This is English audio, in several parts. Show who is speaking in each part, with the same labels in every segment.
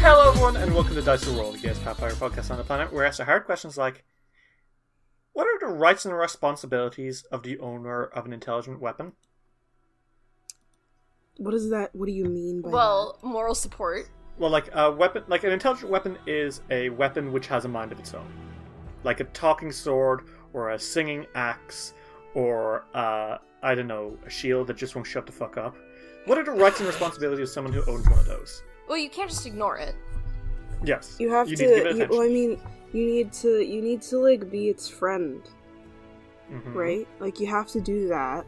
Speaker 1: Hello, everyone, and welcome to Dice the World, the gayest Pathfinder podcast on the planet, where I ask the hard questions like What are the rights and responsibilities of the owner of an intelligent weapon?
Speaker 2: What is that? What do you mean by
Speaker 3: Well, moral support.
Speaker 1: Well, like a weapon, like an intelligent weapon is a weapon which has a mind of its own, like a talking sword or a singing axe or uh, I don't know, a shield that just won't shut the fuck up. What are the rights and responsibilities of someone who owns one of those?
Speaker 3: Well, you can't just ignore it.
Speaker 1: Yes,
Speaker 2: that? You have
Speaker 1: need to give
Speaker 2: to.
Speaker 1: it
Speaker 2: you,
Speaker 1: attention.
Speaker 2: well, I mean, you need to. You need to like be its friend,
Speaker 1: Mhm.
Speaker 2: right? Like you have to do that,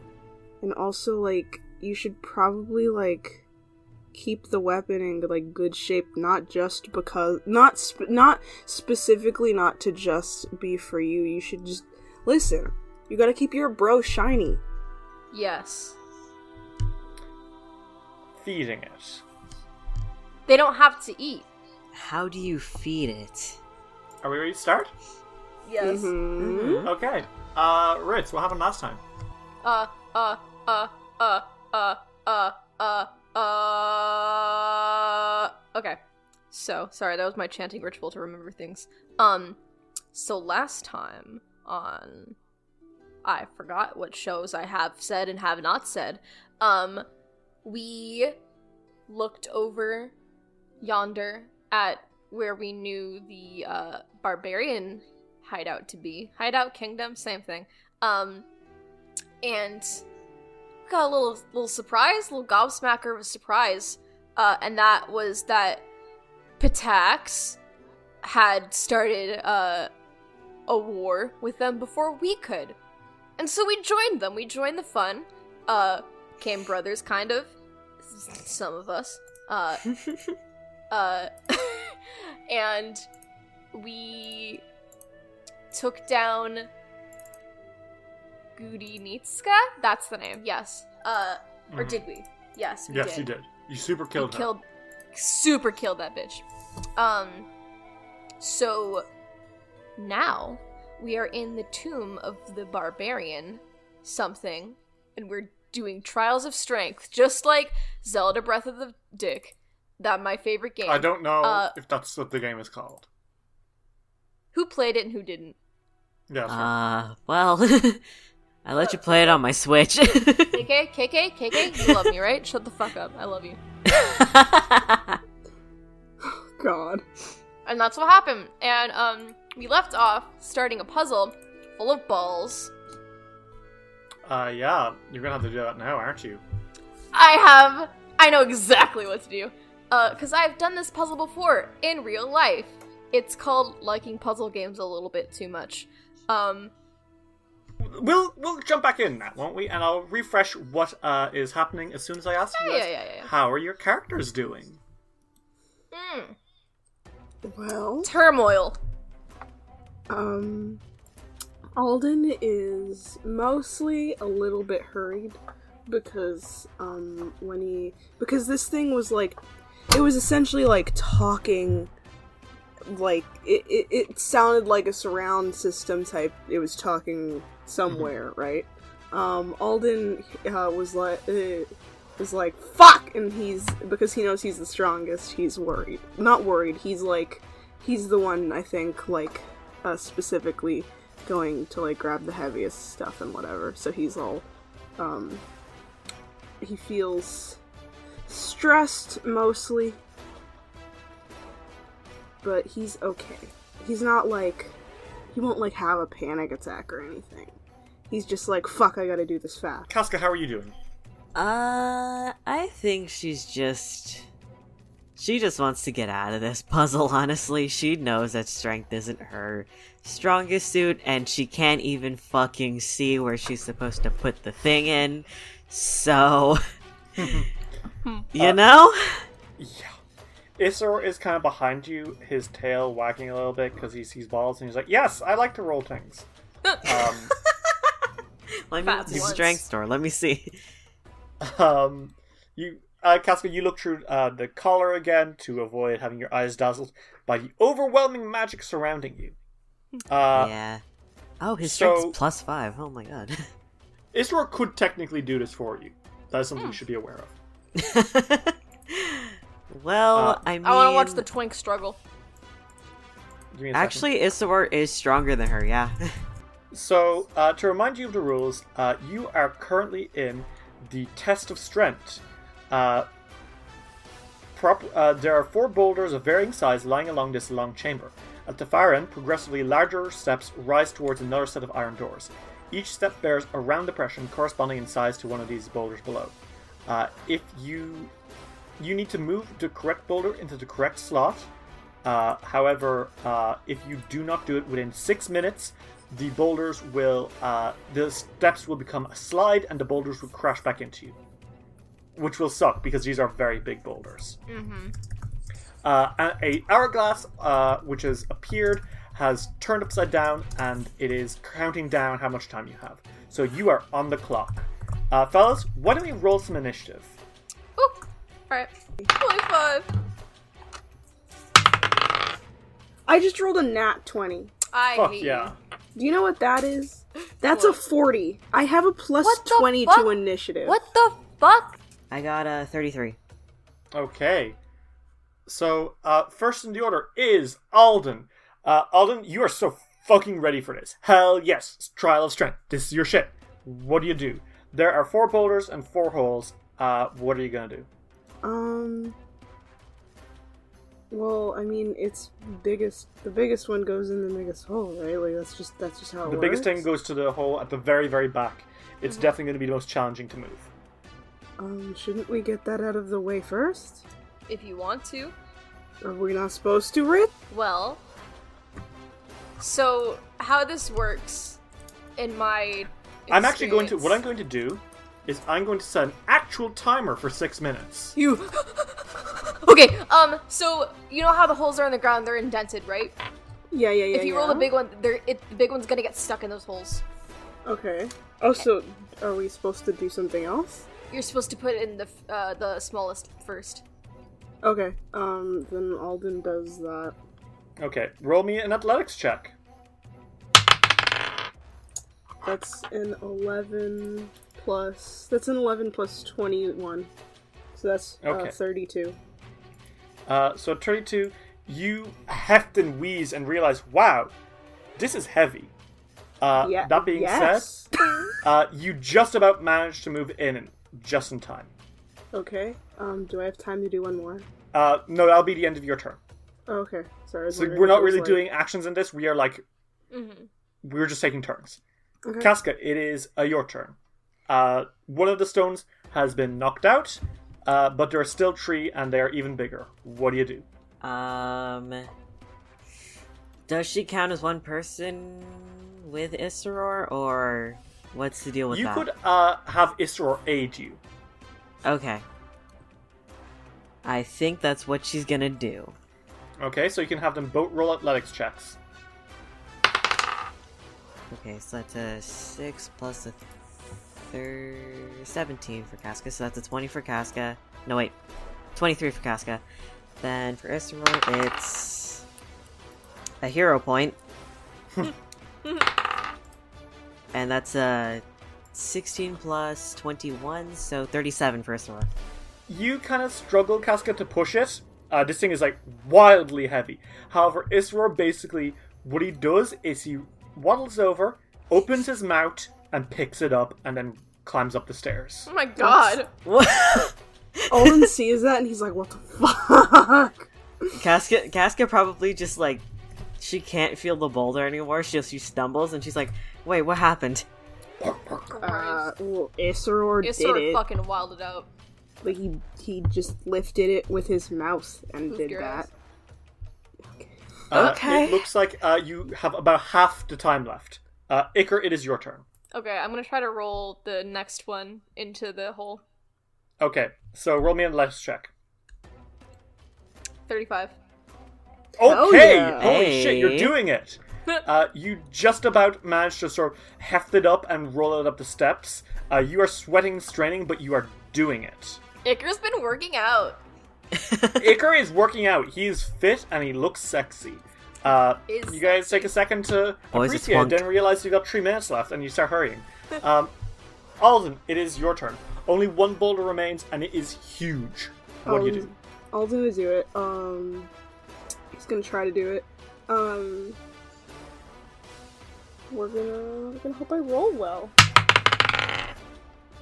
Speaker 2: and also like you should probably like keep the weapon in like good shape, not just because, not sp- not specifically, not to just be for you. You should just listen. You gotta keep your bro shiny.
Speaker 3: Yes.
Speaker 1: Feeding it.
Speaker 3: They don't have to eat.
Speaker 4: How do you feed it?
Speaker 1: Are we ready to start?
Speaker 3: Yes.
Speaker 2: Mhm.
Speaker 1: Okay. Uh, Ritz, what happened last time?
Speaker 3: Uh, uh, uh, uh, uh, uh, uh, uh. Okay. So, sorry, that was my chanting ritual to remember things. Um, so last time on. I forgot what shows I have said and have not said. Um, we looked over yonder at where we knew the uh, barbarian hideout to be. Hideout kingdom, same thing. Um, and got a little little surprise, little gobsmacker of a surprise, uh, and that was that Patax had started uh, a war with them before we could, and so we joined them. We joined the fun. Uh, came brothers, kind of, s- some of us. Uh, uh, and we took down Gudinitska. That's the name. Yes. Uh, or
Speaker 1: Mhm.
Speaker 3: did we? Yes, we
Speaker 1: yes,
Speaker 3: did.
Speaker 1: you did. You super killed
Speaker 3: We
Speaker 1: her.
Speaker 3: killed, super killed that bitch. Um, so now we are in the tomb of the barbarian something, and we're doing trials of strength, just like Zelda Breath of the Dick. That my favorite game.
Speaker 1: I don't know
Speaker 3: Uh,
Speaker 1: if that's what the game is called.
Speaker 3: Who played it and who didn't?
Speaker 1: Yeah, sure.
Speaker 4: Uh, well, I let you play it on my Switch.
Speaker 3: KK, KK, KK. You love me, right? Shut the fuck up. I love you.
Speaker 1: Mm-hmm.
Speaker 2: God.
Speaker 3: And that's what happened. And um, we left off starting a puzzle full of balls.
Speaker 1: uh, yeah, you're gonna have to do that now, aren't you?
Speaker 3: I have. I know exactly what to do. Because I've done this puzzle before in real life. It's called liking puzzle games a little bit too much. Um,
Speaker 1: We'll we'll jump back in that, won't we? And I'll refresh what uh, is happening as soon as I ask you.
Speaker 3: Yeah,
Speaker 1: guys,
Speaker 3: yeah, yeah, yeah, yeah.
Speaker 1: How are your characters doing?
Speaker 3: mm,
Speaker 2: Well,
Speaker 3: turmoil.
Speaker 2: um, Alden is mostly a little bit hurried because um when he because this thing was like it was essentially like talking like it, it, it sounded like a surround system type it was talking somewhere right um alden uh, was like uh, was like fuck and he's because he knows he's the strongest he's worried not worried he's like he's the one i think like uh, specifically going to like grab the heaviest stuff and whatever so he's all um he feels stressed mostly but he's okay he's not like he won't like have a panic attack or anything he's just like fuck i gotta do this fast
Speaker 1: Casca, how are you doing?
Speaker 4: Uh, I think she's just. She just wants to get out of this puzzle, honestly. She knows that strength isn't her strongest suit, and she can't even fucking see where she's supposed to put the thing in. So. you know?
Speaker 1: Yeah. Isor is kind of behind you, his tail wagging a little bit because he sees balls, and he's like, "Yes, I like to roll things." Um,
Speaker 4: Let me
Speaker 3: Fat
Speaker 4: to the
Speaker 3: once.
Speaker 4: strength store. Let me see.
Speaker 1: Um, you, uh, Casca, you look through uh, the collar again to avoid having your eyes dazzled by the overwhelming magic surrounding you. Uh,
Speaker 4: yeah. Oh, his
Speaker 1: so-
Speaker 4: strength's plus five. Oh my god.
Speaker 1: Isra could technically do this for you. That is something you should be aware of.
Speaker 4: well,
Speaker 1: Uh,
Speaker 4: I mean.
Speaker 3: I want to watch the twink struggle.
Speaker 1: Give me a second.
Speaker 4: Actually, Isidore is stronger than her, yeah.
Speaker 1: so uh, to remind you of the rules, uh, you are currently in the test of strength. Uh, prop- uh, there are four boulders of varying size lying along this long chamber. At the far end, progressively larger steps rise towards another set of iron doors. Each step bears a round depression corresponding in size to one of these boulders below. Uh, if you you need to move the correct boulder into the correct slot. Uh, however, uh, if you do not do it within six minutes, the boulders will uh, the steps will become a slide and the boulders will crash back into you, which will suck because these are very big boulders. Uh, and a hourglass uh, which has appeared has turned upside down and it is counting down how much time you have. So you are on the clock, uh, fellas. Why don't we roll some initiative?
Speaker 3: Ooh. Alright. 25.
Speaker 2: i just rolled a nat 20
Speaker 3: I
Speaker 1: Fuck
Speaker 3: hate
Speaker 1: yeah.
Speaker 2: do you know what that is that's a
Speaker 3: What?
Speaker 2: 40 i have a plus
Speaker 3: What the
Speaker 2: 20
Speaker 3: fuck?
Speaker 2: to initiative
Speaker 3: you. What the fuck?
Speaker 4: I got uh, 33.
Speaker 1: Okay. So, uh, first in the order is Alden. Uh, Alden, you are so fucking ready for this. Hell yes, Trial of Strength. This is your shit. What do you do? There are four boulders and four holes. Uh, what are you gonna do?
Speaker 2: Um. Well, I mean, it's biggest. The biggest one goes in the biggest hole, right? Like that's just that's just how it
Speaker 1: the biggest
Speaker 2: works.
Speaker 1: thing goes to the hole at the very, very back. It's definitely gonna be the most challenging to move.
Speaker 2: Um, shouldn't we get that out of the way first?
Speaker 3: If you want to.
Speaker 2: Are we not supposed to, Rick?
Speaker 3: Well, so how this works in my
Speaker 1: I'm actually going to.
Speaker 3: experience-
Speaker 1: What I'm going to do is I'm going to set an actual timer for six minutes.
Speaker 3: You. okay. Um. So you know how the holes are in the ground? They're indented, right?
Speaker 2: Yeah, yeah, yeah.
Speaker 3: if you
Speaker 2: yeah.
Speaker 3: roll the big one, they're, it, the big one's gonna get stuck in those holes.
Speaker 2: Okay. Oh, so are we supposed to do something else?
Speaker 3: You're supposed to put in the f- uh, the smallest first.
Speaker 2: Okay. Um, then Alden does that.
Speaker 1: Okay, roll me an athletics check.
Speaker 2: That's an eleven plus. That's an eleven plus twenty-one. So that's
Speaker 1: Okay.
Speaker 2: uh, thirty-two.
Speaker 1: Uh, so at 32, you heft and wheeze and realize, wow, this is heavy. Uh,
Speaker 2: yeah.
Speaker 1: That being
Speaker 2: yes.
Speaker 1: said, uh, you just about managed to move in and just in time.
Speaker 2: Okay. Um, do I have time to do one more?
Speaker 1: Uh, no, that'll be the end of your turn.
Speaker 2: Oh, okay. Sorry. I was
Speaker 1: So
Speaker 2: wondering
Speaker 1: we're
Speaker 2: if
Speaker 1: not
Speaker 2: it was,
Speaker 1: really
Speaker 2: like-
Speaker 1: doing actions in this. We are like,
Speaker 2: Mm-hmm.
Speaker 1: we're just taking turns.
Speaker 2: Okay.
Speaker 1: Casca, it is uh, your turn. Uh, one of the stones has been knocked out, uh, but there are still three and they are even bigger. What do you do?
Speaker 4: Um. Does she count as one person with Isidore, or what's the deal with
Speaker 1: you
Speaker 4: that?
Speaker 1: could uh, have Isror aid you.
Speaker 4: Okay. I think that's what she's gonna do.
Speaker 1: Okay, so you can have them both roll athletics checks.
Speaker 4: Okay, so that's a 6 plus a thir- 17 for Casca. So that's a 20 for Casca. No, wait. 23 for Casca. Then for Esmeralda, it's a hero point. and that's a 16 plus 21, so 37 for Esmeralda.
Speaker 1: You kind of struggle, Casca, to push it. Uh, this thing is like wildly heavy. However, Isra basically what he does is he waddles over, opens his mouth, and picks it up, and then climbs up the stairs.
Speaker 3: Oh my god.
Speaker 4: What?
Speaker 2: Olin sees that and he's like, "What the fuck?"
Speaker 4: Casca Casca probably just like she can't feel the boulder anymore. She she stumbles and she's like, "Wait, what happened?"
Speaker 2: Uh, well, Isseror
Speaker 3: It's
Speaker 2: did
Speaker 3: sort of
Speaker 2: it.
Speaker 3: fucking wilded out.
Speaker 2: Like he he just lifted it with his mouth and
Speaker 3: Move
Speaker 2: did
Speaker 3: your
Speaker 2: that.
Speaker 3: ass.
Speaker 1: Uh,
Speaker 4: Okay.
Speaker 1: It looks like uh, you have about half the time left. Uh, Iker, it is your turn.
Speaker 3: Okay, I'm gonna try to roll the next one into the hole.
Speaker 1: Okay, so roll me a let's check.
Speaker 3: 35.
Speaker 2: Hell
Speaker 1: Okay,
Speaker 2: yeah.
Speaker 1: holy
Speaker 4: Hey.
Speaker 1: shit, you're doing it. Uh, you just about managed to sort of heft it up and roll it up the steps. Uh, you are sweating, straining, but you are doing it.
Speaker 3: Icar's been working out.
Speaker 1: Iker is working out. He is fit and he looks sexy. Uh,
Speaker 3: Is
Speaker 1: you guys take a second to
Speaker 4: Boys, it's
Speaker 1: appreciate, it,
Speaker 4: want.
Speaker 1: then realize you've got three minutes left, and you start hurrying. Um, Alden, it is your turn. Only one boulder remains, and it is huge. What do you do?
Speaker 2: I'll do do it. Um, he's gonna try to do it. Um, we're gonna we're gonna hope I roll well.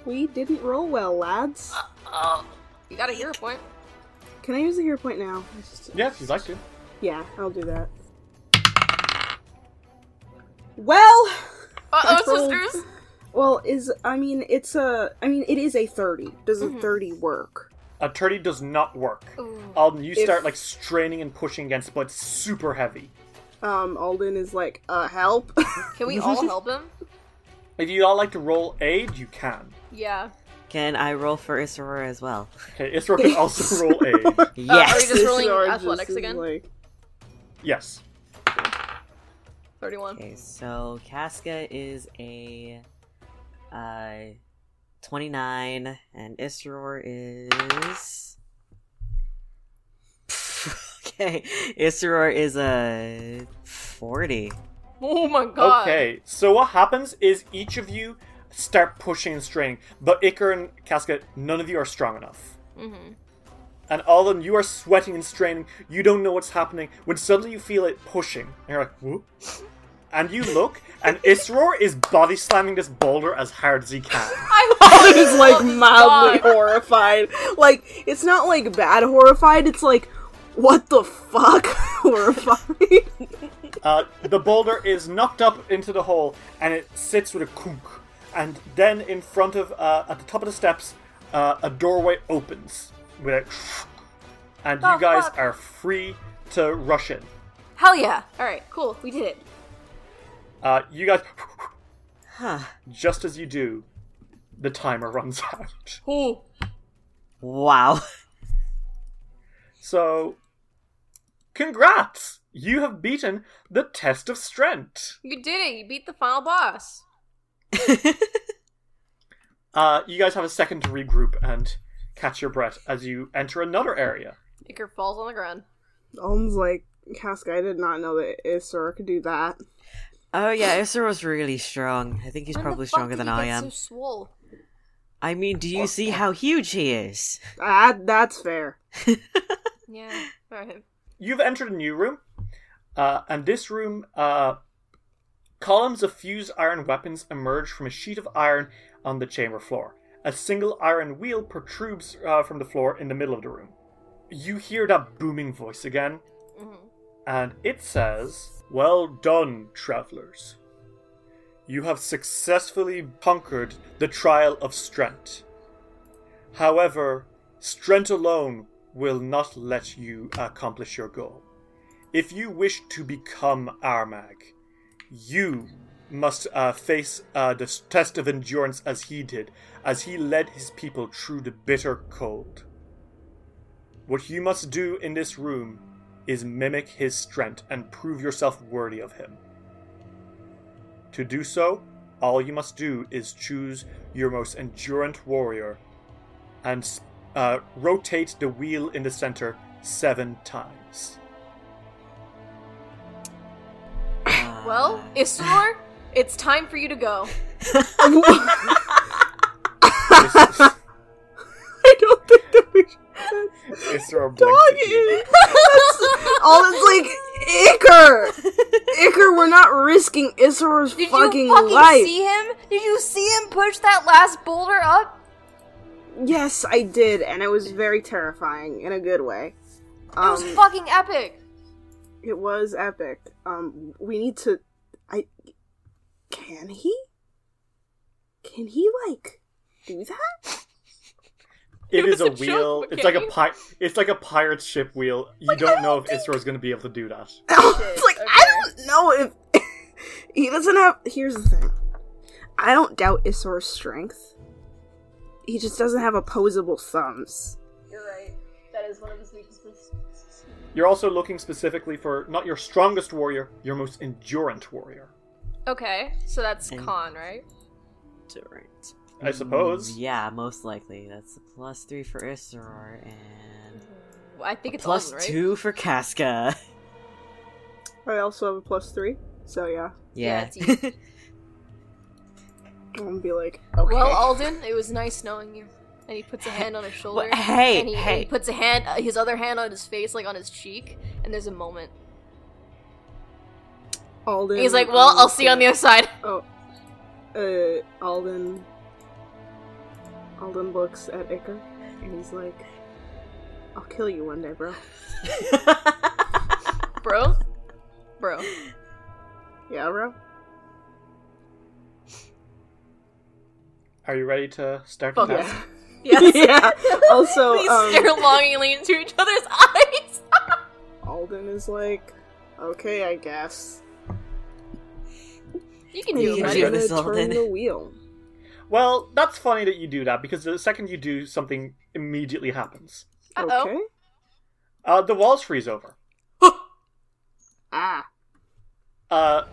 Speaker 2: We didn't roll well, lads.
Speaker 3: Oh, you got a hero point.
Speaker 2: Can I use the hero point now? I just-
Speaker 1: Yeah, if you'd like to.
Speaker 2: Yeah, I'll do that. Well,
Speaker 3: Uh
Speaker 2: I
Speaker 3: oh,
Speaker 2: rolled-
Speaker 3: sisters.
Speaker 2: well is I mean it's a I mean it is a thirty. Does
Speaker 3: Mm-hmm.
Speaker 2: a thirty work?
Speaker 1: A 30 does not work.
Speaker 3: Ooh.
Speaker 1: Alden, you
Speaker 2: If-
Speaker 1: start like straining and pushing against, but it's super heavy.
Speaker 2: Um, Alden is like, uh, help.
Speaker 3: Can we all help him?
Speaker 1: If you'd all like to roll aid, you can.
Speaker 3: Yeah.
Speaker 4: Can I roll for Isra as well?
Speaker 1: Okay, Isra can also roll aid.
Speaker 3: are
Speaker 4: Yes.
Speaker 3: you just rolling
Speaker 2: Israr
Speaker 3: athletics
Speaker 2: is
Speaker 3: again?
Speaker 2: like-
Speaker 1: Yes.
Speaker 3: 31.
Speaker 4: okay, so Casca is a uh 29 and Isror is Okay, Isror is a 40.
Speaker 3: Oh my god.
Speaker 1: Okay, so what happens is each of you start pushing and straining, but Iker and Casca, none of you are strong enough.
Speaker 3: Mhm.
Speaker 1: And all of them, you are sweating and straining. You don't know what's happening when suddenly you feel it pushing. And you're like, whoop. And you look, and Isror is body slamming this boulder as hard as he can.
Speaker 3: I
Speaker 2: Alden is like
Speaker 3: Oh,
Speaker 2: mildly
Speaker 3: God.
Speaker 2: horrified. Like it's not like bad horrified. It's like what the fuck horrified.
Speaker 1: Uh, the boulder is knocked up into the hole, and it sits with a koonk. And then, in front of, uh, at the top of the steps, uh, a doorway opens with a, and
Speaker 3: Oh,
Speaker 1: you guys
Speaker 3: fuck.
Speaker 1: are free to rush in.
Speaker 3: Hell yeah. Alright, cool. We did it.
Speaker 1: Uh, you guys,
Speaker 4: Huh.
Speaker 1: just as you do, the timer runs out.
Speaker 3: Ooh.
Speaker 4: Wow.
Speaker 1: So, congrats! You have beaten the test of strength.
Speaker 3: You did it. You beat the final boss.
Speaker 1: Uh, you guys have a second to regroup and catch your breath as you enter another area.
Speaker 3: Icar falls on the ground.
Speaker 2: Alden's like, Casca, I did not know that Isra could do that.
Speaker 4: Oh yeah, Isra was really strong. I think he's
Speaker 3: When the
Speaker 4: probably
Speaker 3: fuck
Speaker 4: stronger
Speaker 3: did
Speaker 4: than
Speaker 3: he
Speaker 4: I
Speaker 3: get
Speaker 4: am.
Speaker 3: So swole?
Speaker 4: I mean, do you see how huge he is?
Speaker 2: Ah, that's fair.
Speaker 3: Yeah. Alright.
Speaker 1: you've entered a new room, uh, and this room, uh, columns of fused iron weapons emerge from a sheet of iron on the chamber floor. A single iron wheel protrudes uh, from the floor in the middle of the room. You hear that booming voice again,
Speaker 3: Mhm.
Speaker 1: and it says, Well done, travelers. You have successfully conquered the trial of strength. However, strength alone will not let you accomplish your goal. If you wish to become Armag, you must uh, face uh, the test of endurance as he did, as he led his people through the bitter cold. What you must do in this room is mimic his strength and prove yourself worthy of him. To do so, all you must do is choose your most endurant warrior and uh, rotate the wheel in the center seven times.
Speaker 3: Well,
Speaker 4: Uh,
Speaker 3: Isilor, it's time for you to go.
Speaker 1: Is-
Speaker 2: I don't think that we should.
Speaker 1: is there a blink
Speaker 2: Dog
Speaker 1: to you?
Speaker 2: is. That's, all it's like, Icker! Icker, we're not risking Issor's
Speaker 3: Did
Speaker 2: fucking,
Speaker 3: you fucking
Speaker 2: life.
Speaker 3: see him? Did you see him push that last boulder up?
Speaker 2: Yes, I did, and it was very terrifying in a good way.
Speaker 3: It
Speaker 2: Um,
Speaker 3: was fucking epic.
Speaker 2: It was epic. Um, we need to. I can he? Can he like do that?
Speaker 1: It
Speaker 3: It was
Speaker 1: is a
Speaker 3: a joke,
Speaker 1: wheel.
Speaker 3: okay?
Speaker 1: It's like a pi- It's like a pirate ship wheel. You don't know if Isra is going to be able to do that.
Speaker 2: it's like I don't know if he doesn't have. Here's the thing. I don't doubt Issor's strength. He just doesn't have opposable thumbs.
Speaker 5: You're right. That is one of his weaknesses.
Speaker 1: You're also looking specifically for not your strongest warrior, your most endurant warrior.
Speaker 3: Okay, so that's
Speaker 4: And-
Speaker 3: con, right?
Speaker 4: Durant.
Speaker 1: I suppose.
Speaker 4: Mm, yeah, most likely. That's a plus three for Isseror and
Speaker 3: Well, I think it's
Speaker 4: plus
Speaker 3: Alden, right?
Speaker 4: two for Casca.
Speaker 2: I also have a plus three, so yeah,
Speaker 4: Yeah.
Speaker 3: it's easy.
Speaker 2: I'm gonna be like, okay.
Speaker 3: Well, Alden, it was nice knowing you. And he puts a hand on his shoulder.
Speaker 4: Wha- hey,
Speaker 3: and he, and
Speaker 4: hey.
Speaker 3: he puts a hand, uh, his other hand on his face, like on his cheek. And there's a moment.
Speaker 2: Alden.
Speaker 3: He's like, "Well, I'll see you on the other side."
Speaker 2: Oh, uh, Alden. Alden looks at Iker, and he's like, "I'll kill you one day, bro."
Speaker 3: Bro? Bro.
Speaker 2: Yeah, bro.
Speaker 1: Are you ready to start the
Speaker 3: Fuck
Speaker 1: task?
Speaker 3: yeah. Yes.
Speaker 2: yeah. Also,
Speaker 3: we
Speaker 2: um,
Speaker 3: stare longingly into each other's eyes.
Speaker 2: Alden is like, "Okay, I guess."
Speaker 3: You can
Speaker 2: And
Speaker 3: do
Speaker 4: You
Speaker 3: it,
Speaker 4: can
Speaker 2: he's
Speaker 4: do
Speaker 3: buddy.
Speaker 4: this,
Speaker 2: gonna turn
Speaker 4: Alden.
Speaker 2: the wheel.
Speaker 1: Well, that's funny that you do that because the second you do, something immediately happens.
Speaker 3: Uh-oh.
Speaker 2: Okay.
Speaker 1: Uh, the walls freeze over.
Speaker 2: Ah.
Speaker 1: Uh,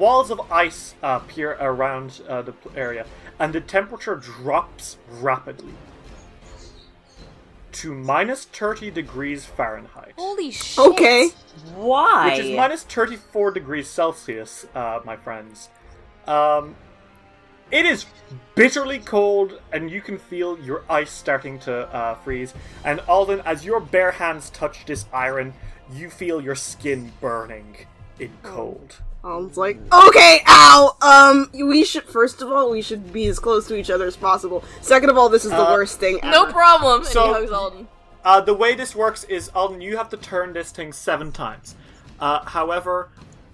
Speaker 1: walls of ice uh, appear around uh, the pl- area, and the temperature drops rapidly to minus 30 degrees Fahrenheit,
Speaker 3: Holy shit.
Speaker 2: Okay.
Speaker 4: Why?
Speaker 1: which is minus 34 degrees Celsius, uh, my friends. Um, it is bitterly cold, and you can feel your ice starting to uh, freeze. And Alden, as your bare hands touch this iron, you feel your skin burning in cold.
Speaker 2: Alden's like,
Speaker 1: Mm.
Speaker 2: "Okay, ow. Um, we should first of all we should be as close to each other as possible. Second of all, this is the
Speaker 1: Uh,
Speaker 2: worst thing ever."
Speaker 3: No problem. And
Speaker 1: So-
Speaker 3: he hugs Alden.
Speaker 1: Uh, the way this works is, Alden, you have to turn this thing seven times. Uh, however,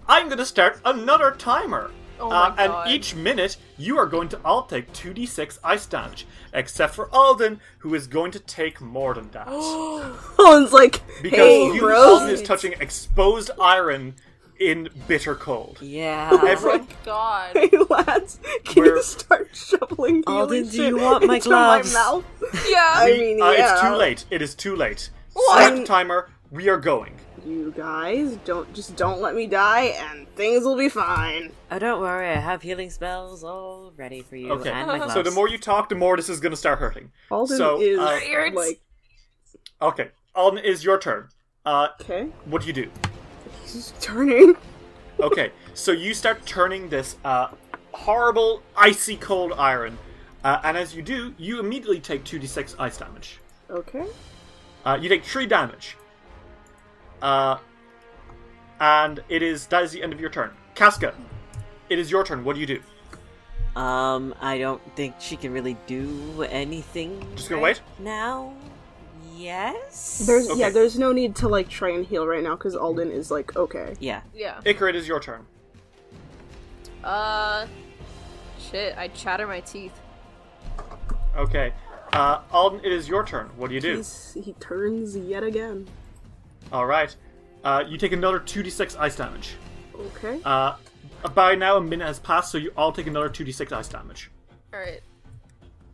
Speaker 1: I'm going to start another timer.
Speaker 3: Oh my
Speaker 1: uh, and
Speaker 3: God.
Speaker 1: each minute, you are going to all take 2d6 ice damage, except for Alden, who is going to take more than that.
Speaker 2: Alden's like,
Speaker 1: because
Speaker 2: "Hey,
Speaker 1: you,
Speaker 2: bro."
Speaker 1: Alden, is touching exposed iron in bitter cold. Uh,
Speaker 4: Yeah.
Speaker 3: Oh
Speaker 1: Every-
Speaker 3: my god.
Speaker 2: Hey lads, can
Speaker 1: We're-
Speaker 2: you start shoveling the
Speaker 4: Alden,
Speaker 2: illicit
Speaker 4: do you want my
Speaker 2: into
Speaker 4: gloves?
Speaker 2: My mouth?
Speaker 3: Yeah.
Speaker 2: I
Speaker 1: The-
Speaker 2: mean,
Speaker 1: uh, It's
Speaker 2: yeah.
Speaker 1: too late. It is too late.
Speaker 2: What?
Speaker 1: Start the timer. We are going.
Speaker 2: You guys don't just don't let me die, and things will be fine.
Speaker 4: oh, don't worry. I have healing spells all ready for you.
Speaker 1: Okay.
Speaker 4: And my gloves.
Speaker 1: So the more you talk, the more this is going to start hurting.
Speaker 2: Alden
Speaker 1: So,
Speaker 2: is
Speaker 1: uh,
Speaker 3: Weird.
Speaker 2: like,
Speaker 1: Okay, Alden, it is your turn. Uh,
Speaker 2: okay,
Speaker 1: what do you do?
Speaker 2: he's turning.
Speaker 1: Okay, so you start turning this uh, horrible, icy cold iron, uh, and as you do, you immediately take 2d6 ice damage.
Speaker 2: Okay,
Speaker 1: Uh, you take 3 damage. Uh, and it is that is the end of your turn. Casca, it is your turn. What do you do?
Speaker 4: Um, I don't think she can really do anything.
Speaker 1: Just gonna
Speaker 4: right
Speaker 1: wait?
Speaker 4: Now, yes.
Speaker 2: there's yeah,
Speaker 1: Okay.
Speaker 2: there's no need to like try and heal right now because Alden is like, okay,
Speaker 4: yeah.
Speaker 3: Yeah.
Speaker 1: Icar, it is your turn.
Speaker 3: Uh shit, I chatter my teeth.
Speaker 1: Okay, uh, Alden, it is your turn. What do you do?
Speaker 2: he's, he turns yet again.
Speaker 1: All right, uh, you take another 2d6 ice damage.
Speaker 2: Okay,
Speaker 1: Uh, by now, a minute has passed, so you all take another 2d6 ice damage.
Speaker 3: Alright.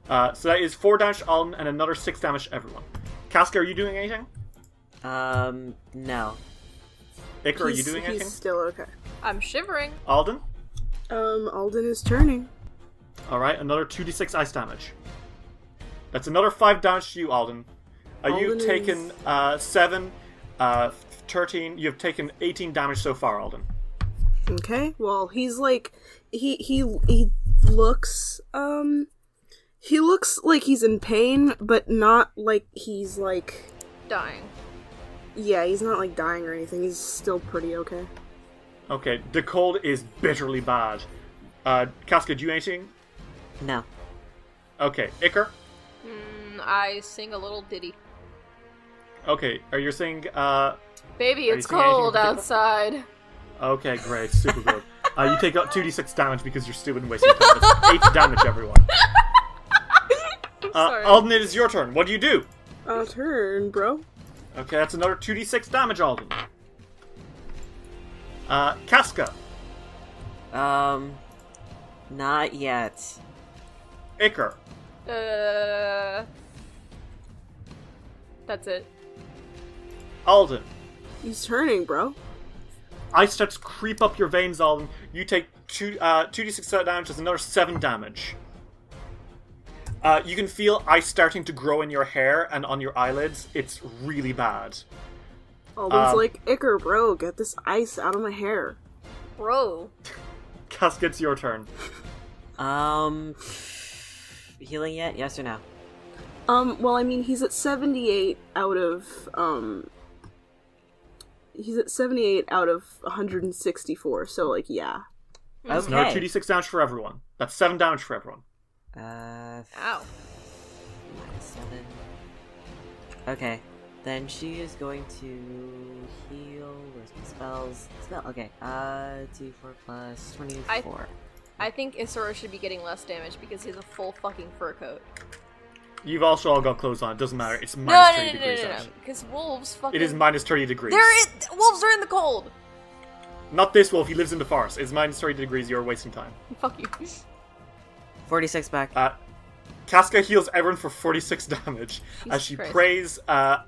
Speaker 1: Uh, so that is four damage to Alden and another six damage to everyone. Casca, are you doing anything?
Speaker 4: Um, no.
Speaker 1: Icar, are you
Speaker 2: He's-
Speaker 1: doing
Speaker 2: he's
Speaker 1: anything?
Speaker 2: Still okay.
Speaker 3: I'm shivering.
Speaker 1: Alden?
Speaker 2: Um, Alden is turning.
Speaker 1: All right, another 2d6 ice damage. That's another 5 damage to you, Alden. Uh,
Speaker 2: Alden
Speaker 1: you've
Speaker 2: is-
Speaker 1: taken uh, 7, uh, 13, you've taken 18 damage so far, Alden.
Speaker 2: Okay. Well, he's like he he he looks um he looks like he's in pain, but not like he's like
Speaker 3: Dying.
Speaker 2: yeah, he's not like dying or anything. He's still pretty okay.
Speaker 1: Okay, the cold is bitterly bad. Uh, Casca, do you anything?
Speaker 4: No.
Speaker 1: Okay, Iker?
Speaker 3: Mm, I sing a little ditty.
Speaker 1: Okay, are you saying, uh,
Speaker 3: Baby,
Speaker 1: Are you
Speaker 3: it's
Speaker 1: singing anything in
Speaker 3: cold
Speaker 1: particular?
Speaker 3: outside.
Speaker 1: okay, great, super good. Uh, you take out 2d6 damage because you're stupid and wasting time. It's 8 damage, everyone.
Speaker 3: I'm
Speaker 1: Uh,
Speaker 3: sorry.
Speaker 1: Alden, it is your turn. What do you do?
Speaker 2: Uh, turn, bro.
Speaker 1: Okay, that's another 2d6 damage, Alden. Uh, Casca,
Speaker 4: Um, not yet.
Speaker 1: Iker,
Speaker 3: Uh, that's it.
Speaker 1: Alden.
Speaker 2: He's turning, bro.
Speaker 1: Ice steps creep up your veins, Alden. You take two uh, 2d6 damage, that's another 7 damage. Uh, you can feel ice starting to grow in your hair and on your eyelids. It's really bad.
Speaker 2: Alden's
Speaker 1: Um,
Speaker 2: like Icker, bro. Get this ice out of my hair.
Speaker 3: Bro.
Speaker 1: Casca, it's your turn.
Speaker 4: Um, healing yet? Yes or no?
Speaker 2: Um, well, I mean, he's at 78 out of, um, he's at 78 out of 164, so, like, yeah. Mm-hmm.
Speaker 4: Okay.
Speaker 1: Another 2d6 damage for everyone. That's 7 damage for everyone.
Speaker 4: Uh,
Speaker 3: Ow.
Speaker 4: minus seven. Okay, then she is going to heal. Where's my spells? Spell. Okay. Uh, D four plus twenty four.
Speaker 3: I think Isoro should be getting less damage because he has a full fucking fur coat.
Speaker 1: You've also all got clothes on, it doesn't matter. It's
Speaker 3: No, no,
Speaker 1: minus 30
Speaker 3: no, no,
Speaker 1: degrees.
Speaker 3: no, no,
Speaker 1: out.
Speaker 3: because wolves fucking.
Speaker 1: It is minus 30 degrees.
Speaker 3: They're in- wolves are in the cold.
Speaker 1: Not this wolf, he lives in the forest. It's minus 30 degrees, you're wasting time.
Speaker 3: Fuck you.
Speaker 4: Forty six back.
Speaker 1: Uh, Casca heals everyone for 46 damage as
Speaker 3: Jesus
Speaker 1: she
Speaker 3: Christ.
Speaker 1: prays uh,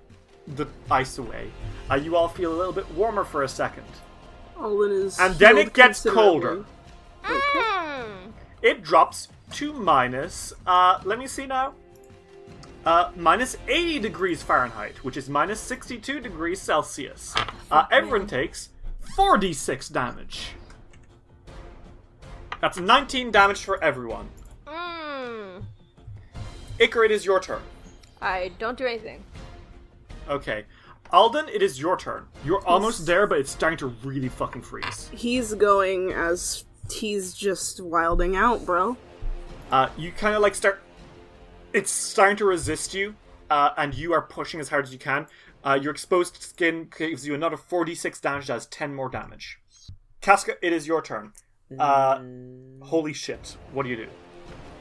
Speaker 1: the ice away. Uh, you all feel a little bit warmer for a second.
Speaker 2: Alden is.
Speaker 1: And then
Speaker 2: healed
Speaker 1: it gets
Speaker 2: considerably.
Speaker 1: colder.
Speaker 3: Mm.
Speaker 1: It drops to minus, uh, let me see now, uh, minus 80 degrees Fahrenheit, which is minus 62 degrees Celsius. Uh, everyone takes 46 damage. That's 19 damage for everyone.
Speaker 3: Mm.
Speaker 1: Icar, it is your turn.
Speaker 3: I don't do anything.
Speaker 1: Okay. Alden, it is your turn. You're almost there, but it's starting to really fucking freeze.
Speaker 2: He's going as he's just wilding out, bro.
Speaker 1: Uh, you kind of like start. It's starting to resist you, uh, and you are pushing as hard as you can. Uh, your exposed skin gives you another 46 damage, that has 10 more damage. Casca, it is your turn. Uh, holy shit. What do you do?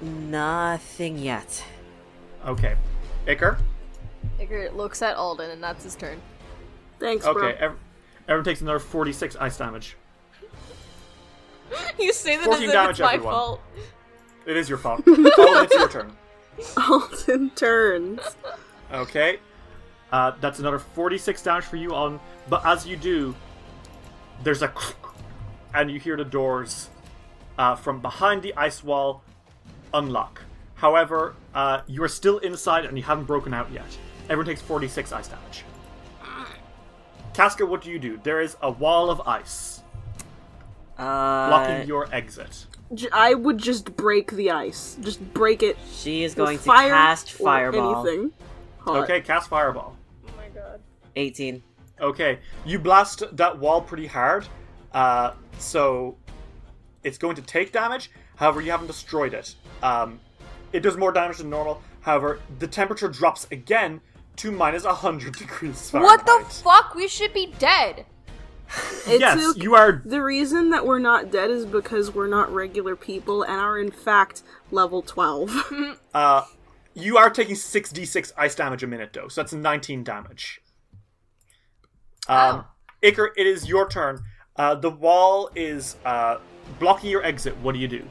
Speaker 4: Nothing yet.
Speaker 1: Okay. Icar?
Speaker 3: Iker looks at Alden, and that's his turn.
Speaker 2: Thanks, bro.
Speaker 1: Okay. Ev- everyone takes another 46 ice damage.
Speaker 3: you say that as
Speaker 1: 14
Speaker 3: if
Speaker 1: damage,
Speaker 3: it's my
Speaker 1: everyone.
Speaker 3: fault.
Speaker 1: It is your fault. Alden, it's your turn.
Speaker 2: Alden turns.
Speaker 1: Okay. Uh, that's another 46 damage for you on. But as you do, there's a. And you hear the doors uh, from behind the ice wall unlock. However, uh, you are still inside and you haven't broken out yet. Everyone takes 46 ice damage. Casca, what do you do? There is a wall of ice
Speaker 4: Uh,
Speaker 1: blocking your exit.
Speaker 2: J- I would just break the ice. Just break it.
Speaker 4: She is
Speaker 2: with
Speaker 4: going to
Speaker 2: fire
Speaker 4: cast
Speaker 2: or
Speaker 4: fireball.
Speaker 2: Anything. Hot.
Speaker 1: Okay, cast fireball.
Speaker 5: Oh my god.
Speaker 4: Eighteen.
Speaker 1: Okay, you blast that wall pretty hard, uh, so it's going to take damage. However, you haven't destroyed it. Um, it does more damage than normal. However, the temperature drops again to minus 100 degrees
Speaker 3: What
Speaker 1: Fahrenheit.
Speaker 3: the fuck? We should be dead.
Speaker 2: It's
Speaker 1: yes,
Speaker 2: okay.
Speaker 1: you are.
Speaker 2: The reason that we're not dead is because we're not regular people and are in fact level 12.
Speaker 1: Uh, you are taking 6d6 ice damage a minute, though, so that's 19 damage. Um, Iker, it is your turn. Uh, the wall is uh, blocking your exit. What do you do?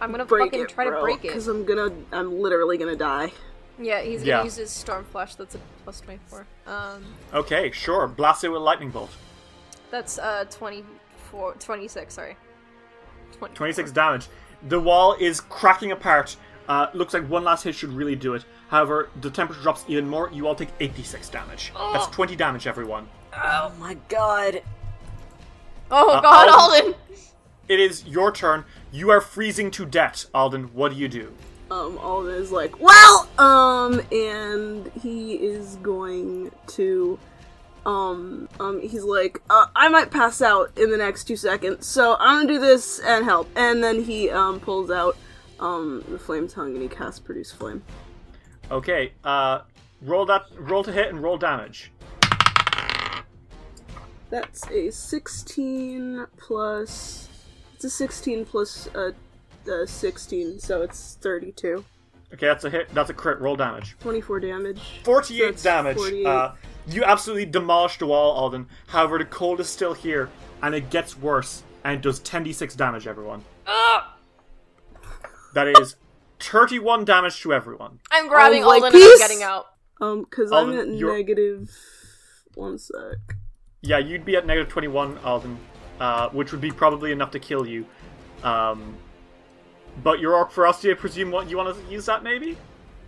Speaker 3: I'm gonna
Speaker 2: break
Speaker 3: fucking
Speaker 2: it,
Speaker 3: try to break
Speaker 2: Cuz
Speaker 3: it.
Speaker 2: I'm gonna I'm literally gonna die.
Speaker 3: Yeah, he's
Speaker 1: Yeah.
Speaker 3: gonna use his storm flash. That's a plus twenty four. Um,
Speaker 1: Okay, sure. Blast it with a lightning bolt.
Speaker 3: that's uh 24, 26, Sorry. 24.
Speaker 1: 26 damage. The wall is cracking apart. Uh, looks like one last hit should really do it. However, the temperature drops even more. You all take 86 damage. That's 20 damage, everyone.
Speaker 4: Oh my god.
Speaker 3: Oh
Speaker 1: Uh,
Speaker 3: god,
Speaker 1: Alden.
Speaker 3: Alden!
Speaker 1: It is your turn. You are freezing to death, Alden. What do you do?
Speaker 2: Um, Alden is like, well, um, and he is going to, um, um, he's like, uh, I might pass out in the next two seconds, so I'm gonna do this and help. And then he, um, pulls out, um, the flame tongue and he casts produce flame.
Speaker 1: Okay, uh, roll that, roll to hit and roll damage.
Speaker 2: That's a 16 plus, it's a 16 plus, uh, uh, 16, so it's 32.
Speaker 1: Okay, that's a hit. That's a crit. Roll damage.
Speaker 2: 24 damage.
Speaker 1: 48
Speaker 2: That's
Speaker 1: damage.
Speaker 2: 48.
Speaker 1: Uh, you absolutely demolished the wall, Alden. However, the cold is still here, and it gets worse, and it does 10d6 damage, everyone. That is 31 damage to everyone.
Speaker 3: I'm grabbing
Speaker 2: Oh, like,
Speaker 3: Alden and I'm
Speaker 2: peace!
Speaker 3: getting out.
Speaker 2: Um, cause I'm
Speaker 1: Alden,
Speaker 2: at
Speaker 1: you're-
Speaker 2: negative, one sec.
Speaker 1: Yeah, you'd be at negative 21, Alden, uh, which would be probably enough to kill you. Um, but your Orc Ferocity, I presume what, you want to use that maybe?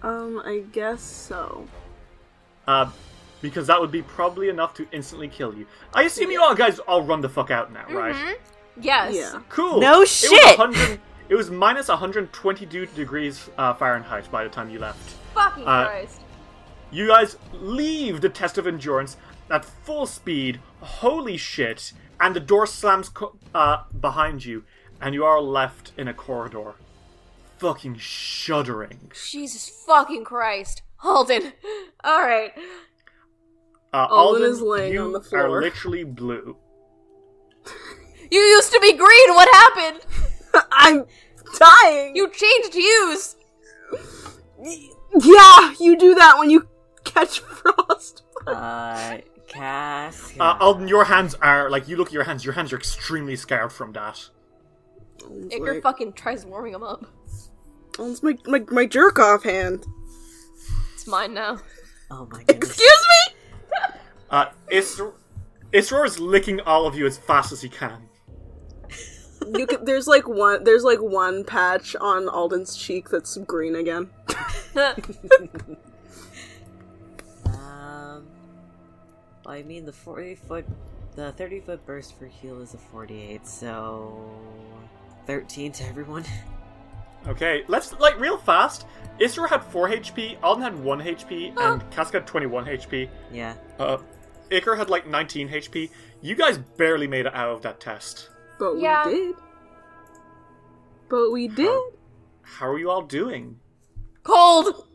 Speaker 2: Um, I guess so.
Speaker 1: Uh, because that would be probably enough to instantly kill you. I assume you all guys all run the fuck out now, right?
Speaker 3: Yes.
Speaker 2: Yeah.
Speaker 1: Cool.
Speaker 4: No
Speaker 1: It was
Speaker 4: shit.
Speaker 1: 100 It was minus 122 degrees uh, Fahrenheit by the time you left.
Speaker 5: Fucking
Speaker 1: Uh,
Speaker 5: Christ.
Speaker 1: You guys leave the test of endurance at full speed. Holy shit! And the door slams co- uh, behind you, and you are left in a corridor, fucking shuddering.
Speaker 3: Jesus fucking Christ. Alden. Alright.
Speaker 1: Uh,
Speaker 2: Alden is laying
Speaker 1: you
Speaker 2: on the
Speaker 1: Are
Speaker 2: floor.
Speaker 1: literally blue.
Speaker 3: You used to be green, what happened?
Speaker 2: I'm dying.
Speaker 3: You changed hues!
Speaker 2: yeah, you do that when you catch frost.
Speaker 4: Uh, Cass.
Speaker 1: Uh, Alden, your hands are like you look at your hands. Your hands are extremely scarred from that.
Speaker 2: Alden's
Speaker 3: Icker
Speaker 2: like-
Speaker 3: fucking tries warming him up.
Speaker 2: Alden's Oh, my my, my jerk off hand.
Speaker 3: It's mine now.
Speaker 4: oh my goodness.
Speaker 2: Excuse me.
Speaker 1: Uh, Isra- Isra is licking all of you as fast as he can.
Speaker 2: You could, there's like one there's like one patch on Alden's cheek that's green again.
Speaker 4: Um, well, I mean the forty foot, the thirty foot burst for heal is a forty-eight, so thirteen to everyone.
Speaker 1: Okay, let's like real fast. Isra had four HP, Alden had one HP, and Casca had twenty-one HP.
Speaker 4: yeah.
Speaker 1: Uh, Iker had like nineteen HP. You guys barely made it out of that test.
Speaker 2: But
Speaker 3: Yeah.
Speaker 2: we did. But we did.
Speaker 1: How are you all doing?
Speaker 3: Cold!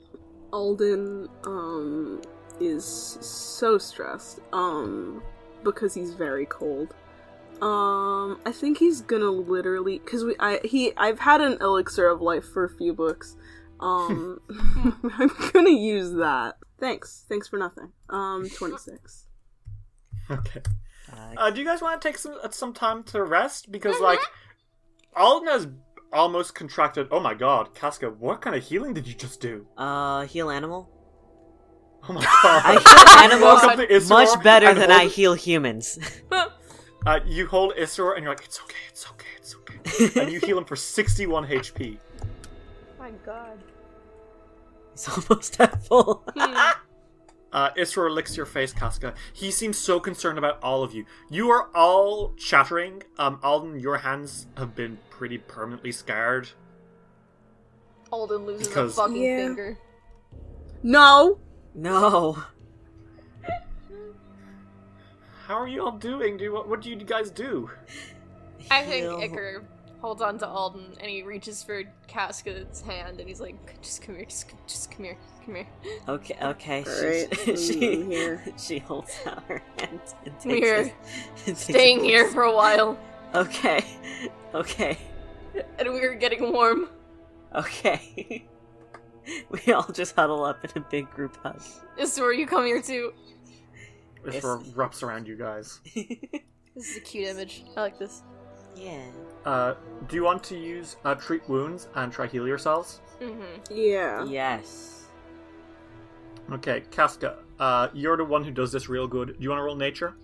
Speaker 2: Alden um is so stressed um because he's very cold. Um I think he's going to literally cuz we I he I've had an elixir of life for a few books. Um I'm going to use that. Thanks. Thanks for nothing. Um 26.
Speaker 1: Okay.
Speaker 4: Uh,
Speaker 1: Uh, do you guys want to take some uh, some time to rest because like Alden has almost contracted. Oh my god, Casca, what kind of healing did you just do?
Speaker 4: uh, heal animal.
Speaker 1: Oh my god.
Speaker 4: I heal animals
Speaker 1: Welcome to Isra
Speaker 4: much better
Speaker 1: and
Speaker 4: than
Speaker 1: hold-
Speaker 4: I heal humans.
Speaker 1: Uh, you hold Isra and you're like, it's okay, it's okay, it's okay. and you heal him for 61 HP.
Speaker 3: My god.
Speaker 4: He's almost at full.
Speaker 3: Hmm.
Speaker 1: Uh, Isra licks your face, Casca. He seems so concerned about all of you. You are all chattering. Um, Alden, your hands have been pretty permanently scarred.
Speaker 3: Alden loses
Speaker 1: Because-
Speaker 3: a fucking
Speaker 2: Yeah.
Speaker 3: finger.
Speaker 2: No.
Speaker 4: no.
Speaker 1: How are you all doing? Do you, what, what do you guys do?
Speaker 3: I think
Speaker 4: Heal-
Speaker 3: Icker holds on to Alden and he reaches for Casca's hand and he's like, just come here, just, just come here, come here.
Speaker 4: Okay, okay.
Speaker 2: All right,
Speaker 4: She, she,
Speaker 2: I'm here.
Speaker 4: she holds out her hand and takes
Speaker 3: Hmm. We're
Speaker 4: it- and takes
Speaker 3: Staying
Speaker 4: it-
Speaker 3: here for a while.
Speaker 4: Okay, okay,
Speaker 3: And we were getting warm.
Speaker 4: okay. we all just huddle up in a big group hug.
Speaker 3: This is where you come here too.
Speaker 1: Isra wraps around you guys.
Speaker 3: This is a cute image. I like this.
Speaker 4: yeah.
Speaker 1: Uh, do you want to use uh, treat wounds and try heal yourselves?
Speaker 3: Mm-hmm.
Speaker 2: Yeah.
Speaker 4: Yes.
Speaker 1: Okay, Casca, uh, you're the one who does this real good. Do you want to roll nature?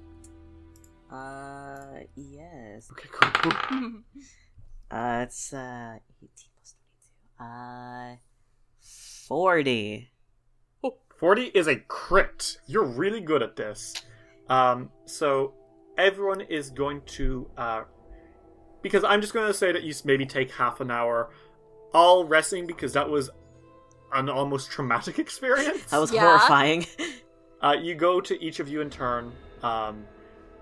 Speaker 4: Uh, yes.
Speaker 1: Okay, cool.
Speaker 4: Uh, it's uh, 18 plus 22. Uh, 40.
Speaker 1: 40 is a crit. You're really good at this. Um, so everyone is going to, uh, because I'm just going to say that you s- maybe take half an hour all resting because that was an almost traumatic experience.
Speaker 4: That was
Speaker 3: Yeah.
Speaker 4: horrifying.
Speaker 1: Uh, you go to each of you in turn, um,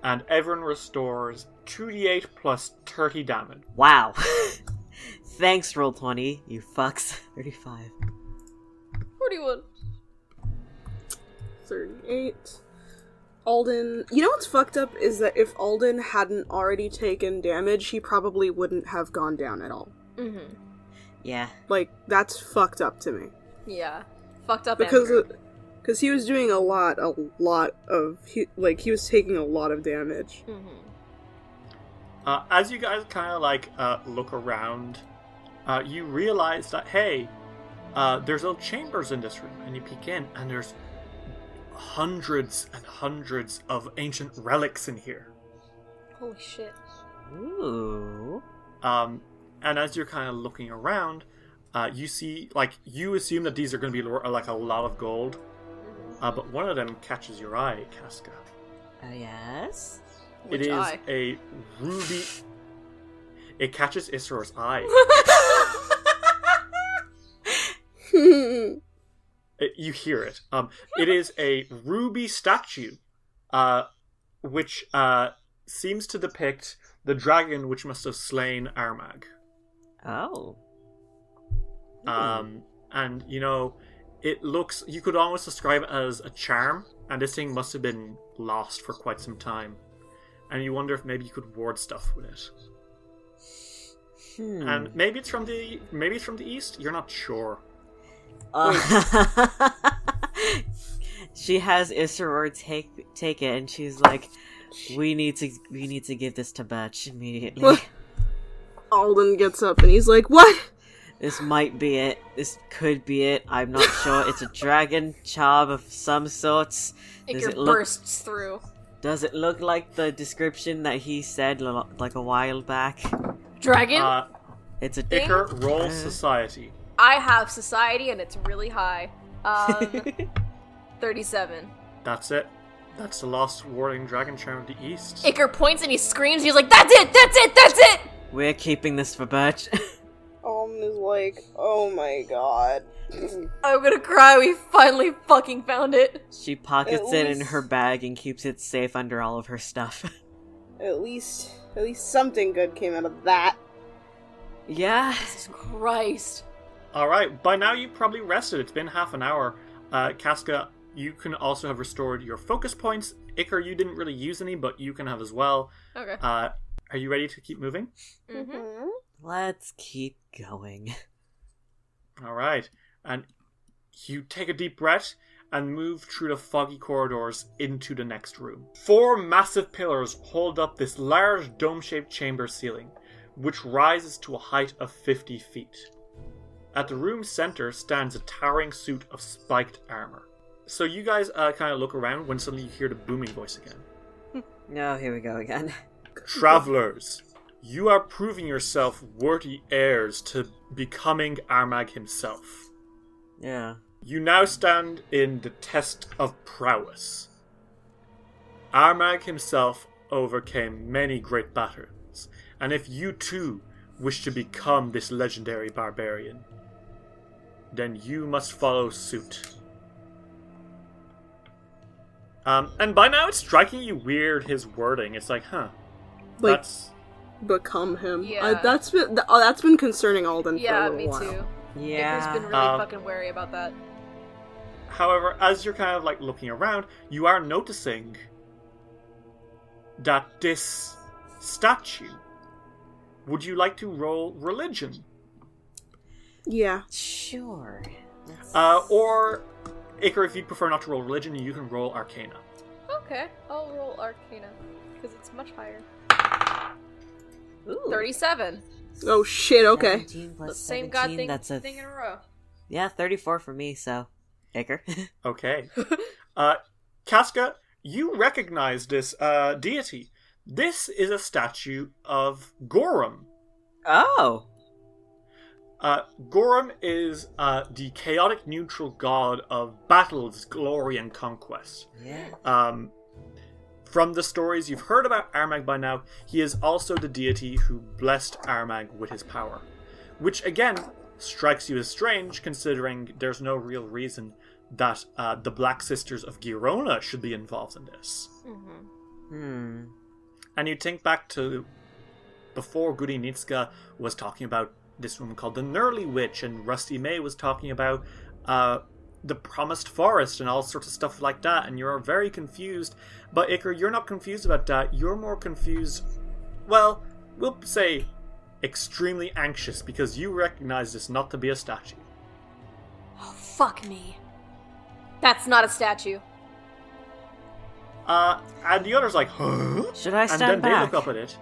Speaker 1: and everyone restores 2d8 plus 30 damage.
Speaker 4: Wow. Thanks, Roll20, you fucks. 35.
Speaker 3: 41.
Speaker 2: 38. Alden. You know what's fucked up is that if Alden hadn't already taken damage, he probably wouldn't have gone down at all.
Speaker 3: Mm-hmm.
Speaker 4: Yeah.
Speaker 2: Like, that's fucked up to me.
Speaker 3: Yeah. Fucked up
Speaker 2: Because.
Speaker 3: Andrew.
Speaker 2: Because he was doing a lot, a lot of. He, like, he was taking a lot of damage.
Speaker 3: Mm-hmm.
Speaker 1: Uh, as you guys kind of like uh, look around, uh, you realize that hey, uh, there's little chambers in this room, and you peek in, and there's hundreds and hundreds of ancient relics in here.
Speaker 3: Holy shit.
Speaker 4: Ooh.
Speaker 1: Um, and as you're kind of looking around, uh, you see like you assume that these are going to be lo- like a lot of gold, uh, but one of them catches your eye, Casca.
Speaker 4: Oh, yes?
Speaker 3: Which
Speaker 1: it is
Speaker 3: eye?
Speaker 1: a ruby. It catches Israel's eye. It- Uh, you hear it. Um, it is a ruby statue, uh, which uh, seems to depict the dragon which must have slain Armag.
Speaker 4: Oh.
Speaker 1: Um, and you know, it looks. You could almost describe it as a charm, and this thing must have been lost for quite some time. And you wonder if maybe you could ward stuff with it.
Speaker 4: Hmm.
Speaker 1: And maybe it's from the maybe it's from the east. You're not sure.
Speaker 4: Uh, she has Isseror take take it, and she's like, "We need to we need to give this to Birch immediately.
Speaker 2: What? Alden gets up and he's like, What?
Speaker 4: this might be it. This could be it. I'm not sure. It's a dragon charm of some sorts. Does
Speaker 3: Inger
Speaker 4: it look
Speaker 3: bursts through.
Speaker 4: Does it look like the description that he said lo- like a while back?
Speaker 3: Dragon?
Speaker 1: Uh,
Speaker 4: It's a
Speaker 3: Thing?
Speaker 1: Icker, roll
Speaker 4: Uh.
Speaker 1: society.
Speaker 3: I have society and it's really high. Um, 37.
Speaker 1: That's it. That's the last warring dragon charm of the east.
Speaker 3: Iker points and he screams. He's like, "That's it! That's it! That's it!"
Speaker 4: We're keeping this for Birch.
Speaker 2: Alden is like, Oh my god.
Speaker 3: I'm gonna cry. We finally fucking found it.
Speaker 4: she pockets
Speaker 2: At
Speaker 4: it in
Speaker 2: least-
Speaker 4: her bag and keeps it safe under all of her stuff.
Speaker 2: At least, at least something good came out of that.
Speaker 4: yeah.
Speaker 3: Jesus Christ.
Speaker 1: All right. By now, you probably rested. It's been half an hour. Uh, Casca, you can also have restored your focus points. Iker, you didn't really use any, but you can have as well.
Speaker 3: Okay.
Speaker 1: Uh, are you ready to keep moving?
Speaker 3: Mm-hmm.
Speaker 4: Let's keep going.
Speaker 1: All right. And you take a deep breath and move through the foggy corridors into the next room. Four massive pillars hold up this large dome shaped chamber ceiling, which rises to a height of 50 feet. At the room's center stands a towering suit of spiked armor. So you guys uh, kind of look around when suddenly you hear the booming voice again.
Speaker 4: No, here we go again.
Speaker 1: Travelers, you are proving yourself worthy heirs to becoming Armag himself.
Speaker 4: Yeah.
Speaker 1: You now stand in the test of prowess. Armag himself overcame many great battles, and if you too wish to become this legendary barbarian, then you must follow suit. Um, and by now it's striking you weird his wording. It's like, huh,
Speaker 2: Like,
Speaker 1: that's
Speaker 2: become him.
Speaker 3: Yeah.
Speaker 2: Uh, that's been th- oh, that's been concerning Alden
Speaker 3: Yeah,
Speaker 2: for a
Speaker 3: me
Speaker 2: little while.
Speaker 3: too. Iker's been
Speaker 4: Yeah.
Speaker 3: really
Speaker 1: Um,
Speaker 3: fucking wary about that.
Speaker 1: However, as you're kind of like looking around, you are noticing that this statue. Would you like to roll religion?
Speaker 2: Yeah.
Speaker 4: Sure. Let's-
Speaker 1: Uh, or, Iker, if you prefer not to roll religion, you can roll arcana.
Speaker 3: Okay, I'll roll Arcana because it's much higher.
Speaker 4: Ooh.
Speaker 3: Thirty-seven.
Speaker 2: Oh shit. Okay.
Speaker 4: 17
Speaker 3: The
Speaker 4: plus
Speaker 3: same
Speaker 4: 17,
Speaker 3: god thing,
Speaker 4: That's a
Speaker 3: thing in a row.
Speaker 4: yeah, thirty-four for me. So, Baker.
Speaker 1: Okay. uh, Casca, you recognize this uh, deity. This is a statue of Gorum,
Speaker 4: Oh.
Speaker 1: Uh, Gorum is uh, the chaotic neutral god of battles, glory, and conquest.
Speaker 4: Yeah.
Speaker 1: Um, from the stories you've heard about Armag by now, he is also the deity who blessed Armag with his power. Which, again, strikes you as strange considering there's no real reason that uh, the Black Sisters of Girona should be involved in this.
Speaker 3: Mm-hmm.
Speaker 4: Hmm.
Speaker 1: And you think back to before Goody Nitska was talking about this woman called the Nurly Witch, and Rusty May was talking about uh, the Promised Forest and all sorts of stuff like that, and you're very confused. But Iker, you're not confused about that. You're more confused, well, we'll say extremely anxious because you recognize this not to be a statue.
Speaker 3: Oh, fuck me. That's not a statue.
Speaker 1: Uh, and the other's like, huh?
Speaker 4: Should I stand
Speaker 1: and then
Speaker 4: back?
Speaker 1: they look up at it,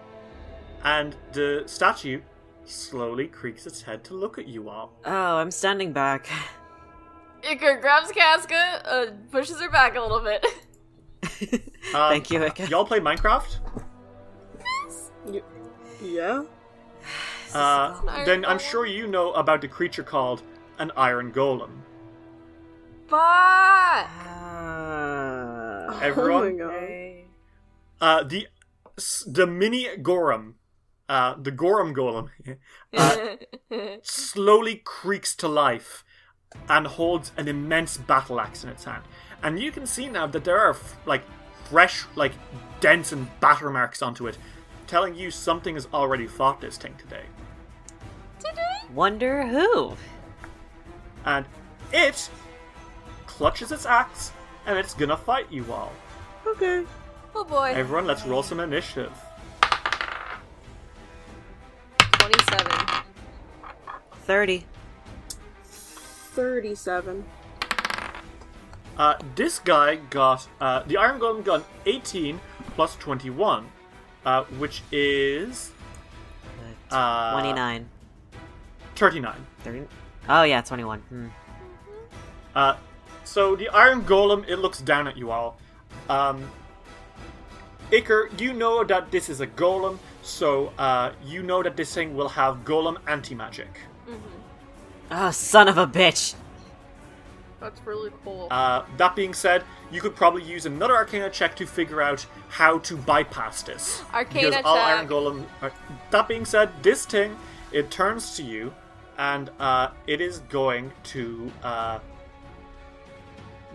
Speaker 1: and the statue slowly creaks its head to look at you all.
Speaker 4: Oh, I'm standing back.
Speaker 3: Iker grabs Casca, uh, pushes her back a little bit.
Speaker 1: Um,
Speaker 4: Thank you, Ica.
Speaker 1: Y'all play Minecraft?
Speaker 2: Yeah?
Speaker 1: Uh,
Speaker 3: Iron
Speaker 1: then I'm
Speaker 3: Golem.
Speaker 1: sure you know about the creature called an Iron Golem.
Speaker 3: Fuck! Ah.
Speaker 4: Uh,
Speaker 2: Oh
Speaker 1: Everyone?
Speaker 2: my god.
Speaker 4: okay.
Speaker 1: Uh, the s- the mini Gorum, uh, the Gorum Golem, Uh, slowly creaks to life and holds an immense battle axe in its hand. And you can see now that there are f- like fresh, like dents and batter marks onto it, telling you something has already fought this thing today.
Speaker 4: Wonder who?
Speaker 1: And it clutches its axe and it's gonna fight you all.
Speaker 2: Okay.
Speaker 3: oh boy.
Speaker 1: Everyone, let's roll some initiative.
Speaker 3: 27.
Speaker 4: 30.
Speaker 2: 37.
Speaker 1: Uh, this guy got uh, the Iron Golem gun 18 plus 21, uh, which is Uh,
Speaker 4: 29.
Speaker 1: 39.
Speaker 4: 30. Oh, yeah, 21. Hmm.
Speaker 1: Uh, so the Iron Golem, it looks down at you all. Um, Iker, you know that this is a golem, so uh, you know that this thing will have golem anti magic.
Speaker 4: Oh, son of a bitch.
Speaker 3: That's really cool.
Speaker 1: Uh, that being said, you could probably use another Arcana check to figure out how to bypass this.
Speaker 3: Arcana
Speaker 1: because all
Speaker 3: check.
Speaker 1: Iron Golem. Are... That being said, this thing it turns to you, and uh, it is going to uh,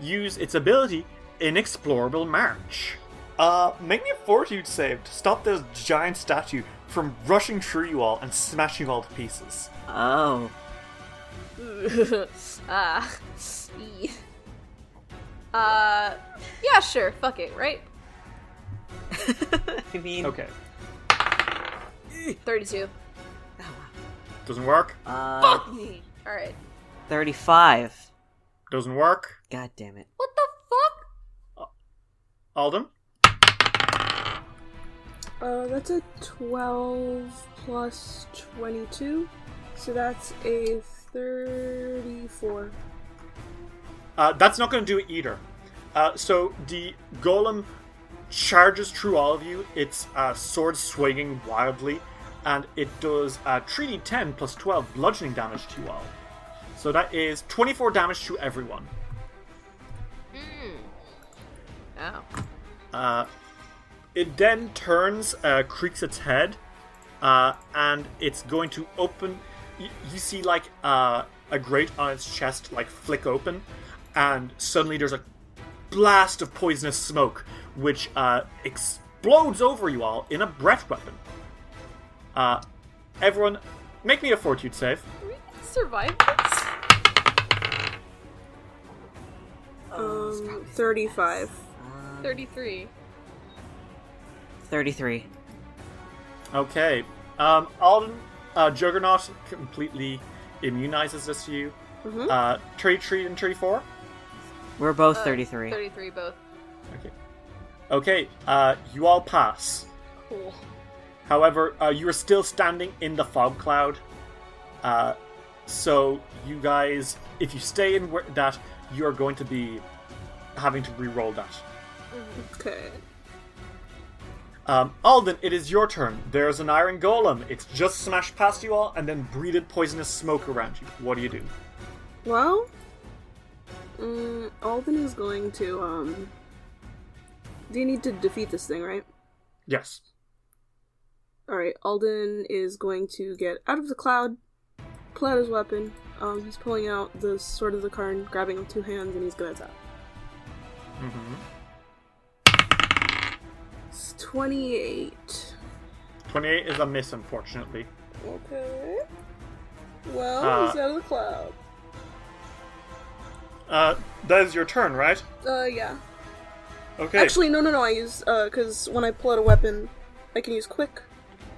Speaker 1: use its ability Inexplorable March. Uh, make me a Fortitude save to stop this giant statue from rushing through you all and smashing you all to pieces.
Speaker 4: Oh.
Speaker 3: ah. ee. Uh, yeah, sure. Fuck it, right?
Speaker 4: I mean,
Speaker 1: Okay,
Speaker 3: 32.
Speaker 1: doesn't work.
Speaker 4: uh,
Speaker 3: Fuck me. Alright.
Speaker 4: 35.
Speaker 1: Doesn't work.
Speaker 4: God damn it.
Speaker 3: What the fuck?
Speaker 1: Alden.
Speaker 2: Uh, that's a 12 plus 22. So that's a 34.
Speaker 1: Uh, that's not going to do it either. Uh, so the golem charges through all of you, its uh, sword swinging wildly, and it does uh, 3d10 plus 12 bludgeoning damage to you all. So that is 24 damage to everyone.
Speaker 3: Oh.
Speaker 1: Uh, it then turns, uh, creaks its head, uh, and it's going to open. You, you see, like, uh, a grate on its chest, like, flick open, and suddenly there's a blast of poisonous smoke, which uh, explodes over you all in a breath weapon. Uh, everyone, make me a fortitude save.
Speaker 3: We can survive this?
Speaker 2: Um, 35.
Speaker 3: 33.
Speaker 4: 33.
Speaker 1: Okay. Um, Alden, uh, Juggernaut completely immunizes this to you. Uh, 33 and 34.
Speaker 4: We're both
Speaker 3: Uh,
Speaker 4: 33.
Speaker 3: 33 both.
Speaker 1: Okay. Okay, uh, you all pass.
Speaker 3: Cool.
Speaker 1: However, uh, you are still standing in the fog cloud. Uh, so you guys, if you stay in where, that, you are going to be having to re-roll that.
Speaker 2: Okay.
Speaker 1: Um, Alden, it is your turn. There's an iron golem. It's just smashed past you all and then breathed poisonous smoke around you. What do you do?
Speaker 2: Well, mm, Alden is going to. um... Do you need to defeat this thing, right?
Speaker 1: Yes.
Speaker 2: All right, Alden is going to get out of the cloud, pull out his weapon. Um, he's pulling out the sword of the Karn, grabbing with two hands, and he's gonna attack.
Speaker 1: Mm-hmm.
Speaker 2: Mm-hmm. It's twenty-eight.
Speaker 1: 28 is a miss, unfortunately.
Speaker 2: Okay. Well,
Speaker 1: Uh,
Speaker 2: he's out of the cloud.
Speaker 1: Uh, that is your turn, right?
Speaker 2: Uh, yeah.
Speaker 1: Okay.
Speaker 2: Actually, no, no, no. I use uh, because when I pull out a weapon, I can use quick.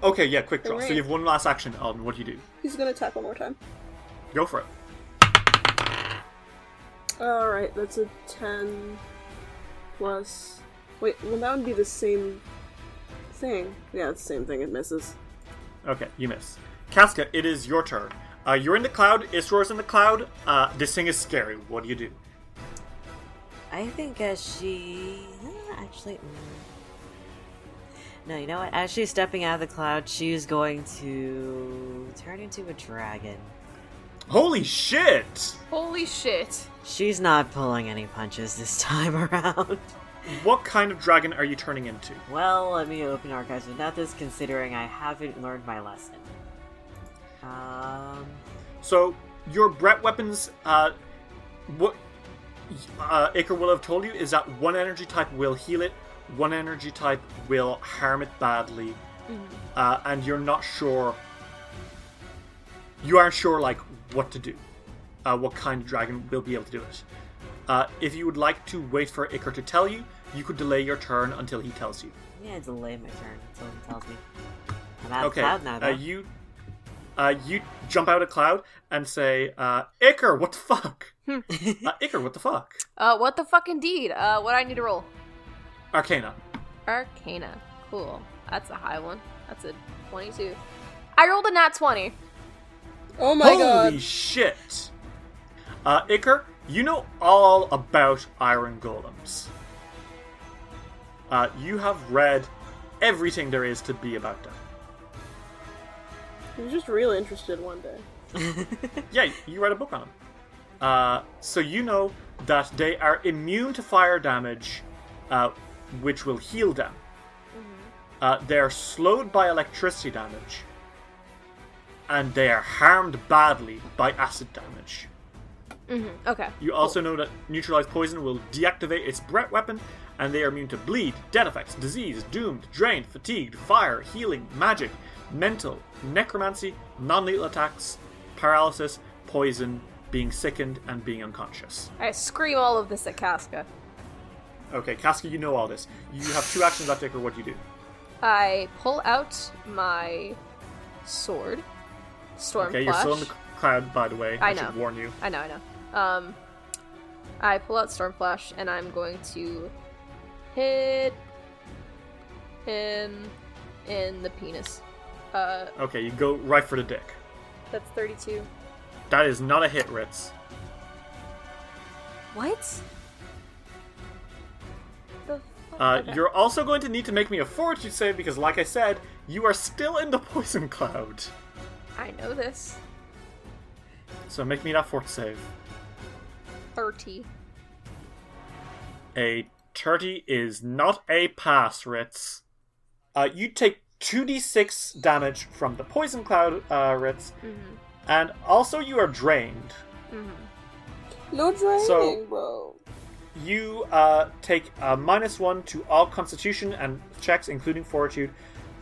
Speaker 1: okay, yeah, quick draw. So
Speaker 2: Alright.
Speaker 1: you have one last action, Alden. What do you do?
Speaker 2: He's gonna attack one more time.
Speaker 1: Go for it.
Speaker 2: All right, that's a ten plus. Wait, well that would be the same thing. Yeah, it's the same thing. It misses.
Speaker 1: Okay, you miss. Casca, it is your turn. Uh, you're in the cloud. Isror's in the cloud. Uh, this thing is scary. What do you do?
Speaker 4: I think as she uh, actually. mm. No, you know what? As she's stepping out of the cloud, she's going to turn into a dragon.
Speaker 1: Holy shit!
Speaker 3: Holy shit.
Speaker 4: She's not pulling any punches this time around.
Speaker 1: What kind of dragon are you turning into?
Speaker 4: well, let me open archives without this, considering I haven't learned my lesson. Um,
Speaker 1: So your Brett weapons, uh, what uh, Icar will have told you is that one energy type will heal it, one energy type will harm it badly, uh, and you're not sure. You aren't sure like what to do, uh, what kind of dragon will be able to do it. Uh, if you would like to wait for Icar to tell you, you could delay your turn until he tells you.
Speaker 4: I'm gonna delay my turn until he tells me. I'm out
Speaker 1: okay,
Speaker 4: of the cloud now,
Speaker 1: uh,
Speaker 4: though.
Speaker 1: you, uh, you jump out of cloud and say, uh, "Icar, what the fuck?" Uh, Icar, what the fuck?
Speaker 3: Uh, what the fuck indeed? Uh, what do I need to roll?
Speaker 1: Arcana.
Speaker 3: Arcana. Cool. That's a high one. That's a 22. I rolled a nat 20.
Speaker 2: Oh my
Speaker 1: Holy
Speaker 2: god!
Speaker 1: shit! Uh, Icar, you know all about iron golems. Uh, you have read everything there is to be about them.
Speaker 2: I'm just real interested one day.
Speaker 1: Yeah, you read a book on them. Uh, so you know that they are immune to fire damage, uh, which will heal them. Uh, they are slowed by electricity damage, and they are harmed badly by acid damage.
Speaker 3: Mm-hmm. Okay.
Speaker 1: You also know that neutralized poison will deactivate its breath weapon, and they are immune to bleed, death effects, disease, doomed, drained, fatigued, fire, healing, magic, mental, necromancy, non lethal attacks, paralysis, poison, being sickened, and being unconscious.
Speaker 3: I scream all of this at Casca.
Speaker 1: Okay, Casca, you know all this. You have two actions left, Dicker. What do you do?
Speaker 3: I pull out my sword. Storm
Speaker 1: okay, you're
Speaker 3: Flash.
Speaker 1: still in the cloud, by the way.
Speaker 3: I know.
Speaker 1: should warn you.
Speaker 3: I know, I know. Um, I pull out Stormflash and I'm going to hit him in the penis. Uh,
Speaker 1: Okay, you go right for the dick.
Speaker 3: that's 32.
Speaker 1: That is not a hit, Ritz.
Speaker 3: What? The fuck?
Speaker 1: Uh,
Speaker 3: Okay.
Speaker 1: You're also going to need to make me a fortitude save because, like I said, you are still in the poison cloud.
Speaker 3: I know this.
Speaker 1: So make me that fort save.
Speaker 3: 30.
Speaker 1: A 30 is not a pass, Ritz. Uh, you take 2d6 damage from the poison cloud, uh, Ritz, and also you are drained.
Speaker 2: No driving,
Speaker 1: So-
Speaker 2: bro.
Speaker 1: You uh, take a minus one to all constitution and checks, including fortitude,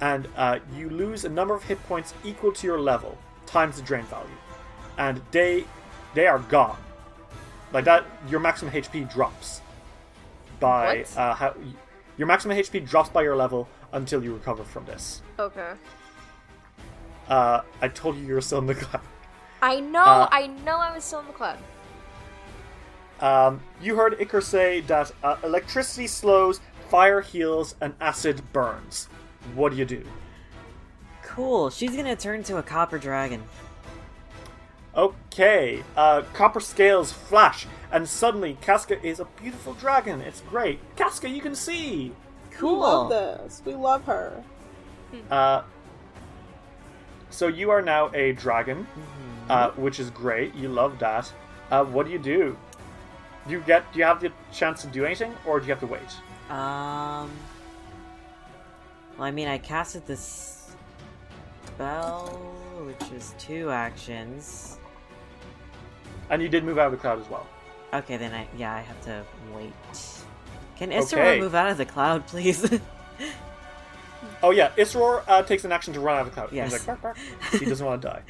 Speaker 1: and uh, you lose a number of hit points equal to your level times the drain value, and they they are gone. Like that, your maximum HP drops by
Speaker 3: What?
Speaker 1: uh, how, your maximum HP drops by your level until you recover from this.
Speaker 3: Okay.
Speaker 1: Uh, I told you you were still in the cloud.
Speaker 3: I know,
Speaker 1: Uh,
Speaker 3: I know I was still in the cloud.
Speaker 1: Um, you heard Icar say that uh, electricity slows, fire heals, and acid burns. What do you do?
Speaker 4: cool. She's gonna turn to a copper dragon.
Speaker 1: Okay, uh, copper scales flash, and suddenly Casca is a beautiful dragon. It's great. Casca, you can see!
Speaker 4: Cool.
Speaker 2: We love this. We love her.
Speaker 1: Uh, so you are now a dragon,
Speaker 4: Mhm.
Speaker 1: uh, which is great. You love that. Uh, what do you do? Do you get? Do you have the chance to do anything, or do you have to wait?
Speaker 4: Um. Well, I mean, I casted this spell, which was two actions.
Speaker 1: And you did move out of the cloud as well.
Speaker 4: Okay, then I yeah, I have to wait. Can Isra
Speaker 1: Okay.
Speaker 4: move out of the cloud, please?
Speaker 1: Oh yeah, Isror uh, takes an action to run out of the cloud.
Speaker 4: Yes.
Speaker 1: He's like, bark, bark. he doesn't want to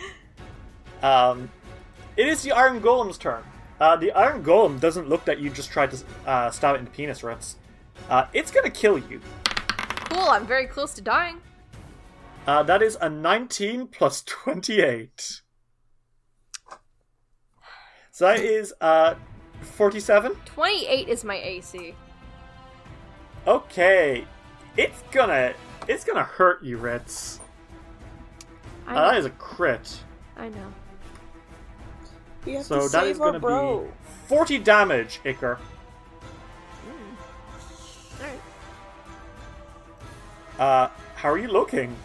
Speaker 1: die. Um, it is the Iron Golem's turn. Uh, the Iron Golem doesn't look that you just tried to uh, stab it in the penis, Ritz. Uh, it's gonna kill you.
Speaker 3: Cool, I'm very close to dying.
Speaker 1: Uh, that is a 19 plus 28. So that is uh, 47.
Speaker 3: 28 is my AC.
Speaker 1: Okay, it's gonna it's gonna hurt you, Ritz.
Speaker 3: I
Speaker 1: Uh,
Speaker 3: know.
Speaker 1: that is a crit.
Speaker 3: I know.
Speaker 2: We have
Speaker 1: So
Speaker 2: to
Speaker 1: that is
Speaker 2: save
Speaker 1: gonna
Speaker 2: our bro.
Speaker 1: be 40 damage, Iker.
Speaker 3: Alright.
Speaker 1: Uh, how are you looking?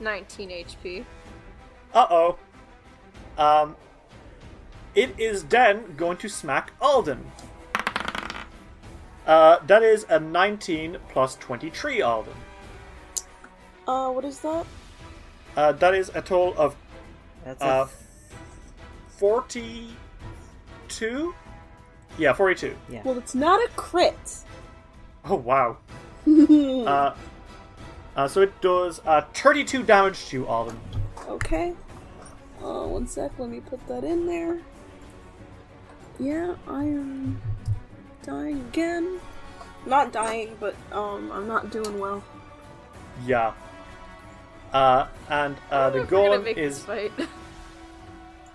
Speaker 3: 19 HP.
Speaker 1: Uh oh. Um, it is then going to smack Alden. Uh, that is a 19 plus 23, Alden.
Speaker 2: Uh, what is that?
Speaker 1: Uh, that is a total of
Speaker 4: That's
Speaker 1: uh,
Speaker 4: a
Speaker 1: 42? Yeah, 42.
Speaker 4: yeah.
Speaker 2: Well, it's not a crit.
Speaker 1: Oh, wow. Uh, uh, so it does uh, 32 damage to you, Alden.
Speaker 2: Okay. Uh, one sec, let me put that in there. Yeah, I am dying again. Not dying, but um, I'm not doing well.
Speaker 1: Yeah. Uh, and uh,
Speaker 3: I
Speaker 1: the
Speaker 3: wonder if we're gonna
Speaker 1: golem
Speaker 3: make
Speaker 1: is
Speaker 3: this fight.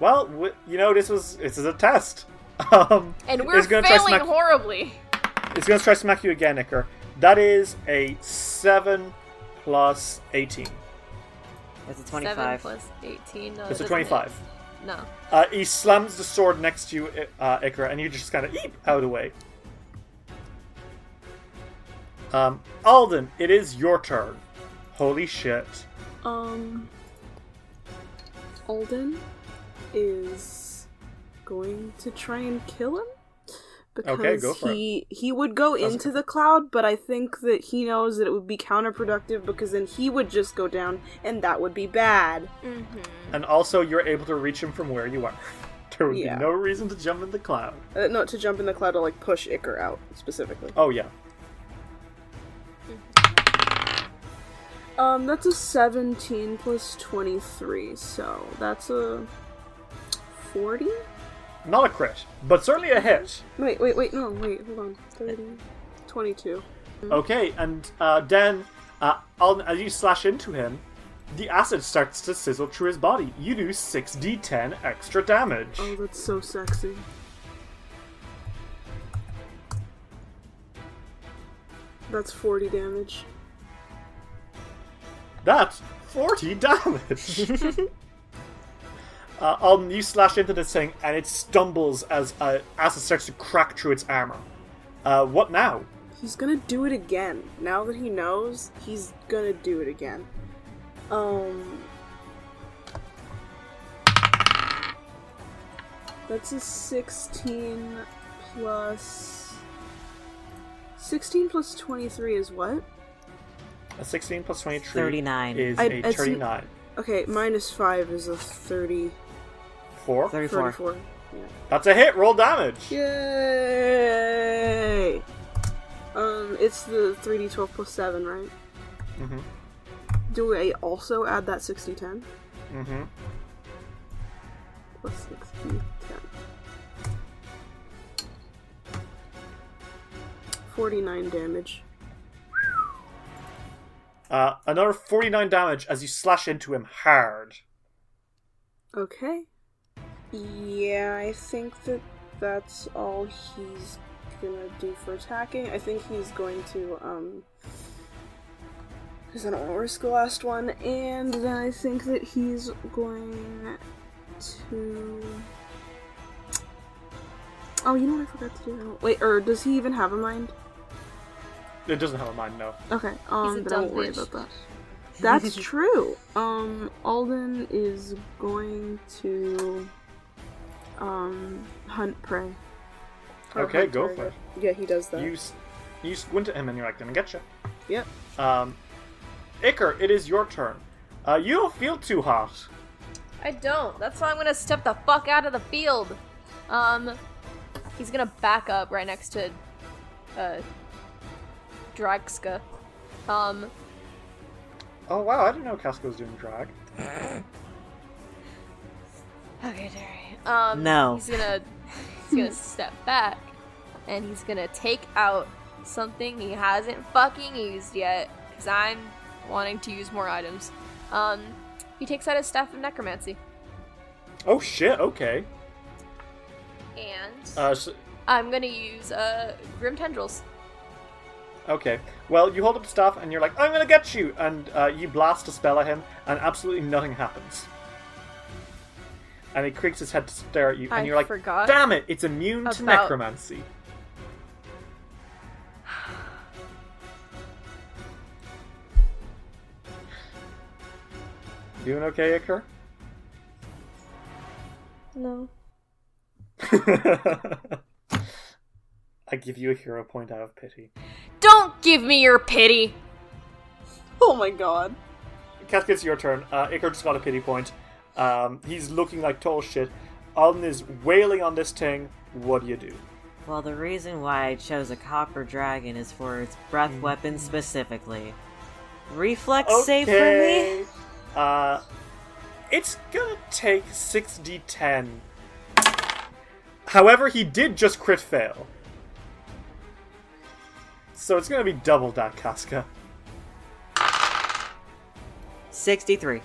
Speaker 1: Well, w- you know, this was this is a test. Um,
Speaker 3: and we're
Speaker 1: it's gonna
Speaker 3: failing
Speaker 1: try smack,
Speaker 3: horribly.
Speaker 1: It's gonna try smack you again, Iker. That is a seven plus eighteen.
Speaker 4: That's a
Speaker 3: 7
Speaker 4: twenty-five.
Speaker 3: plus 18. No,
Speaker 1: It's
Speaker 3: that
Speaker 1: a
Speaker 3: doesn't
Speaker 1: 25.
Speaker 3: hit. No.
Speaker 1: Uh, he slams the sword next to you, I- uh, Iker, and you just kind of eep out of the way. Um, Alden, it is your turn. Holy shit!
Speaker 2: Um, Alden is going to try and kill him because
Speaker 1: Okay, go for it.
Speaker 2: he he would go
Speaker 1: That's
Speaker 2: into
Speaker 1: good.
Speaker 2: the cloud, but I think that he knows that it would be counterproductive because then he would just go down, and that would be bad.
Speaker 1: And also, you're able to reach him from where you are. There would
Speaker 2: Yeah.
Speaker 1: be no reason to jump in the cloud.
Speaker 2: Uh, not to jump in the cloud to like push Icar out specifically.
Speaker 1: Oh yeah.
Speaker 2: Um, that's a 17 plus 23, so that's a 40?
Speaker 1: Not a crit, but certainly a hit.
Speaker 2: Wait, wait, wait, no, wait, hold on. 30, 22.
Speaker 1: Okay, and uh, then uh, Alden, as you slash into him, the acid starts to sizzle through his body. You do 6d10 extra damage.
Speaker 2: Oh, that's so sexy. That's 40 damage.
Speaker 1: That's 40 damage! uh, Alden, you slash into this thing, and it stumbles as uh, acid starts to crack through its armor. Uh, what now?
Speaker 2: He's gonna do it again. Now that he knows, he's gonna do it again. Um. That's a 16 plus. 16 plus 23 is what?
Speaker 1: A 16 plus 23
Speaker 4: 39.
Speaker 1: is
Speaker 2: I-
Speaker 1: a
Speaker 2: I see-
Speaker 1: 39.
Speaker 2: Okay, minus 5 is a 30.
Speaker 1: 4?
Speaker 4: Thirty-four.
Speaker 2: 34.
Speaker 1: That's a hit! Roll damage!
Speaker 2: Yeah. Yay! Um, it's the 3d12 plus 7, right?
Speaker 1: Mhm.
Speaker 2: Do I also add that 60 10?
Speaker 1: Mm-hmm.
Speaker 2: plus 6d10. 49 damage.
Speaker 1: Uh, another 49 damage as you slash into him hard.
Speaker 2: Okay. Yeah, I think that that's all he's gonna do for attacking. I think he's going to, um. Because I don't want to risk the last one. And then I think that he's going to. Oh, you know what I forgot to do? Wait, or does he even have a mind?
Speaker 1: It doesn't have a mind, no.
Speaker 2: Okay, um,
Speaker 3: a
Speaker 2: but I
Speaker 3: dumb
Speaker 2: won't worry
Speaker 3: bitch.
Speaker 2: about that. That's true. Um, Alden is going to, um, hunt prey.
Speaker 1: Okay, go for it.
Speaker 2: Yeah, he does that.
Speaker 1: You s- you squint at him and you're like, gonna get you.
Speaker 2: Yep.
Speaker 1: Um, Iker, it is your turn. Uh, you don't feel too hot.
Speaker 3: I don't. That's why I'm gonna step the fuck out of the field. Um, he's gonna back up right next to, uh, Dragska. Um,
Speaker 1: Oh wow, I didn't know Casco was doing drag.
Speaker 3: okay, Derry. Um,
Speaker 4: No.
Speaker 3: He's gonna, he's gonna step back, and he's gonna take out something he hasn't fucking used yet, because I'm wanting to use more items. Um, he takes out his staff of necromancy,
Speaker 1: Oh shit. Okay.
Speaker 3: and
Speaker 1: Uh, s
Speaker 3: I'm gonna use uh grim tendrils.
Speaker 1: okay. Well, you hold up stuff and you're like, I'm gonna get you, and uh, you blast a spell at him, and absolutely nothing happens. And he creaks his head to stare at you, and
Speaker 3: I
Speaker 1: you're like,
Speaker 3: forgot
Speaker 1: "Damn it! It's immune to
Speaker 3: about-
Speaker 1: necromancy." Doing okay, Iker?
Speaker 3: No.
Speaker 1: I give you a hero point out of pity.
Speaker 3: Don't give me your pity.
Speaker 2: Oh my god.
Speaker 1: Kath gets your turn. Uh, Icar just got a pity point. Um, he's looking like total shit. Alden is wailing on this thing. What do you do?
Speaker 4: Well, the reason why I chose a copper dragon is for its
Speaker 1: Mm.
Speaker 4: breath weapon specifically. Reflex save for me?
Speaker 1: for me. Uh, it's gonna take six d ten. However, he did just crit fail, so it's gonna be double that, Casca.
Speaker 4: 63.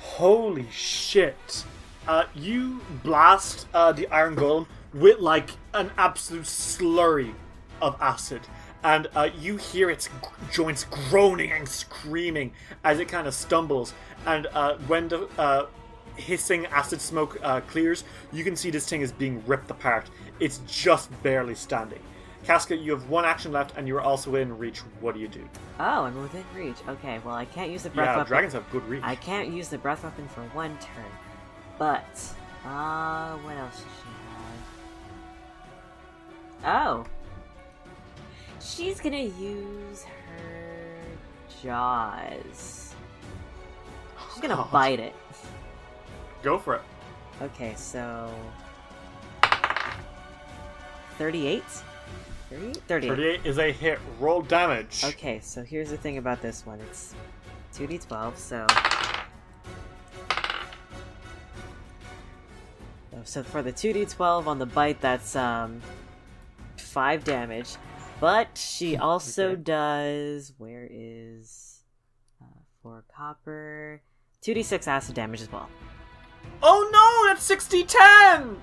Speaker 1: Holy shit! Uh, you blast uh, the iron golem with like an absolute slurry of acid, and uh, you hear its g- joints groaning and screaming as it kind of stumbles. And uh, when the uh, hissing acid smoke uh, clears, you can see this thing is being ripped apart. It's just barely standing. Casca, you have one action left, and you are also within reach. What do you do?
Speaker 4: Oh, I'm within reach. Okay, well, I can't use the breath
Speaker 1: yeah,
Speaker 4: weapon.
Speaker 1: dragons have good reach.
Speaker 4: I can't use the breath weapon for one turn. But, uh, what else does she have? Oh. She's gonna use her jaws. She's gonna
Speaker 1: God.
Speaker 4: bite it.
Speaker 1: Go for it.
Speaker 4: Okay, so. 38? 38? 38.
Speaker 1: 38 is a hit. Roll damage.
Speaker 4: Okay, so here's the thing about this one it's 2d12, so. Oh, So for the 2d12 on the bite, that's um, 5 damage. But she also
Speaker 1: Okay.
Speaker 4: does. Where is. Uh, for copper. 2d6 acid damage as well.
Speaker 1: Oh no, that's 60 10!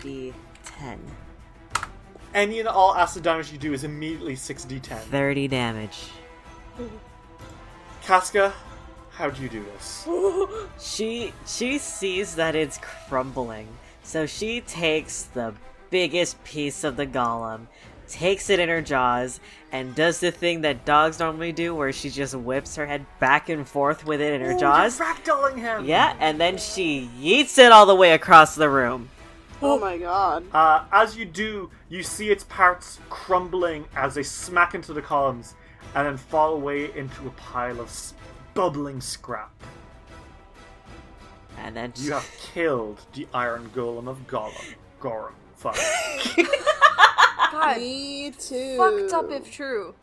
Speaker 4: 6d10.
Speaker 1: Any and all acid damage you do is immediately 6d10.
Speaker 4: 30 damage.
Speaker 1: Casca, how do you do this?
Speaker 4: She she sees that it's crumbling, so she takes the biggest piece of the golem, takes it in her jaws, and does the thing that dogs normally do, where she just whips her head back and forth with it in her jaws.
Speaker 1: fractaling him!
Speaker 4: Yeah, and then she yeets it all the way across the room.
Speaker 2: Oh my god.
Speaker 1: Uh, as you do, you see its parts crumbling as they smack into the columns and then fall away into a pile of s- bubbling scrap.
Speaker 4: And then she,
Speaker 1: You have killed the Iron Golem of Gollum. Gorum. Fuck.
Speaker 3: God,
Speaker 2: Ah, Me too.
Speaker 3: fucked up if true.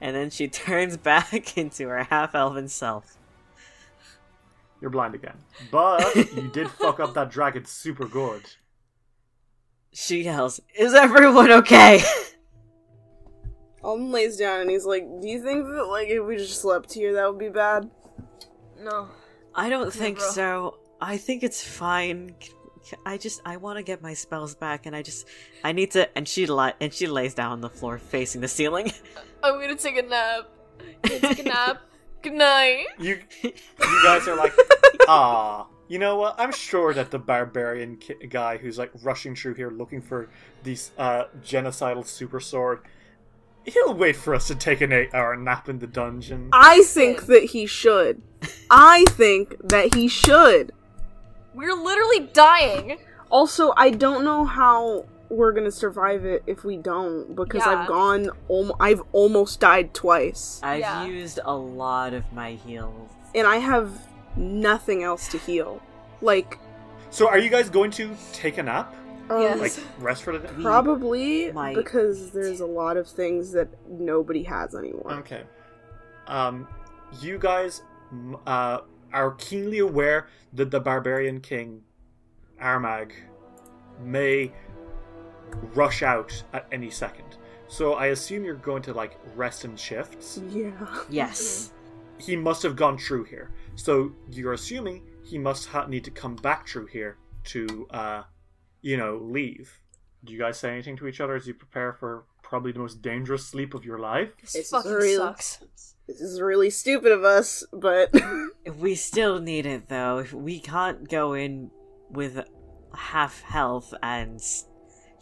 Speaker 4: and then she turns back into her half elven self.
Speaker 1: You're blind again. But you did fuck up that dragon super good.
Speaker 4: She yells, "Is everyone okay?"
Speaker 2: Alden lays down and he's like, "Do you think that like if we just slept here, that would be bad?"
Speaker 3: No.
Speaker 4: I don't think
Speaker 3: bro.
Speaker 4: so. I think it's fine. C- c- I just I want to get my spells back, and I just I need to. And she li- and she lays down on the floor facing the ceiling.
Speaker 3: I'm gonna take a nap. I'm gonna take a nap. Good night.
Speaker 1: You, you guys are like, ah, You know what? I'm sure that the barbarian ki- guy who's like rushing through here looking for these uh, genocidal super sword, he'll wait for us to take an eight-hour nap in the dungeon.
Speaker 2: I think that he should. I think that he should.
Speaker 3: We're literally dying.
Speaker 2: Also, I don't know how we're gonna survive it if we don't because
Speaker 3: Yeah.
Speaker 2: I've gone. Om- I've almost died twice,
Speaker 4: I've
Speaker 3: Yeah.
Speaker 4: used a lot of my heals.
Speaker 2: and I have nothing else to heal. Like,
Speaker 1: So, are you guys going to take a nap,
Speaker 2: um,
Speaker 3: Yes.
Speaker 1: like rest for the day?
Speaker 4: We-
Speaker 2: probably
Speaker 4: might-
Speaker 2: because there's a lot of things that nobody has anymore.
Speaker 1: Okay. Um, you guys m- uh, are keenly aware that the barbarian king, Armag, may rush out at any second. So I assume you're going to like rest in shifts.
Speaker 2: Yeah.
Speaker 4: Yes.
Speaker 1: He must have gone through here. So you're assuming he must ha- need to come back through here to, uh, you know, leave. Do you guys say anything to each other as you prepare for probably the most dangerous sleep of your life?
Speaker 3: This
Speaker 2: It's
Speaker 3: fucking
Speaker 2: surreal.
Speaker 3: sucks.
Speaker 2: This is really stupid of us, but
Speaker 4: We still need it though. If we can't go in with half health and s-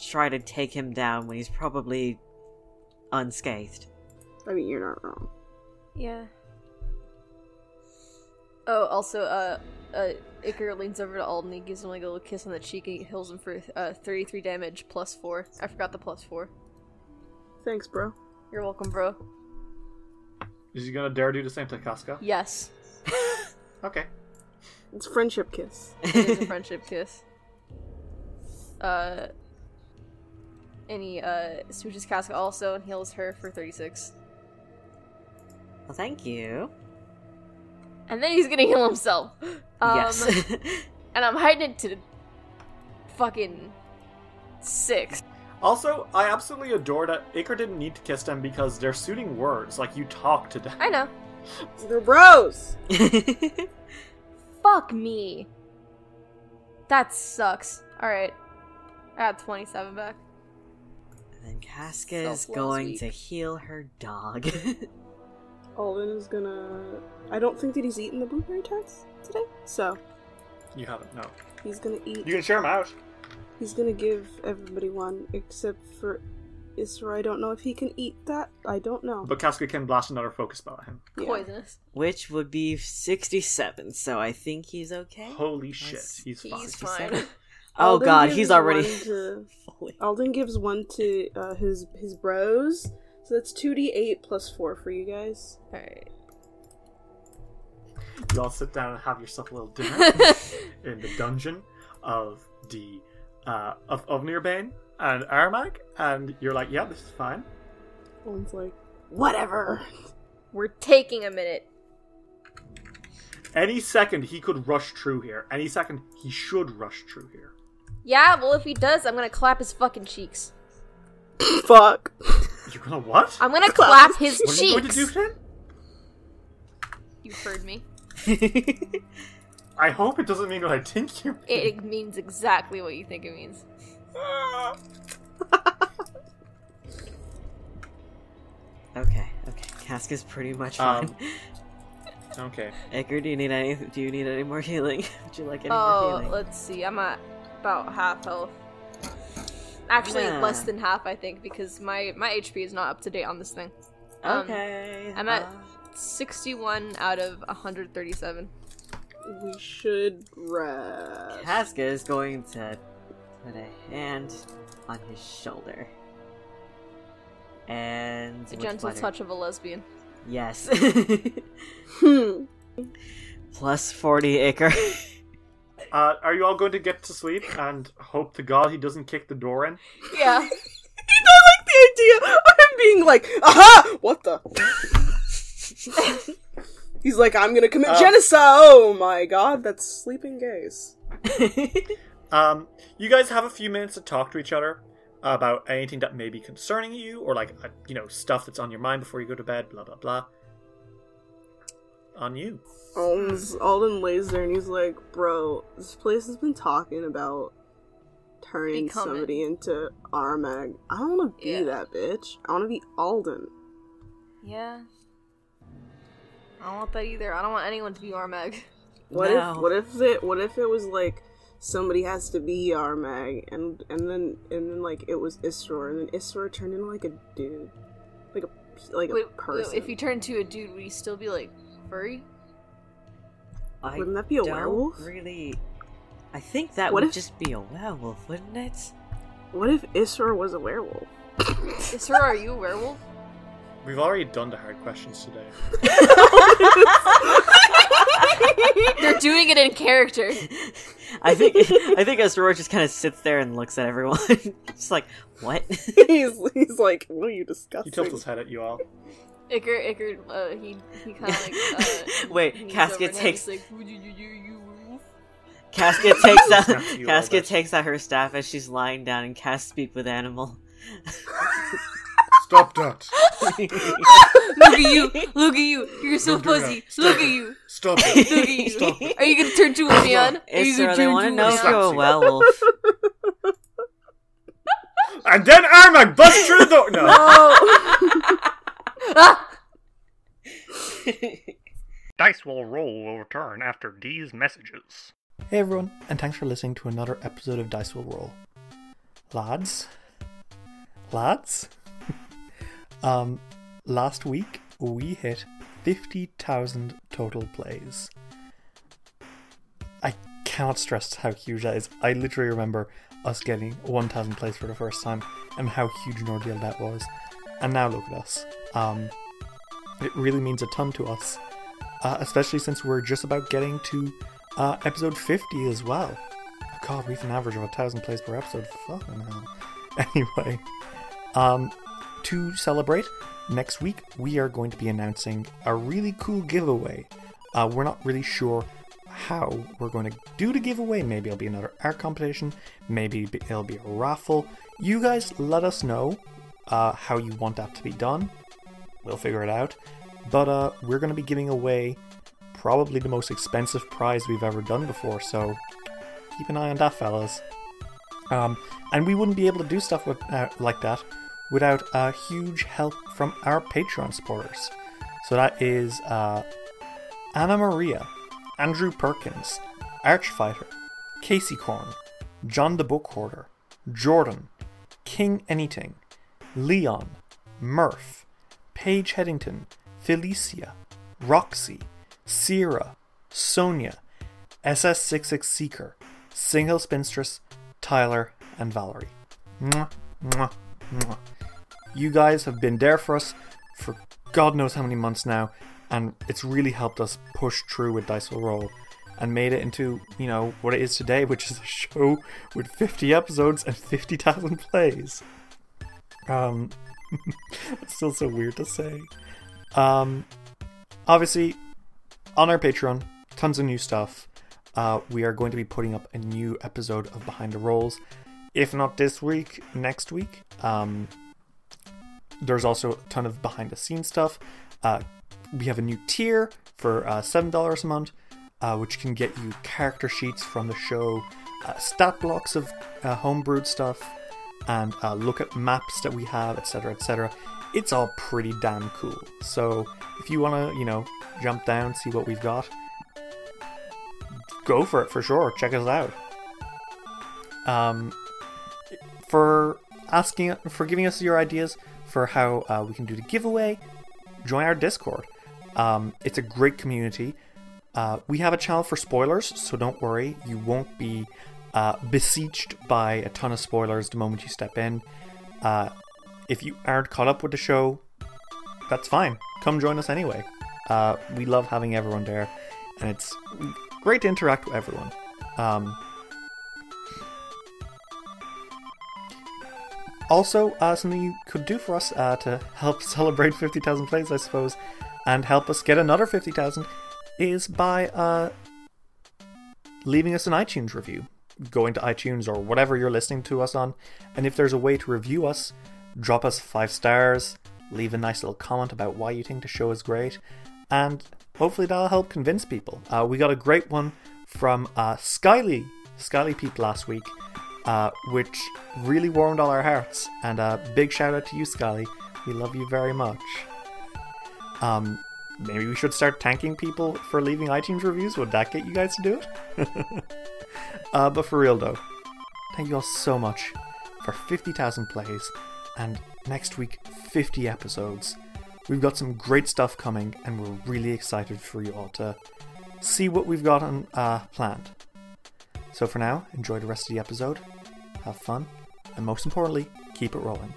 Speaker 4: try to take him down when he's probably unscathed.
Speaker 2: I mean, you're not wrong.
Speaker 3: Yeah. Oh, also, uh, uh, Icar leans over to Alden. He gives him like a little kiss on the cheek. and He heals him for uh, 33 damage plus 4. I forgot the plus 4.
Speaker 2: Thanks, bro.
Speaker 3: You're welcome, bro.
Speaker 1: Is he gonna dare do the same to Casca?
Speaker 3: Yes.
Speaker 1: Okay.
Speaker 2: It's friendship kiss.
Speaker 3: It is a friendship kiss. Uh, and he uh, smooches Casca also and heals her for 36.
Speaker 4: Well, thank you.
Speaker 3: And then he's gonna heal himself. Um,
Speaker 4: yes.
Speaker 3: And I'm hiding it to fucking 6.
Speaker 1: Also, I absolutely adore that Icar didn't need to kiss them because they're suiting words. Like you talk to them.
Speaker 3: I know.
Speaker 2: They're bros.
Speaker 3: Fuck me. That sucks. Alright. I got 27 back.
Speaker 4: And then Casca is
Speaker 3: Self-love's
Speaker 4: going
Speaker 3: weak.
Speaker 4: to heal her dog.
Speaker 2: Alvin is gonna. I don't think that he's eaten the blueberry tarts today, so
Speaker 1: You haven't. No.
Speaker 2: he's gonna eat.
Speaker 1: You can share them out.
Speaker 2: He's gonna give everybody one, except for Isra. I don't know if he can eat that. I don't know.
Speaker 1: But Casca can blast another focus spell at him.
Speaker 2: Yeah.
Speaker 3: Poisonous.
Speaker 4: Which would be 67, so I think he's okay.
Speaker 1: Holy shit,
Speaker 4: That's-
Speaker 1: he's fine.
Speaker 3: He's
Speaker 4: fine.
Speaker 3: fine.
Speaker 4: Oh
Speaker 2: Alden
Speaker 4: god,
Speaker 2: gives
Speaker 4: he's already
Speaker 2: one to-
Speaker 4: fully.
Speaker 2: Alden gives one to uh, his his bros, so that's two d eight plus four for you guys.
Speaker 3: Alright.
Speaker 1: You all sit down and have yourself a little dinner in the dungeon of the uh, of Ovnirbane and Aramag, and you're like, yeah, this is fine.
Speaker 2: Alden's like, whatever.
Speaker 3: We're taking a minute.
Speaker 1: Any second he could rush through here. Any second he should rush through here.
Speaker 3: Yeah, well, if he does, I'm gonna clap his fucking cheeks.
Speaker 2: Fuck.
Speaker 1: You're gonna what?
Speaker 3: I'm gonna
Speaker 2: Clap
Speaker 3: clap his
Speaker 1: what are you going to
Speaker 3: cheeks.
Speaker 1: do to him?
Speaker 3: You heard me.
Speaker 1: I hope it doesn't mean what I think you mean.
Speaker 3: It means exactly what you think it means.
Speaker 4: okay, okay. Casca's pretty much fine.
Speaker 1: Um, Okay.
Speaker 4: Edgar, do you need any? Do you need any more healing? Would you like any more
Speaker 3: Oh,
Speaker 4: healing?
Speaker 3: let's see. I'm at about half health. Actually,
Speaker 4: Yeah.
Speaker 3: less than half, I think, because my my HP is not up to date on this thing. um,
Speaker 4: okay.
Speaker 3: I'm at-
Speaker 4: uh,
Speaker 3: 61 out of 137.
Speaker 2: We should rest.
Speaker 4: uh, Casca is going to put a hand on his shoulder. And
Speaker 3: A
Speaker 4: with
Speaker 3: gentle
Speaker 4: butter.
Speaker 3: touch of a lesbian.
Speaker 4: Yes.
Speaker 2: Hmm.
Speaker 4: Plus forty acre.
Speaker 1: Uh, are you all going to get to sleep and hope to God he doesn't kick the door in?
Speaker 3: Yeah.
Speaker 2: I like the idea of him being like, aha, what the? He's like, I'm gonna commit
Speaker 1: Uh.
Speaker 2: genocide. Oh my god, that's sleeping gays.
Speaker 1: Um, you guys have a few minutes to talk to each other about anything that may be concerning you or like uh, you know stuff that's on your mind before you go to bed. Blah blah blah. On you.
Speaker 2: Alden's, Alden lays there and he's like, bro, this place has been talking about turning
Speaker 3: Becoming.
Speaker 2: somebody into Armag. I don't wanna be
Speaker 3: Yeah.
Speaker 2: that bitch. I wanna be Alden.
Speaker 3: Yeah. I don't want that either. I don't want anyone to be Armag.
Speaker 2: What
Speaker 4: No.
Speaker 2: if what if it what if it was like somebody has to be our mag and and then and then like it was Isror and then Isror turned into like a dude. Like a p- like
Speaker 3: Wait,
Speaker 2: a person.
Speaker 3: if you turned to a dude, would you still be like furry?
Speaker 4: I
Speaker 2: Wouldn't that be a
Speaker 4: don't
Speaker 2: werewolf?
Speaker 4: Really, I think that
Speaker 2: What
Speaker 4: would
Speaker 2: if-
Speaker 4: just be a werewolf, wouldn't it?
Speaker 2: What if Isror was a werewolf?
Speaker 3: Isra, are you a werewolf?
Speaker 6: We've already done the hard questions today.
Speaker 3: They're doing it in character.
Speaker 4: I think I think Aurora just kind of sits there and looks at everyone, just like, "What?"
Speaker 2: he's he's like, what are you
Speaker 6: He
Speaker 2: disgusting?
Speaker 6: tilts his head at you all.
Speaker 3: Icker, Icker, uh, he he kind of like. Uh,
Speaker 4: Wait,
Speaker 3: leans
Speaker 4: Casket
Speaker 3: over and
Speaker 4: takes-
Speaker 3: he's like, "Would you, you, you, you werewolf?"
Speaker 4: Casket takes out
Speaker 6: Snap to you,
Speaker 4: Casket
Speaker 6: Albert.
Speaker 4: takes out her staff as she's lying down and casts speak with animal.
Speaker 6: Stop that!
Speaker 3: Look at you! Look at you! You're so
Speaker 6: Don't do that.
Speaker 3: fuzzy!
Speaker 6: Stop
Speaker 3: Look at
Speaker 6: it.
Speaker 3: you!
Speaker 6: Stop
Speaker 3: Look at you!
Speaker 6: Stop it.
Speaker 3: Are you gonna turn to a man? Are you
Speaker 4: Isra,
Speaker 3: gonna
Speaker 4: they
Speaker 3: turn
Speaker 4: want
Speaker 3: to a
Speaker 4: to know if
Speaker 3: man?
Speaker 4: you're a
Speaker 6: Stop.
Speaker 4: werewolf.
Speaker 6: And then Armag busts through the door. No,
Speaker 3: Oh, Ah!
Speaker 7: Dice will roll will return after these messages.
Speaker 1: Hey everyone, and thanks for listening to another episode of Dice Will Roll. Lads, lads, um, last week we hit 50,000 total plays. I cannot stress how huge that is. I literally remember us getting 1,000 plays for the first time and how huge an ordeal that was. And now look at us. Um, it really means a ton to us uh, especially since we're just about getting to uh, episode 50 as well. God, we've an average of a thousand plays per episode. Fucking hell. Anyway, um, to celebrate, next week we are going to be announcing a really cool giveaway. Uh, we're not really sure how we're going to do the giveaway. Maybe it'll be another art competition. Maybe it'll be a raffle. You guys let us know uh, how you want that to be done we'll figure it out. But uh, we're going to be giving away probably the most expensive prize we've ever done before, so keep an eye on that, fellas. Um, and we wouldn't be able to do stuff with, uh, like that without uh, huge help from our Patreon supporters. So that is uh, Anna Maria, Andrew Perkins, Archfighter, Casey Corn, John the Book Hoarder, Jordan, King Anything, Leon, Murph, Paige Headington, Felicia, Roxy, Sierra, Sonia, SS66 Seeker, Single Spinstress, Tyler, and Valerie. Mwah, mwah, mwah. You guys have been there for us for God knows how many months now, and it's really helped us push through with Dice Will Roll and made it into, you know, what it is today, which is a show with 50 episodes and 50,000 plays. Um, it's still so weird to say. Um, obviously, on our Patreon, tons of new stuff. Uh, we are going to be putting up a new episode of Behind the Rolls. If not this week, next week. Um, there's also a ton of behind the scenes stuff. Uh, we have a new tier for uh, $7 a month, uh, which can get you character sheets from the show, uh, stat blocks of uh, homebrewed stuff, and uh, look at maps that we have, etc., etc. It's all pretty damn cool. So if you want to, you know, jump down, see what we've got, go for it for sure. Check us out. Um, for asking, for giving us your ideas for how uh, we can do the giveaway, join our Discord. Um, it's a great community. Uh, we have a channel for spoilers, so don't worry, you won't be uh, besieged by a ton of spoilers the moment you step in. Uh, if you aren't caught up with the show, that's fine. Come join us anyway. Uh, we love having everyone there, and it's great to interact with everyone. Um, also, uh, something you could do for us uh, to help celebrate 50,000 plays, I suppose, and help us get another 50,000 is by uh, leaving us an iTunes review. Going to iTunes or whatever you're listening to us on, and if there's a way to review us, drop us five stars, leave a nice little comment about why you think the show is great, and hopefully that'll help convince people. Uh, we got a great one from uh, Skyly, Skyly Peep last week, uh, which really warmed all our hearts. And uh, big shout out to you, Skyly. We love you very much. Um,
Speaker 8: Maybe we should start tanking people for leaving iTunes reviews. Would that get you guys to do it? uh, but for real though, thank you all so much for 50,000 plays and next week 50 episodes. We've got some great stuff coming and we're really excited for you all to see what we've got on, uh, planned. So for now, enjoy the rest of the episode, have fun, and most importantly, keep it rolling.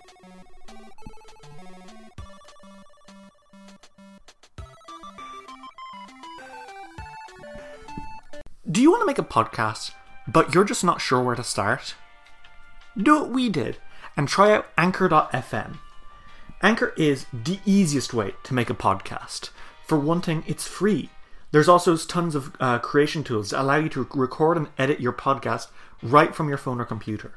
Speaker 8: Do you want to make a podcast, but you're just not sure where to start? Do what we did and try out Anchor.fm. Anchor is the easiest way to make a podcast. For one thing, it's free. There's also tons of uh, creation tools that allow you to record and edit your podcast right from your phone or computer.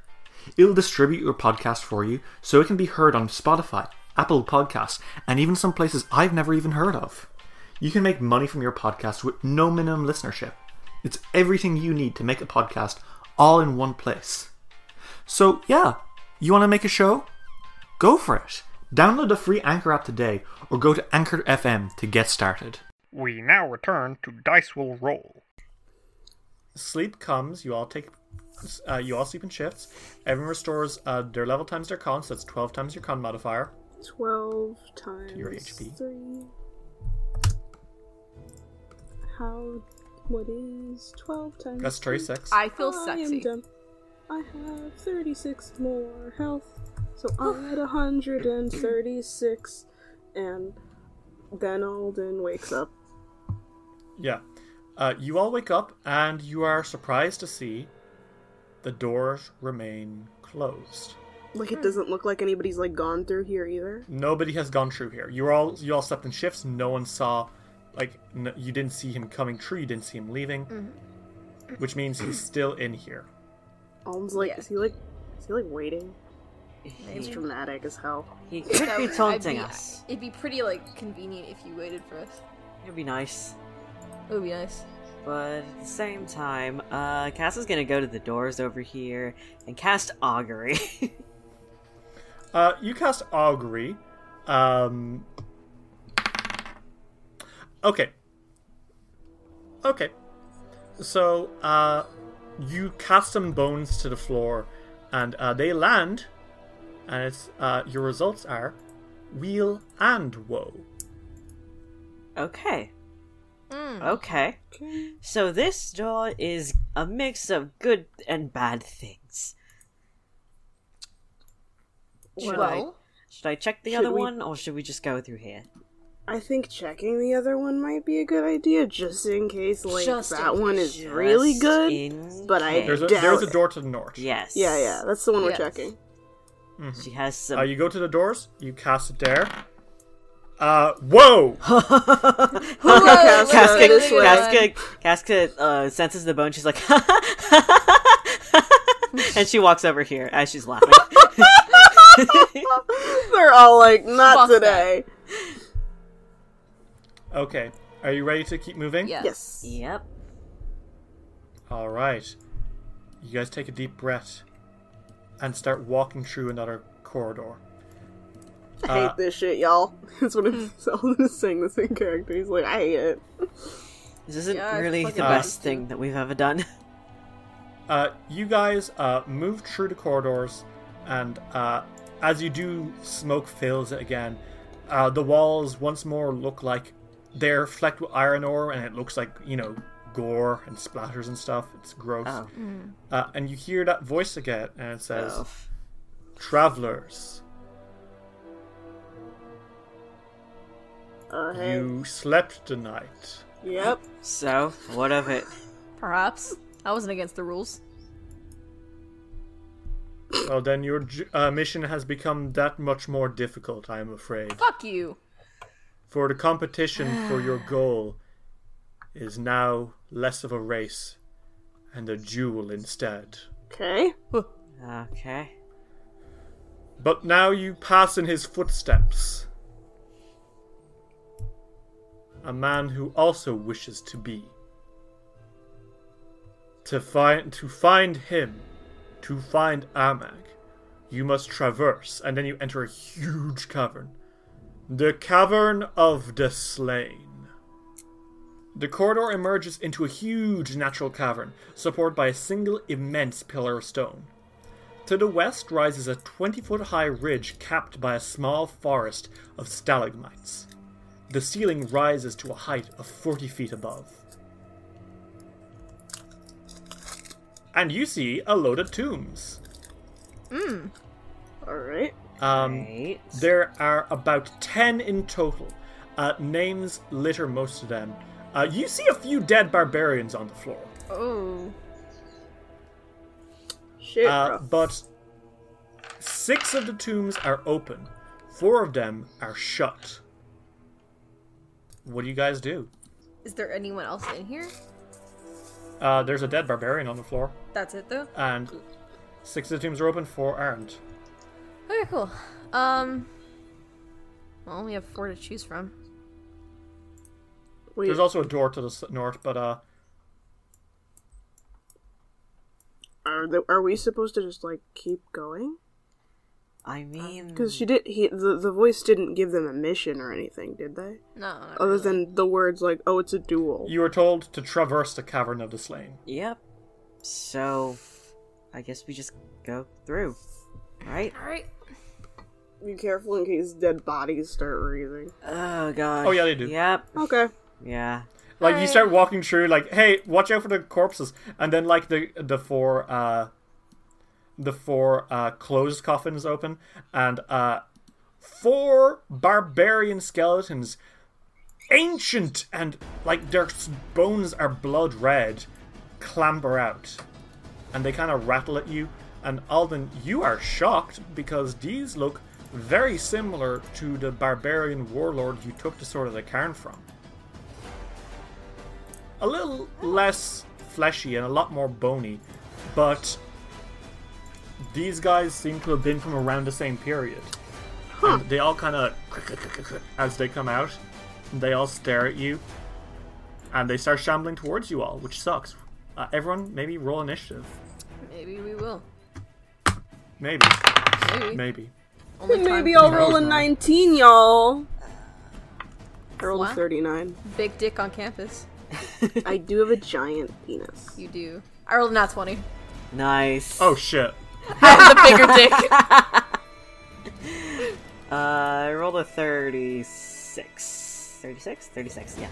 Speaker 8: It'll distribute your podcast for you so it can be heard on Spotify, Apple Podcasts, and even some places I've never even heard of. You can make money from your podcast with no minimum listenership. It's everything you need to make a podcast all in one place. So, yeah, you want to make a show? Go for it. Download the free Anchor app today or go to Anchor FM to get started.
Speaker 9: We now return to Dice Will Roll.
Speaker 1: sleep comes. You all take, uh, you all sleep in shifts. Everyone restores uh, their level times their con, so that's twelve times your con modifier.
Speaker 2: 12 times
Speaker 1: your HP.
Speaker 2: 3. How. What is 12 times.
Speaker 1: That's thirty-six.
Speaker 3: I feel
Speaker 2: Oh, I am
Speaker 3: sexy.
Speaker 2: done. I have 36 more health. So I'm at 136. And then Alden wakes up.
Speaker 1: Yeah. Uh, you all wake up and you are surprised to see the doors remain closed.
Speaker 2: Like,
Speaker 3: Hmm.
Speaker 2: it doesn't look like anybody's, like, gone through here either.
Speaker 1: Nobody has gone through here. You all you all slept in shifts. No one saw, like n- you didn't see him coming through. You didn't see him leaving, which means he's still in here.
Speaker 2: Alden's like,
Speaker 3: Yeah.
Speaker 2: is he, like. Is he, like, waiting? It's
Speaker 4: He,
Speaker 2: dramatic as hell.
Speaker 4: he could
Speaker 3: That
Speaker 4: be
Speaker 3: would- I'd
Speaker 4: taunting
Speaker 3: be-
Speaker 4: us.
Speaker 3: It'd be pretty like convenient if you waited for us.
Speaker 4: It'd be nice.
Speaker 3: It would be nice.
Speaker 4: But at the same time, uh, Cass is gonna go to the doors over here and cast Augury.
Speaker 1: Uh, you cast augury. Um, okay. Okay. So uh, you cast some bones to the floor, and uh, they land. And it's uh, your results are wheel and woe.
Speaker 4: okay.
Speaker 3: Mm.
Speaker 4: Okay. So this door is a mix of good and bad things. Should I,
Speaker 3: Well,
Speaker 4: should I check the
Speaker 2: should
Speaker 4: other
Speaker 2: we-
Speaker 4: one, or should we just go through here?
Speaker 2: I think checking the other one might be a good idea, just in case like
Speaker 3: Just
Speaker 2: that
Speaker 3: in-
Speaker 2: one is really
Speaker 4: Just
Speaker 2: good.
Speaker 4: in
Speaker 2: but I-
Speaker 4: case.
Speaker 1: There's a,
Speaker 2: doubt
Speaker 1: there's a
Speaker 2: it.
Speaker 1: door to the north.
Speaker 4: Yes.
Speaker 2: Yeah, yeah, that's the one we're
Speaker 3: Yes.
Speaker 2: checking.
Speaker 4: She has some.
Speaker 1: Uh, you go to the doors. You cast it there. Uh, whoa!
Speaker 3: let's go
Speaker 4: Casca,
Speaker 3: this way.
Speaker 4: Casca, Casca uh, senses the bone. She's like, and she walks over here as she's laughing.
Speaker 2: They're all like, not
Speaker 3: Fuck
Speaker 2: today.
Speaker 1: Okay. Are you ready to keep moving?
Speaker 3: yes.
Speaker 2: Yes.
Speaker 4: yep.
Speaker 1: All right. You guys take a deep breath and start walking through another corridor.
Speaker 2: I
Speaker 3: Uh,
Speaker 2: hate this shit, y'all. That's what
Speaker 3: Hmm.
Speaker 2: I'm Alden is saying this in character. He's like, I hate it.
Speaker 4: This isn't
Speaker 3: Yeah, it's
Speaker 4: really the
Speaker 3: fucking
Speaker 4: best
Speaker 3: awesome.
Speaker 4: thing that we've ever done.
Speaker 1: Uh, you guys uh, move through the corridors, and uh, as you do, smoke fills it again. Uh, the walls once more look like they're flecked with iron ore, and it looks like you know gore and splatters and stuff. It's gross.
Speaker 4: Oh.
Speaker 1: Uh, and you hear that voice again, and it says,
Speaker 4: Oh.
Speaker 1: "Travelers,
Speaker 2: Uh, hey.
Speaker 1: you slept tonight."
Speaker 2: Yep.
Speaker 4: So, what of it?
Speaker 3: Perhaps. I wasn't against the rules.
Speaker 1: Well, then your j- uh, mission has become that much more difficult, I am afraid.
Speaker 3: Fuck you.
Speaker 1: For the competition for your goal is now less of a race and a duel instead.
Speaker 2: Okay.
Speaker 4: Okay.
Speaker 1: But now you pass in his footsteps. A man who also wishes to be. To find to find him, to find Amag, you must traverse, and then you enter a huge cavern. The cavern of the slain. The corridor emerges into a huge natural cavern, supported by a single immense pillar of stone. To the west rises a 20 foot high ridge capped by a small forest of stalagmites. The ceiling rises to a height of 40 feet above. And you see a load of tombs.
Speaker 2: Alright.
Speaker 1: Um,
Speaker 4: Right.
Speaker 1: There are about 10 in total. Uh, names litter most of them. Uh, you see a few dead barbarians on the floor,
Speaker 3: Oh.
Speaker 2: Shit,
Speaker 1: uh,
Speaker 2: bro.
Speaker 1: but six of the tombs are open, four of them are shut. What do you guys do?
Speaker 3: Is there anyone else in here?
Speaker 1: Uh, there's a dead barbarian on the floor,
Speaker 3: That's it though.
Speaker 1: and six of the tombs are open, four aren't.
Speaker 3: Okay, cool. Um. Well, we have four to choose from.
Speaker 2: Wait,
Speaker 1: There's also a door to the s- north, but uh,
Speaker 2: are, the, are we supposed to just like keep going?
Speaker 4: I mean,
Speaker 2: Because
Speaker 3: Hmm.
Speaker 2: she did. He the, the voice didn't give them a mission or anything, did they?
Speaker 3: No. not
Speaker 2: Other
Speaker 3: really.
Speaker 2: than the words like, "Oh, it's a duel."
Speaker 1: you are told to traverse the cavern of the slain.
Speaker 4: yep. So, I guess we just go through, right?
Speaker 3: All right.
Speaker 2: Be careful in case dead bodies start breathing.
Speaker 4: Oh gosh.
Speaker 1: Oh, yeah, they do.
Speaker 4: Yep.
Speaker 2: Okay.
Speaker 4: Yeah.
Speaker 1: Like you
Speaker 3: Alright.
Speaker 1: start walking through, like, hey, watch out for the corpses, and then like the the four uh, the four uh, closed coffins open, and uh, four barbarian skeletons, ancient and like their s- bones are blood red, clamber out, and they kind of rattle at you. And Alden, you are shocked because these look very similar to the barbarian warlord you took the sword of the cairn from a little less fleshy and a lot more bony, but these guys seem to have been from around the same period. And they all kind of as they come out, they all stare at you, and they start shambling towards you all, which sucks. Uh, everyone, maybe roll initiative.
Speaker 3: Maybe we will.
Speaker 1: Maybe,
Speaker 3: Maybe.
Speaker 1: maybe.
Speaker 3: Only time
Speaker 2: Maybe
Speaker 3: will
Speaker 2: I'll
Speaker 3: tell.
Speaker 2: roll a 19, y'all. I rolled a
Speaker 3: What?
Speaker 2: 39.
Speaker 3: Big dick on campus.
Speaker 2: I do have a giant penis.
Speaker 3: You do. I rolled a nat twenty.
Speaker 4: Nice.
Speaker 1: Oh shit!
Speaker 3: the bigger dick.
Speaker 4: Uh, I rolled a 36. 36? 36, yeah.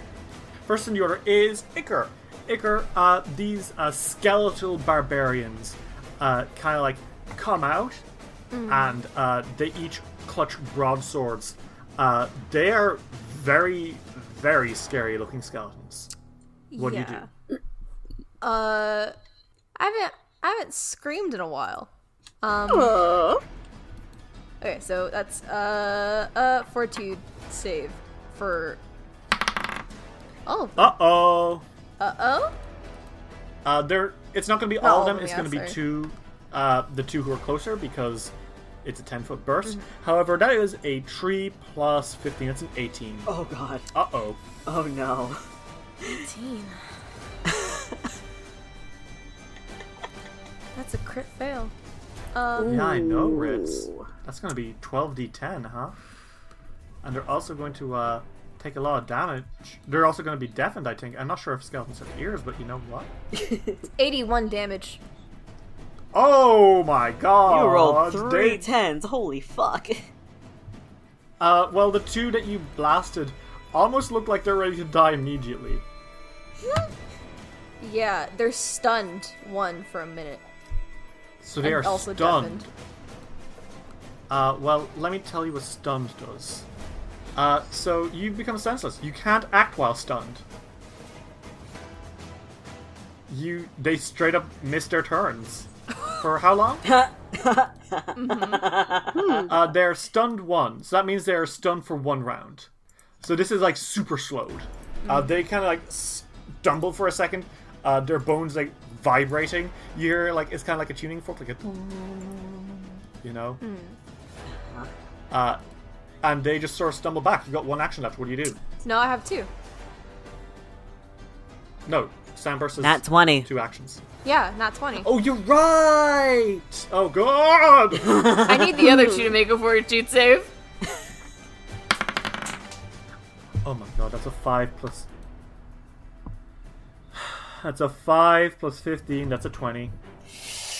Speaker 1: First in the order is Icar. Icar, uh, these uh, skeletal barbarians uh, kind of like come out and uh, they each clutch broadswords. Uh, they are very, very scary looking skeletons. What do you do?
Speaker 3: Uh, I haven't I haven't screamed in a while. Um.
Speaker 2: Uh,
Speaker 3: Okay, so that's uh uh fortitude save for. Oh.
Speaker 1: Uh oh!
Speaker 3: Uh oh.
Speaker 1: Uh, they're, it's not going to be all of them, it's
Speaker 3: yeah,
Speaker 1: going to be
Speaker 3: sorry.
Speaker 1: two, uh, the two who are closer because it's a 10 foot burst. However, that is a 3 plus 15, that's an 18.
Speaker 4: Oh god.
Speaker 1: Uh oh.
Speaker 4: Oh no.
Speaker 3: Eighteen. that's a crit fail. Um.
Speaker 1: Yeah, I know, Ritz.
Speaker 2: Ooh.
Speaker 1: That's going to be 12d10, huh? And they're also going to uh, take a lot of damage. They're also going to be deafened, I think. I'm not sure if skeletons have ears, but you know what?
Speaker 3: 81 damage.
Speaker 1: Oh my
Speaker 4: You
Speaker 1: god!
Speaker 4: rolled three
Speaker 1: They-
Speaker 4: tens. Holy fuck.
Speaker 1: Uh, well, the two that you blasted almost look like they're ready to die immediately.
Speaker 3: Yeah, they're stunned one for a minute.
Speaker 1: So they
Speaker 3: And
Speaker 1: are
Speaker 3: also
Speaker 1: stunned.
Speaker 3: deafened.
Speaker 1: Uh, well, let me tell you what stunned does. Uh, so you become senseless. You can't act while stunned. You they straight up miss their turns. For how long? uh, they're stunned one, so that means they are stunned for one round. So this is like super slowed. Uh, they kind of like stumble for a second. Uh, their bones like vibrating. You're like it's kind of like a tuning fork, like a, you know. Uh, and they just sort of stumble back. You got one action left. What do you do?
Speaker 3: No, I have two.
Speaker 1: No, Sam versus
Speaker 4: Nat 20.
Speaker 1: two actions.
Speaker 3: Yeah, not 20.
Speaker 1: Oh, you're right. Oh God.
Speaker 3: I need the other two to make a fortitude save.
Speaker 1: oh my God, that's a five plus. That's a 5 plus 15, that's a 20.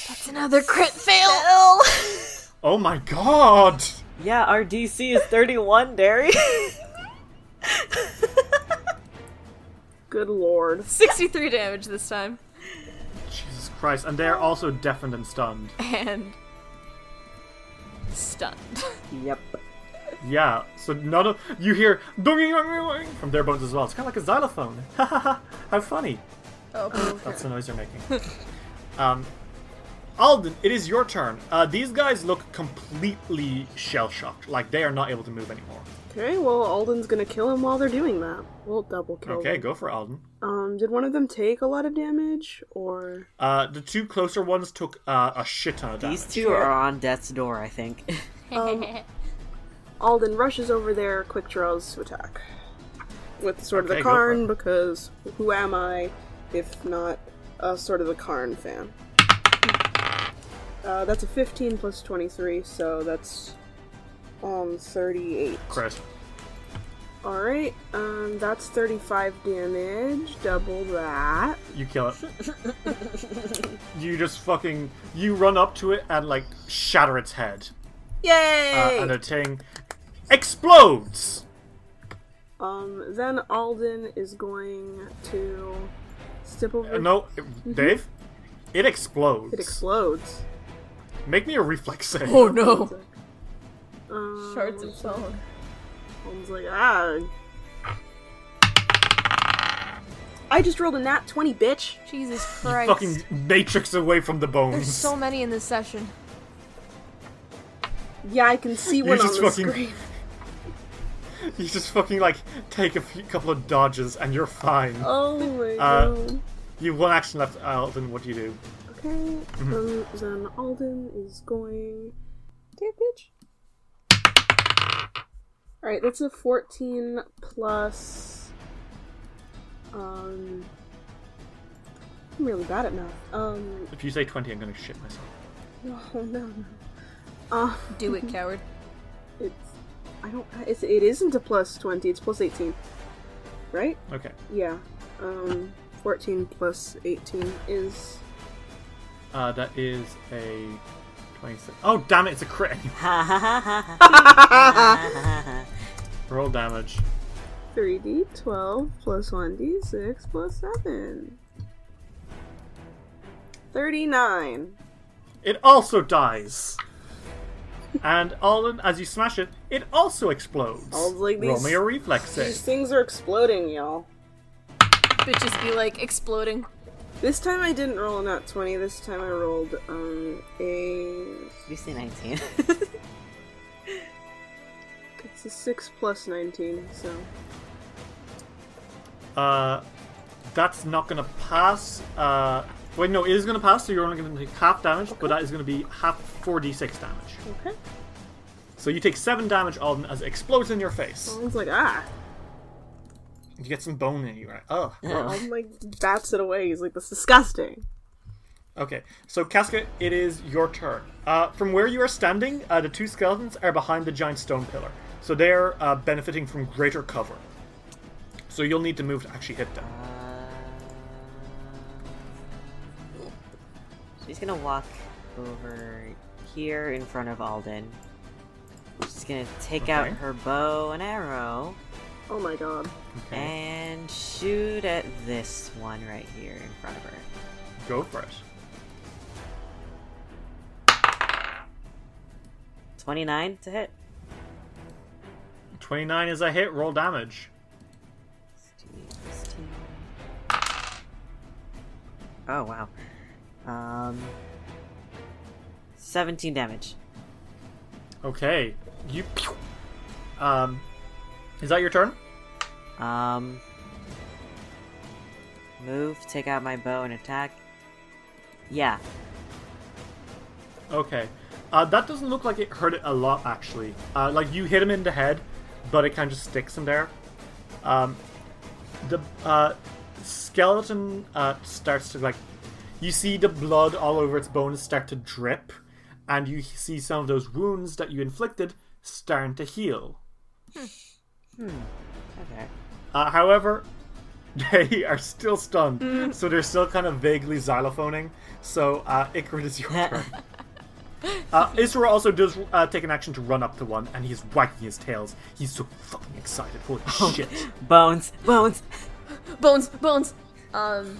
Speaker 3: That's another crit fail.
Speaker 1: Oh my god!
Speaker 4: Yeah, our DC is 31, Derry.
Speaker 2: Good lord.
Speaker 3: 63 damage this time.
Speaker 1: Jesus Christ. And they're also deafened and stunned.
Speaker 3: And stunned.
Speaker 4: yep.
Speaker 1: Yeah, so none of. You hear. "Donging, donging, donging" from their bones as well. It's kind of like a xylophone. Ha ha ha! How funny.
Speaker 3: Oh,
Speaker 1: That's the noise they're making. um, Alden, it is your turn. Uh, these guys look completely shell shocked. Like they are not able to move anymore.
Speaker 2: Okay, well, Alden's gonna kill him while they're doing that. We'll double
Speaker 4: Oh.
Speaker 2: kill
Speaker 1: Okay,
Speaker 2: them.
Speaker 1: go for Alden.
Speaker 2: Um, did one of them take a lot of damage? Or.
Speaker 1: Uh, the two closer ones took uh, a shit ton of damage.
Speaker 4: These two are on death's door, I think.
Speaker 2: Um, Alden rushes over there, quick draws to attack. With Sword of
Speaker 1: Okay,
Speaker 2: the
Speaker 1: go for
Speaker 2: Karn,
Speaker 1: it.
Speaker 2: because who am I if not a Sword of the Karn fan? Uh, that's a 15 plus 23, so that's um 38.
Speaker 1: Chris.
Speaker 2: Alright, um, that's 35 damage. Double that.
Speaker 1: You kill it. you just fucking you run up to it and like shatter its head, uh,
Speaker 2: Yay!
Speaker 1: and the thing explodes.
Speaker 2: um, then Alden is going to step over.
Speaker 1: Uh, no, it- Dave, it explodes.
Speaker 2: It explodes.
Speaker 1: Make me a reflex save.
Speaker 3: no.
Speaker 2: Um,
Speaker 5: Shards of bone.
Speaker 2: One's like, ah. I just rolled a nat 20, bitch.
Speaker 3: Jesus
Speaker 1: You
Speaker 3: Christ.
Speaker 1: fucking matrix away from the bones.
Speaker 3: There's so many in this session.
Speaker 2: Yeah, I can see one on
Speaker 1: just
Speaker 2: the
Speaker 1: fucking-
Speaker 2: screen.
Speaker 1: You just fucking like take a few, couple of dodges and you're fine.
Speaker 2: Oh my
Speaker 1: Uh,
Speaker 2: god.
Speaker 1: You have one action left, Alden. What do you do?
Speaker 2: Okay, um, then Alden is going. Damn, bitch. Alright, that's a 14 plus. Um. I'm really bad at math. Um,
Speaker 1: If you say twenty, I'm gonna shit myself.
Speaker 2: oh no, no. Uh,
Speaker 3: Do it, coward.
Speaker 2: It's I don't it's, it isn't a plus 20, it's plus 18. Right?
Speaker 1: Okay.
Speaker 2: Yeah. Um 14 plus 18 is
Speaker 1: Uh, that is a twenty-six. Oh damn it! It's a crit.
Speaker 4: Ha ha ha ha ha ha ha.
Speaker 1: Roll damage.
Speaker 2: 3d12 plus 1d6 plus 7. 39.
Speaker 1: It also dies. And Alden, as you smash it, it also explodes.
Speaker 2: Alden's like,
Speaker 1: Roll
Speaker 2: these-
Speaker 1: me a reflex
Speaker 2: These
Speaker 1: save.
Speaker 2: things are exploding, y'all.
Speaker 3: Bitches be like exploding.
Speaker 2: This time I didn't roll a nat 20. This time I rolled um a
Speaker 4: You say 19.
Speaker 2: it's a 6 plus 19, so
Speaker 1: Uh, that's not gonna pass. Uh, wait, no, it is gonna pass. So you're only gonna take half damage, but that is gonna be half four d six damage.
Speaker 2: okay.
Speaker 1: So you take seven damage, Alden, as it explodes in your face.
Speaker 2: Alden's like, ah,
Speaker 1: You get some bone in you, right? Oh.
Speaker 2: Alden like bats it away. He's like, that's disgusting.
Speaker 1: Okay. So Casca, it is your turn. Uh, from where you are standing, uh, the two skeletons are behind the giant stone pillar, so they are uh, benefiting from greater cover. So you'll need to move to actually hit them.
Speaker 4: Uh, She's gonna walk over here in front of Alden. She's gonna take out
Speaker 1: Okay.
Speaker 4: her bow and arrow
Speaker 2: Oh my god.
Speaker 1: Okay.
Speaker 4: and shoot at this one right here in front of her.
Speaker 1: Go for it.
Speaker 4: 29 to hit.
Speaker 1: Twenty-nine is a hit. Roll damage.
Speaker 4: 16, 16. Oh wow. Um 17 damage.
Speaker 1: Okay. You. Um. Is that your turn?
Speaker 4: Um move, take out my bow and attack. Yeah.
Speaker 1: Okay. Uh, that doesn't look like it hurt it a lot, actually. Uh, like, you hit him in the head, but it kind of just sticks him there. Um, the uh, skeleton uh, starts to, like, you see the blood all over its bones start to drip, and you see some of those wounds that you inflicted starting to heal.
Speaker 4: Okay.
Speaker 1: Uh, however, They are still stunned, so they're still kind of vaguely xylophoning. So, uh, Icarid is your turn. Uh, Isra also does uh, take an action to run up to one, and he's wagging his tails. He's so fucking excited. Holy shit.
Speaker 4: Bones, bones.
Speaker 3: Bones, bones. Um,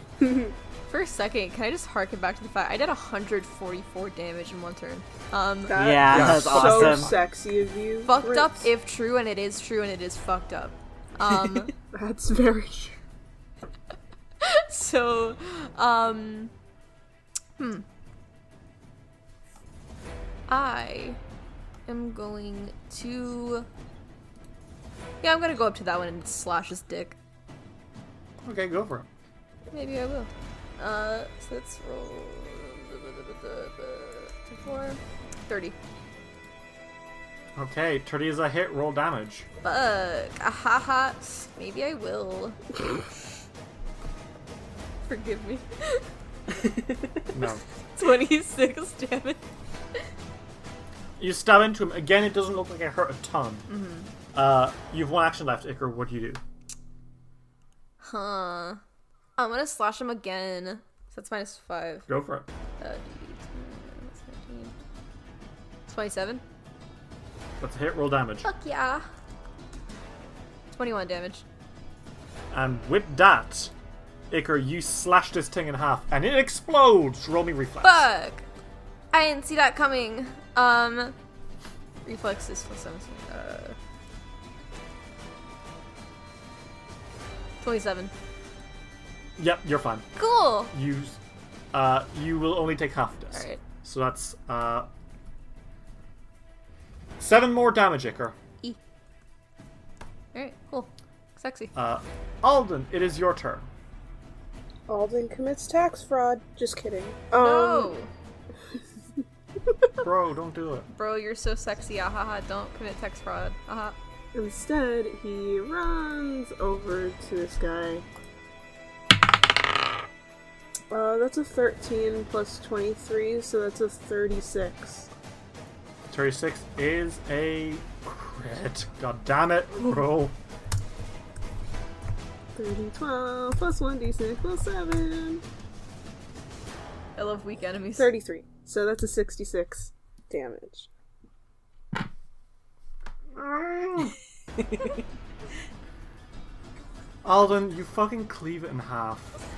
Speaker 3: for a second, can I just harken back to the fact I did 144 damage in one turn? Um,
Speaker 2: That
Speaker 4: Yeah,
Speaker 2: is
Speaker 4: that's
Speaker 2: so
Speaker 4: awesome.
Speaker 2: sexy of you.
Speaker 3: fucked
Speaker 2: Fritz.
Speaker 3: up if true, and it is true, and it is fucked up. Um,
Speaker 2: That's very true.
Speaker 3: so, um, hmm. I am going to. Yeah, I'm gonna go up to that one and slash his dick.
Speaker 1: Okay, go for it.
Speaker 3: Maybe I will. Uh, so let's roll. Two, four. 30.
Speaker 1: Okay, 30 is a hit, roll damage.
Speaker 3: Fuck. Ahaha. Maybe I will. Forgive me.
Speaker 1: No.
Speaker 3: 26 damage.
Speaker 1: You stab into him. Again, it doesn't look like it hurt a ton. Uh, you've one action left, Icar. What do you do?
Speaker 3: Huh. I'm gonna slash him again. So that's minus 5.
Speaker 1: Go for it.
Speaker 3: Uh, 8, 17, 27.
Speaker 1: That's a hit, roll damage.
Speaker 3: Fuck yeah. 21 damage.
Speaker 1: And with that, Icar, you slash this thing in half, and it explodes. Roll me reflex.
Speaker 3: Fuck! I didn't see that coming. Um, reflex is plus seven. so, Uh, Twenty-seven.
Speaker 1: Yep, you're fine.
Speaker 3: Cool.
Speaker 1: You, uh, you will only take half of this.
Speaker 3: All right.
Speaker 1: So that's uh, seven more damage, Icar.
Speaker 3: E. All right. Cool. Sexy.
Speaker 1: Uh, Alden, it is your turn.
Speaker 2: Alden commits tax fraud. Just kidding.
Speaker 3: no,
Speaker 1: Bro, don't do it.
Speaker 3: bro, you're so sexy. Ahaha. Don't commit tax fraud. Aha.
Speaker 2: Instead, he runs over to this guy. Uh, that's a 13 plus 23, so that's a 36.
Speaker 1: 36 is a crit. God damn it, bro.
Speaker 2: 30, 12, plus 1d6, plus 7.
Speaker 3: I love weak enemies.
Speaker 2: 33. So that's a 66 damage.
Speaker 1: Alden, you fucking cleave it in half.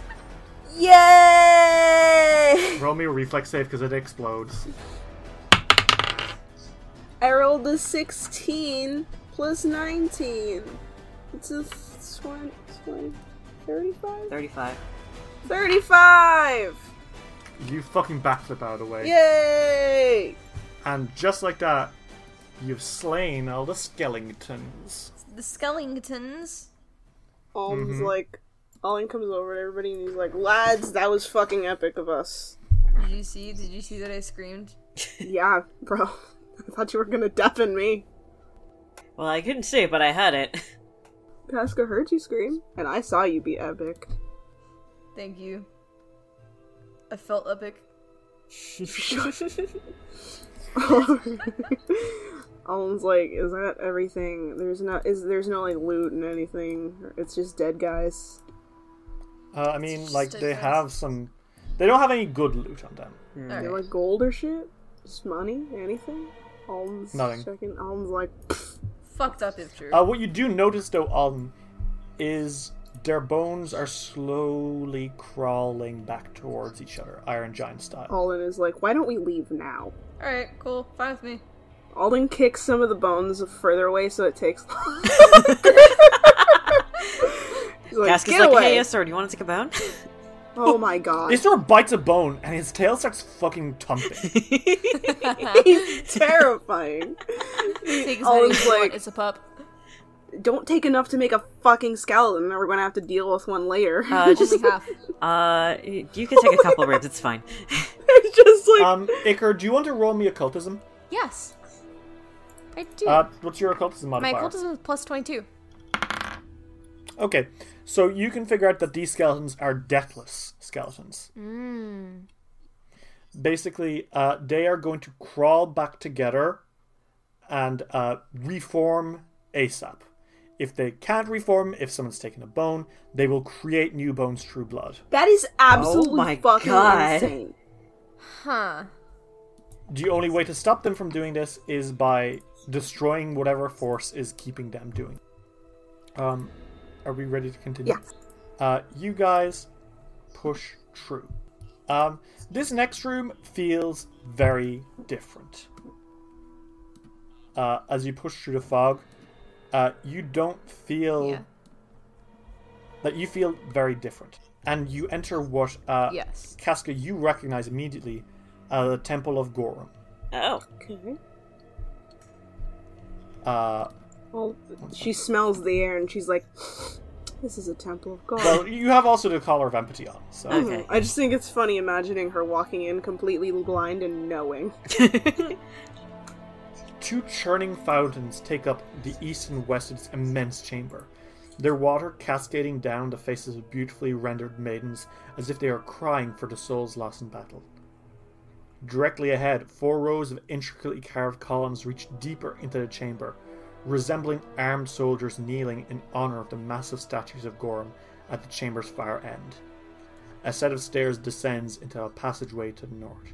Speaker 4: Yay!
Speaker 1: Roll me a reflex save because it explodes.
Speaker 2: I rolled a 16 plus 19. It's a 20, 20 35?
Speaker 4: 35.
Speaker 2: 35!
Speaker 1: You fucking backflip out of the way.
Speaker 2: Yay!
Speaker 1: And just like that, you've slain all the skeletons.
Speaker 3: The Skellingtons.
Speaker 2: Alden's like, Alden comes over to everybody and he's like, lads, that was fucking epic of us.
Speaker 3: Did you see? Did you see that I screamed?
Speaker 2: yeah, bro. I thought you were gonna deafen me.
Speaker 4: Well, I couldn't see, but I had it.
Speaker 2: Pasca heard you scream, and I saw you be epic.
Speaker 3: Thank you. I felt epic.
Speaker 2: Alden's like, is that everything? There's no, is there's no like loot and anything. It's just dead guys.
Speaker 1: Uh, I mean, like,
Speaker 3: just
Speaker 1: they
Speaker 3: different.
Speaker 1: have some. They don't have any good loot on them.
Speaker 3: All
Speaker 2: They're
Speaker 3: right.
Speaker 2: like gold or shit, just money, anything. Alden's
Speaker 1: Nothing.
Speaker 2: checking. Alden's like, "Pfft,
Speaker 3: Fucked up if true.
Speaker 1: Uh, what you do notice, though, Alden, is their bones are slowly crawling back towards each other, Iron Giant style.
Speaker 3: Oh
Speaker 2: Alden is like, why don't we leave now?
Speaker 3: All right. Cool. Fine with me.
Speaker 2: Alden kicks some of the bones further away so it takes longer. He's like,
Speaker 4: Ask us
Speaker 2: get
Speaker 4: like,
Speaker 2: away.
Speaker 4: hey, sir, do you want to take a bone?
Speaker 2: oh my god.
Speaker 1: Isra bites a bone, and his tail starts fucking thumping.
Speaker 2: He's terrifying.
Speaker 3: Take as many
Speaker 2: Alden's
Speaker 3: as you want.
Speaker 2: like-
Speaker 3: It's a pup.
Speaker 2: Don't take enough to make a fucking skeleton or we're gonna have to deal with one later.
Speaker 4: Uh, just,
Speaker 3: Only half.
Speaker 4: uh, you can take a couple ribs, it's fine.
Speaker 2: It's just like
Speaker 1: um, Icar, do you want to roll me occultism?
Speaker 3: Yes. I do.
Speaker 1: Uh, what's your occultism
Speaker 3: My
Speaker 1: modifier?
Speaker 3: occultism is plus 22.
Speaker 1: Okay, so you can figure out that these skeletons are deathless skeletons. Basically, uh, they are going to crawl back together and uh, reform ASAP. If they can't reform, if someone's taken a bone, they will create new bones through blood.
Speaker 2: That is absolutely
Speaker 4: oh my
Speaker 2: fucking
Speaker 4: God.
Speaker 2: insane.
Speaker 3: Huh.
Speaker 1: The only way to stop them from doing this is by destroying whatever force is keeping them doing. Um, are we ready to continue?
Speaker 2: Yes.
Speaker 1: Uh, you guys push through. Um, this next room feels very different. Uh, as you push through the fog, uh, you don't feel
Speaker 3: Yeah.
Speaker 1: that you feel very different, and you enter what uh,
Speaker 3: Yes.
Speaker 1: Casca you recognize immediately uh, the Temple of Gorum.
Speaker 4: Oh,
Speaker 2: Okay.
Speaker 1: Uh,
Speaker 2: Well, she smells the air and she's like, "This is a temple of God."
Speaker 1: well, you have also the collar of empathy on, so
Speaker 4: Okay.
Speaker 2: Mhm. I just think it's funny imagining her walking in completely blind and knowing.
Speaker 1: two churning fountains take up the east and west of this immense chamber. Their water cascading down the faces of beautifully rendered maidens as if they are crying for the souls lost in battle. Directly ahead, four rows of intricately carved columns reach deeper into the chamber, resembling armed soldiers kneeling in honor of the massive statues of Gorum at the chamber's far end. A set of stairs descends into a passageway to the north.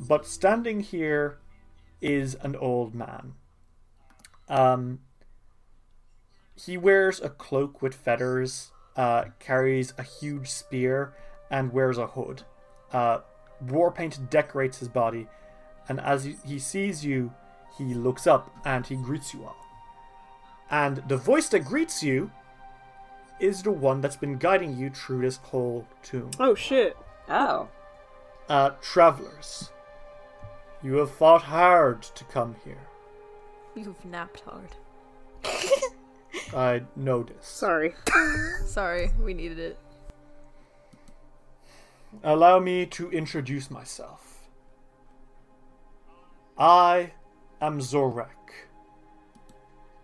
Speaker 1: But standing here is an old man. Um, he wears a cloak with feathers, uh, carries a huge spear, and wears a hood. Uh, war paint decorates his body, and as he- he sees you, he looks up and he greets you all. And the voice that greets you is the one that's been guiding you through this whole tomb.
Speaker 2: Oh shit!
Speaker 4: oh,
Speaker 1: Uh, travelers, you have fought hard to come here.
Speaker 3: You've napped hard.
Speaker 1: I noticed.
Speaker 2: Sorry.
Speaker 3: Sorry, we needed it.
Speaker 1: Allow me to introduce myself. I am Zorak,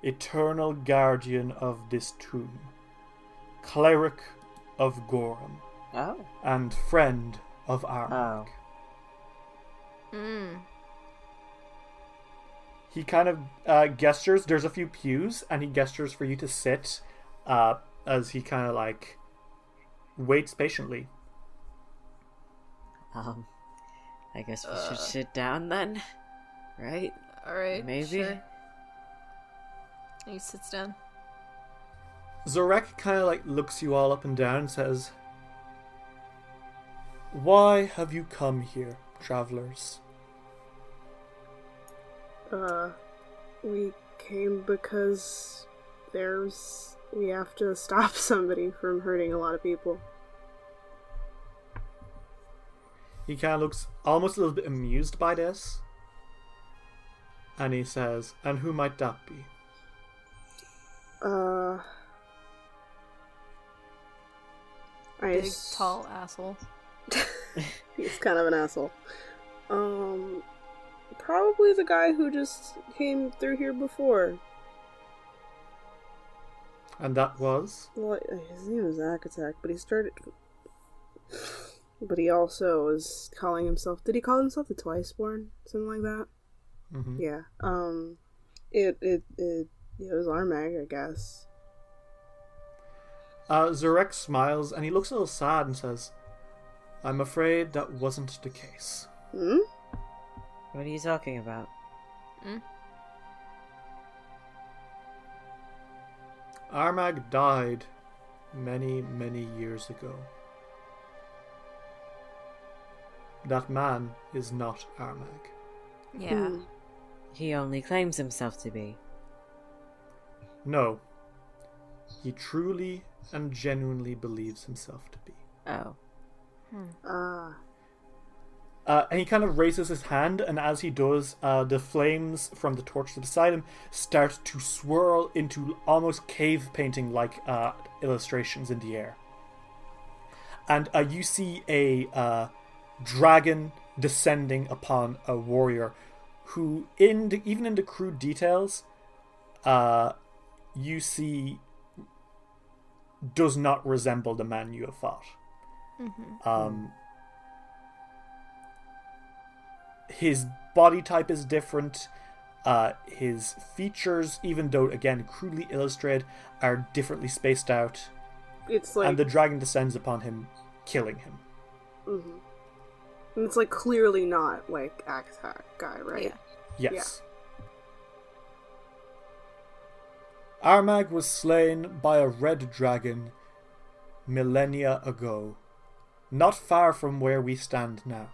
Speaker 1: eternal guardian of this tomb, cleric of Gorum,
Speaker 4: oh,
Speaker 1: and friend of Armak.
Speaker 4: Oh.
Speaker 3: Mm.
Speaker 1: He kind of uh, gestures. There's a few pews, and he gestures for you to sit uh, as he kind of like waits patiently.
Speaker 4: um, I guess we should sit down then, right?
Speaker 3: Alright.
Speaker 4: Maybe.
Speaker 3: Sure. And he sits down.
Speaker 1: Zarek kind of like looks you all up and down and says, Why have you come here, travelers?
Speaker 2: Uh, we came because there's we have to stop somebody from hurting a lot of people.
Speaker 1: He kind of looks almost a little bit amused by this. And he says, And who might that be?
Speaker 2: Uh, I
Speaker 3: Big,
Speaker 2: ass-
Speaker 3: tall asshole.
Speaker 2: He's kind of an asshole. Um, probably the guy who just came through here before.
Speaker 1: And that was?
Speaker 2: Well, his name was Zack Attack, but he started. But he also was calling himself. Did he call himself the Twiceborn? Something like that.
Speaker 1: hmm
Speaker 2: Yeah. Um, it it it, it was Armag, I guess.
Speaker 1: Uh, Zarek smiles and he looks a little sad and says, I'm afraid that wasn't the case.
Speaker 2: Hmm.
Speaker 4: What are you talking about?
Speaker 3: Hmm?
Speaker 1: Armag died many, many years ago. That man is not Armag.
Speaker 3: Yeah.
Speaker 2: Hmm.
Speaker 4: He only claims himself to be.
Speaker 1: No. He truly and genuinely believes himself to be.
Speaker 4: Oh,
Speaker 2: Ah.
Speaker 1: Uh, and he kind of raises his hand, and as he does, uh, the flames from the torch beside him start to swirl into almost cave painting like uh, illustrations in the air. And uh, you see a uh, dragon descending upon a warrior who, in the, even in the crude details, uh, you see does not resemble the man you have fought. Um, his body type is different Uh, his features, even though again crudely illustrated, are differently spaced out,
Speaker 2: It's like
Speaker 1: and the dragon descends upon him, killing him.
Speaker 2: hmm And it's like clearly not like axe hack guy, right?
Speaker 3: Yeah.
Speaker 1: Yes. Armag was slain by a red dragon millennia ago, not far from where we stand now.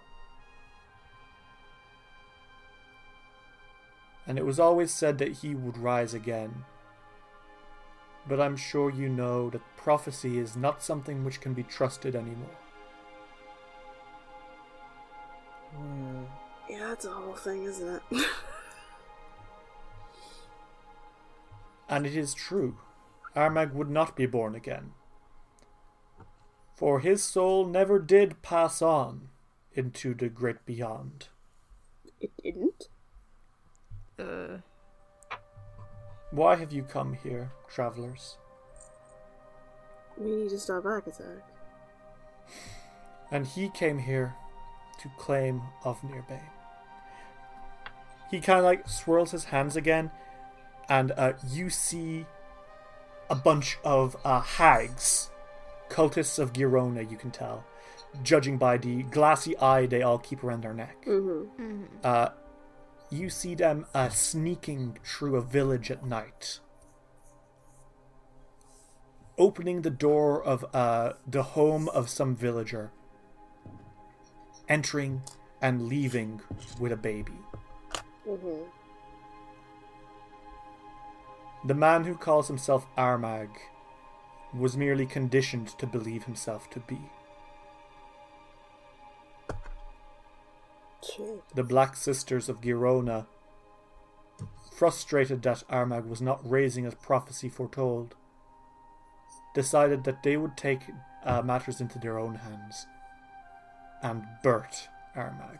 Speaker 1: And it was always said that he would rise again. But I'm sure you know that prophecy is not something which can be trusted anymore.
Speaker 2: Yeah, that's a whole thing, isn't it?
Speaker 1: And it is true, Armag would not be born again. For his soul never did pass on into the great beyond.
Speaker 2: it didn't.
Speaker 3: Uh,
Speaker 1: Why have you come here, travelers?
Speaker 2: We need to stop axe hack.
Speaker 1: And he came here to claim of Nirbane. He kind of like swirls his hands again, and uh, you see a bunch of uh, hags, cultists of Girona, you can tell, judging by the glassy eye they all keep around their neck.
Speaker 2: Mm-hmm.
Speaker 1: Uh, you see them uh, sneaking through a village at night, opening the door of uh, the home of some villager, entering and leaving with a baby.
Speaker 2: Mm-hmm.
Speaker 1: The man who calls himself Armag was merely conditioned to believe himself to be.
Speaker 2: Shit.
Speaker 1: the Black Sisters of Girona, frustrated that Armag was not raising as prophecy foretold, decided that they would take uh, matters into their own hands and Bert Armag.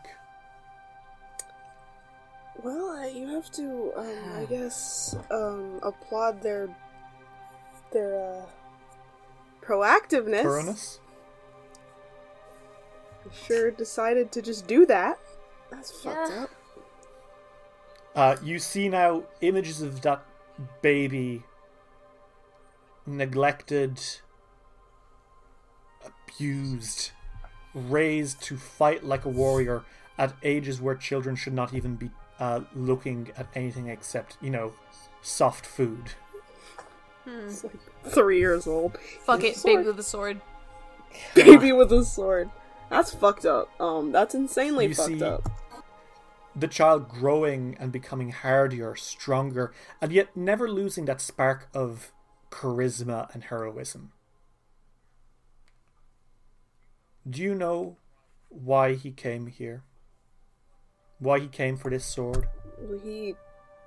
Speaker 2: Well, uh, you have to, um, I guess, um, applaud their their uh, proactiveness.
Speaker 1: Purinus?
Speaker 2: They Sure, decided to just do that. That's fucked
Speaker 3: Yeah.
Speaker 2: up.
Speaker 1: Uh, you see now images of that baby neglected, abused, raised to fight like a warrior at ages where children should not even be uh, looking at anything except, you know, soft food.
Speaker 2: It's like three years old.
Speaker 3: fuck it,
Speaker 2: With a
Speaker 3: baby
Speaker 2: sword.
Speaker 3: with a sword.
Speaker 2: baby with a sword. That's fucked up. Um, that's insanely
Speaker 1: You
Speaker 2: fucked
Speaker 1: see-
Speaker 2: up.
Speaker 1: the child growing and becoming hardier, stronger, and yet never losing that spark of charisma and heroism. Do you know why he came here? Why he came for this sword?
Speaker 2: Well, he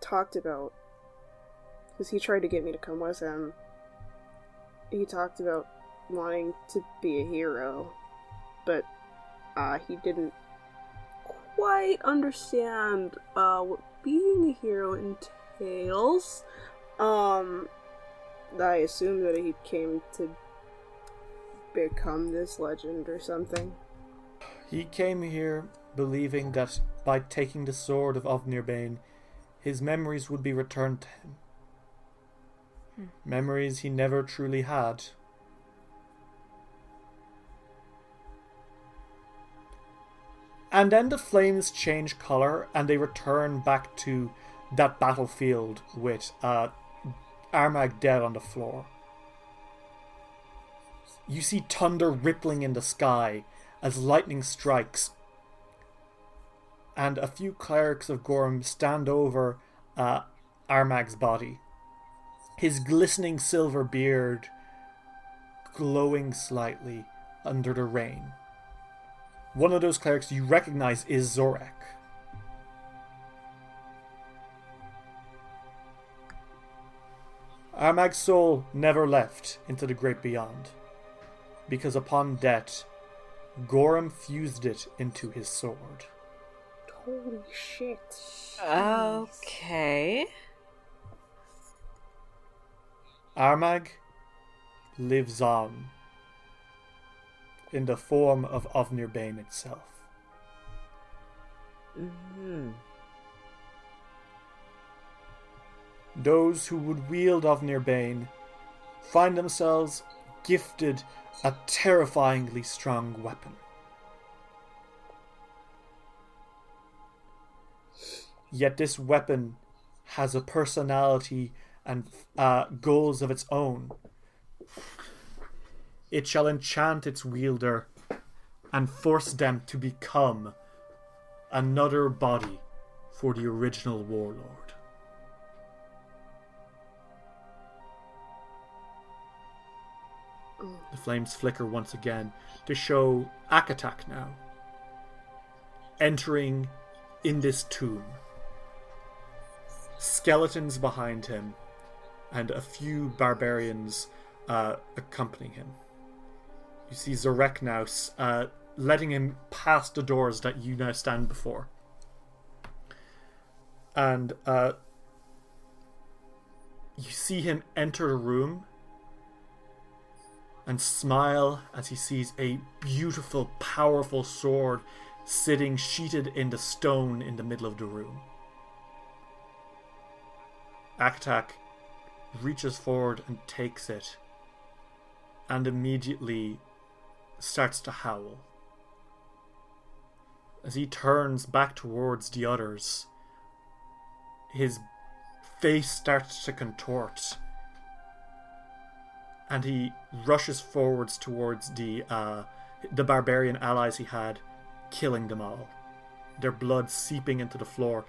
Speaker 2: talked about because he tried to get me to come with him. He talked about wanting to be a hero, but uh, he didn't quite understand uh, what being a hero entails. Um, I assume that he came to become this legend or something.
Speaker 1: He came here believing that by taking the sword of Ovnirbane, his memories would be returned to him. Memories he never truly had. And then the flames change color and they return back to that battlefield with uh, Armag dead on the floor. You see thunder rippling in the sky as lightning strikes, and a few clerics of Gorm stand over uh, Armag's body. His glistening silver beard glowing slightly under the rain. One of those clerics you recognize is Zorak. Armag's soul never left into the great beyond, because upon death, Gorham fused it into his sword.
Speaker 2: Holy shit!
Speaker 4: Okay.
Speaker 1: Armag lives on in the form of Ovnirbane
Speaker 4: Mm-hmm.
Speaker 1: itself.
Speaker 4: Mhm.
Speaker 1: those who would wield Ovnir Bane find themselves gifted a terrifyingly strong weapon. Yet this weapon has a personality and uh, goals of its own. It shall enchant its wielder and force them to become another body for the original warlord. The flames flicker once again to show Akatak now entering in this tomb. Skeletons behind him and a few barbarians uh, accompanying him. You see Zarek now uh, letting him pass the doors that you now stand before. And uh, you see him enter the room and smile as he sees a beautiful, powerful sword sitting sheeted in the stone in the middle of the room. Aktak reaches forward and takes it and immediately starts to howl. As he turns back towards the others, his face starts to contort and he rushes forwards towards the uh, the barbarian allies he had, killing them all. Their blood seeping into the floor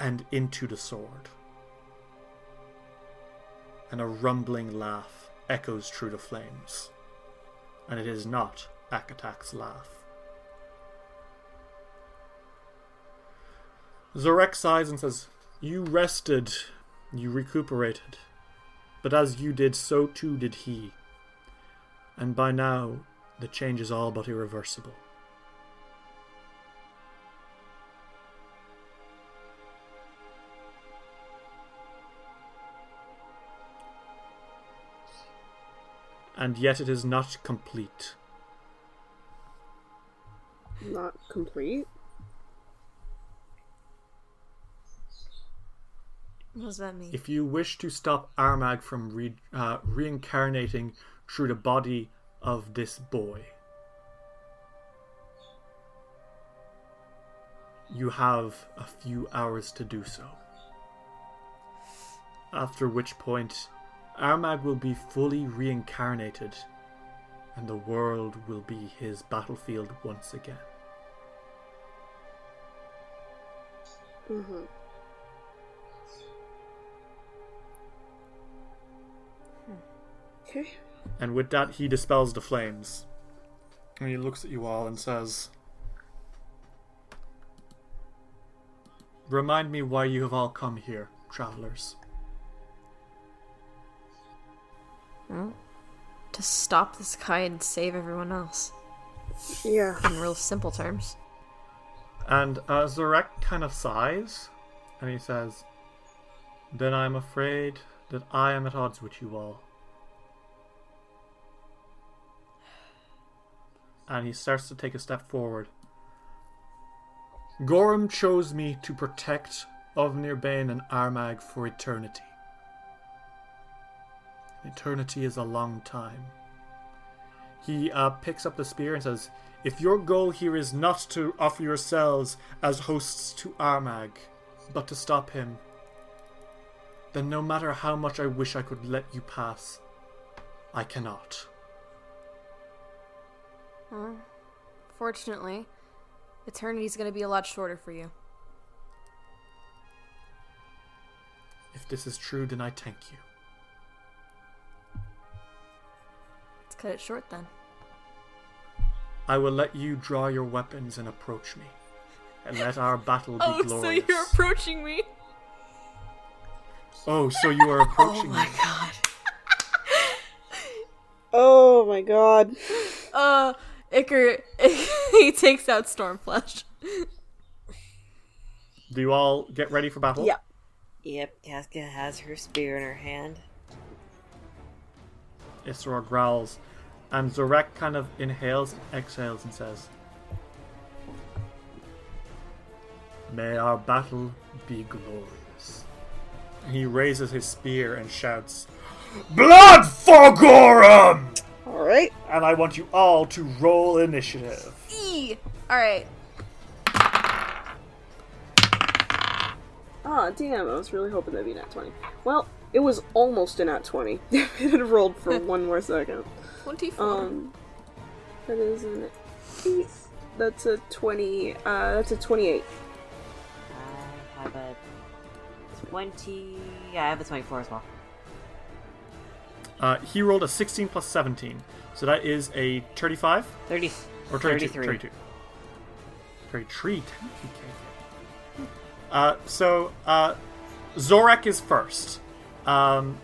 Speaker 1: and into the sword. And a rumbling laugh echoes through the flames. And it is not Akatak's laugh. Zarek sighs and says, You rested, you recuperated but as you did, so too did he. And by now, the change is all but irreversible. And yet it is not complete.
Speaker 2: Not complete?
Speaker 3: What does that mean?
Speaker 1: If you wish to stop Armag from re- uh, reincarnating through the body of this boy, you have a few hours to do so. After which point, Armag will be fully reincarnated, and the world will be his battlefield once again.
Speaker 2: Mm-hmm. Okay.
Speaker 1: And with that, he dispels the flames. And he looks at you all and says, Remind me why you have all come here, travelers.
Speaker 3: To stop this guy and save everyone else.
Speaker 2: Yeah.
Speaker 3: In real simple terms.
Speaker 1: And uh, Zarek kind of sighs and he says, Then I'm afraid that I am at odds with you all. and he starts to take a step forward. Gorham chose me to protect Ovnir Bane and Armag for eternity. Eternity is a long time. He uh, picks up the spear and says, If your goal here is not to offer yourselves as hosts to Armag, but to stop him, then no matter how much I wish I could let you pass, I cannot.
Speaker 3: Well, fortunately, eternity's gonna be a lot shorter for you.
Speaker 1: If this is true, then I thank you.
Speaker 3: Let's cut it short then.
Speaker 1: I will let you draw your weapons and approach me, and let our battle be
Speaker 3: Oh, so
Speaker 1: glorious.
Speaker 3: you're approaching me?
Speaker 1: oh, so you are approaching me.
Speaker 4: God.
Speaker 2: Oh my god.
Speaker 3: Uh, Icar, he takes out Stormflash.
Speaker 1: Do you all get ready for battle?
Speaker 2: Yeah.
Speaker 4: Yep, Casca has her spear in her hand.
Speaker 1: Isra growls, and Zarek kind of inhales, exhales, and says, May our battle be glorious. He raises his spear and shouts, Blood for Gorum!
Speaker 2: Alright.
Speaker 1: And I want you all to roll initiative.
Speaker 3: E. All right.
Speaker 2: Ah, damn, I was really hoping that'd be nat 20. Well, it was almost a nat 20. it had rolled for one more second.
Speaker 3: Twenty-four.
Speaker 2: Um, that is an eight. That's a 20, uh, that's a 28.
Speaker 4: I have a 20. Yeah, I have a 24 as well.
Speaker 1: Uh, he rolled a 16 plus 17, so that is a 35
Speaker 4: 30.
Speaker 1: or 32.
Speaker 4: 33.
Speaker 1: 32. 33. 10, okay. Uh, so uh, Zorak is first. Um,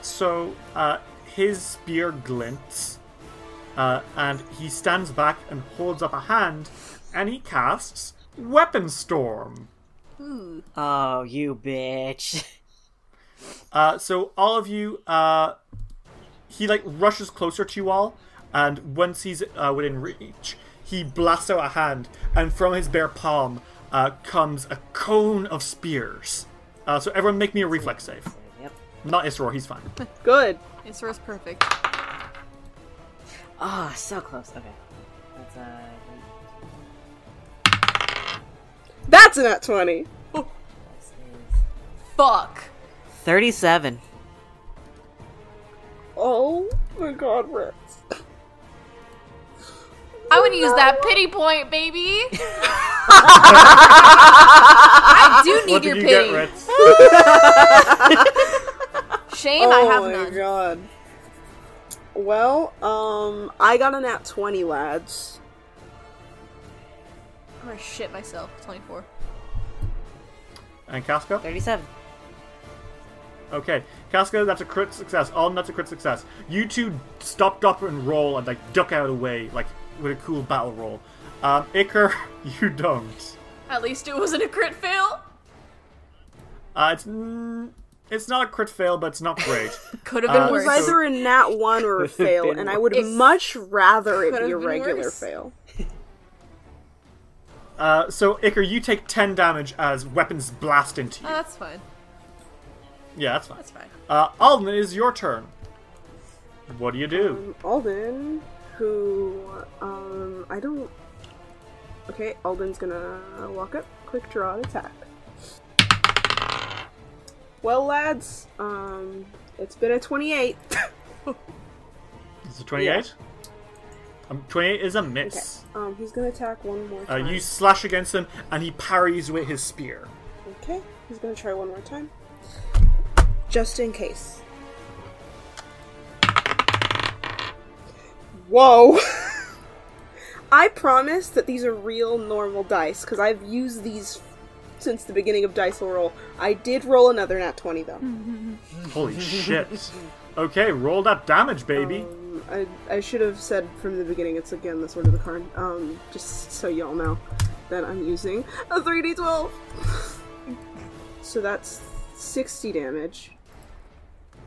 Speaker 1: so uh, his spear glints, uh, and he stands back and holds up a hand, and he casts Weapon Storm.
Speaker 4: Oh, you bitch.
Speaker 1: Uh, so all of you, uh, he like rushes closer to you all, and once he's uh, within reach, he blasts out a hand, and from his bare palm uh, comes a cone of spears. Uh, so everyone, make me a reflex save.
Speaker 4: Yep.
Speaker 1: Not Isror, he's fine.
Speaker 2: Good.
Speaker 3: It's is perfect.
Speaker 4: Oh, so close. Okay. That's uh.
Speaker 2: That's a nat 20.
Speaker 4: that's-
Speaker 3: Fuck.
Speaker 4: 37.
Speaker 2: Oh my god, Rex.
Speaker 3: I would use that pity point, baby. I do need
Speaker 1: what
Speaker 3: your
Speaker 1: did you
Speaker 3: pity.
Speaker 1: get, Ritz?
Speaker 3: Shame I
Speaker 2: oh
Speaker 3: have
Speaker 2: my
Speaker 3: none.
Speaker 2: god. Well, um, I got a nat 20, lads.
Speaker 3: I'm gonna shit myself. Twenty-four.
Speaker 1: And Casca?
Speaker 4: 37.
Speaker 1: Okay, Casca, that's a crit success. All that's a crit success. You two stop, drop, and roll, and like duck out of the way, like with a cool battle roll. Um, Iker, you don't.
Speaker 3: At least it wasn't a crit fail.
Speaker 1: Uh, it's mm, it's not a crit fail, but it's not great.
Speaker 3: Could have been
Speaker 1: Uh,
Speaker 2: It was
Speaker 3: worse.
Speaker 1: so-
Speaker 2: either a nat 1 or a
Speaker 4: Could've
Speaker 2: fail,
Speaker 4: been
Speaker 2: and I would
Speaker 3: worse.
Speaker 2: much rather it
Speaker 3: Could've
Speaker 2: be a
Speaker 3: been
Speaker 2: regular
Speaker 3: worse.
Speaker 2: fail.
Speaker 1: uh, so Iker, you take ten damage as weapons blast into you.
Speaker 3: Ah, that's fine.
Speaker 1: yeah, that's fine.
Speaker 3: That's fine.
Speaker 1: Uh, Alden, it is your turn. What do you do?
Speaker 2: Um, Alden, who, um, I don't. Okay, Alden's gonna walk up, quick draw, and attack. Well, lads, um, it's been a 28.
Speaker 1: Is it twenty-eight? Um, twenty-eight is a miss.
Speaker 2: um, he's gonna attack one more
Speaker 1: Uh,
Speaker 2: time.
Speaker 1: you slash against him, and he parries with his spear.
Speaker 2: Okay, he's gonna try one more time. Just in case. Whoa! I promise that these are real normal dice, because I've used these since the beginning of Dice Will Roll. I did roll another nat 20, though.
Speaker 1: Holy shit! Okay, roll that damage, baby.
Speaker 3: Oh.
Speaker 2: Um, I, I should have said from the beginning, it's again the Sword of the Card, um, just so y'all know that I'm using a 3d12. so that's 60 damage.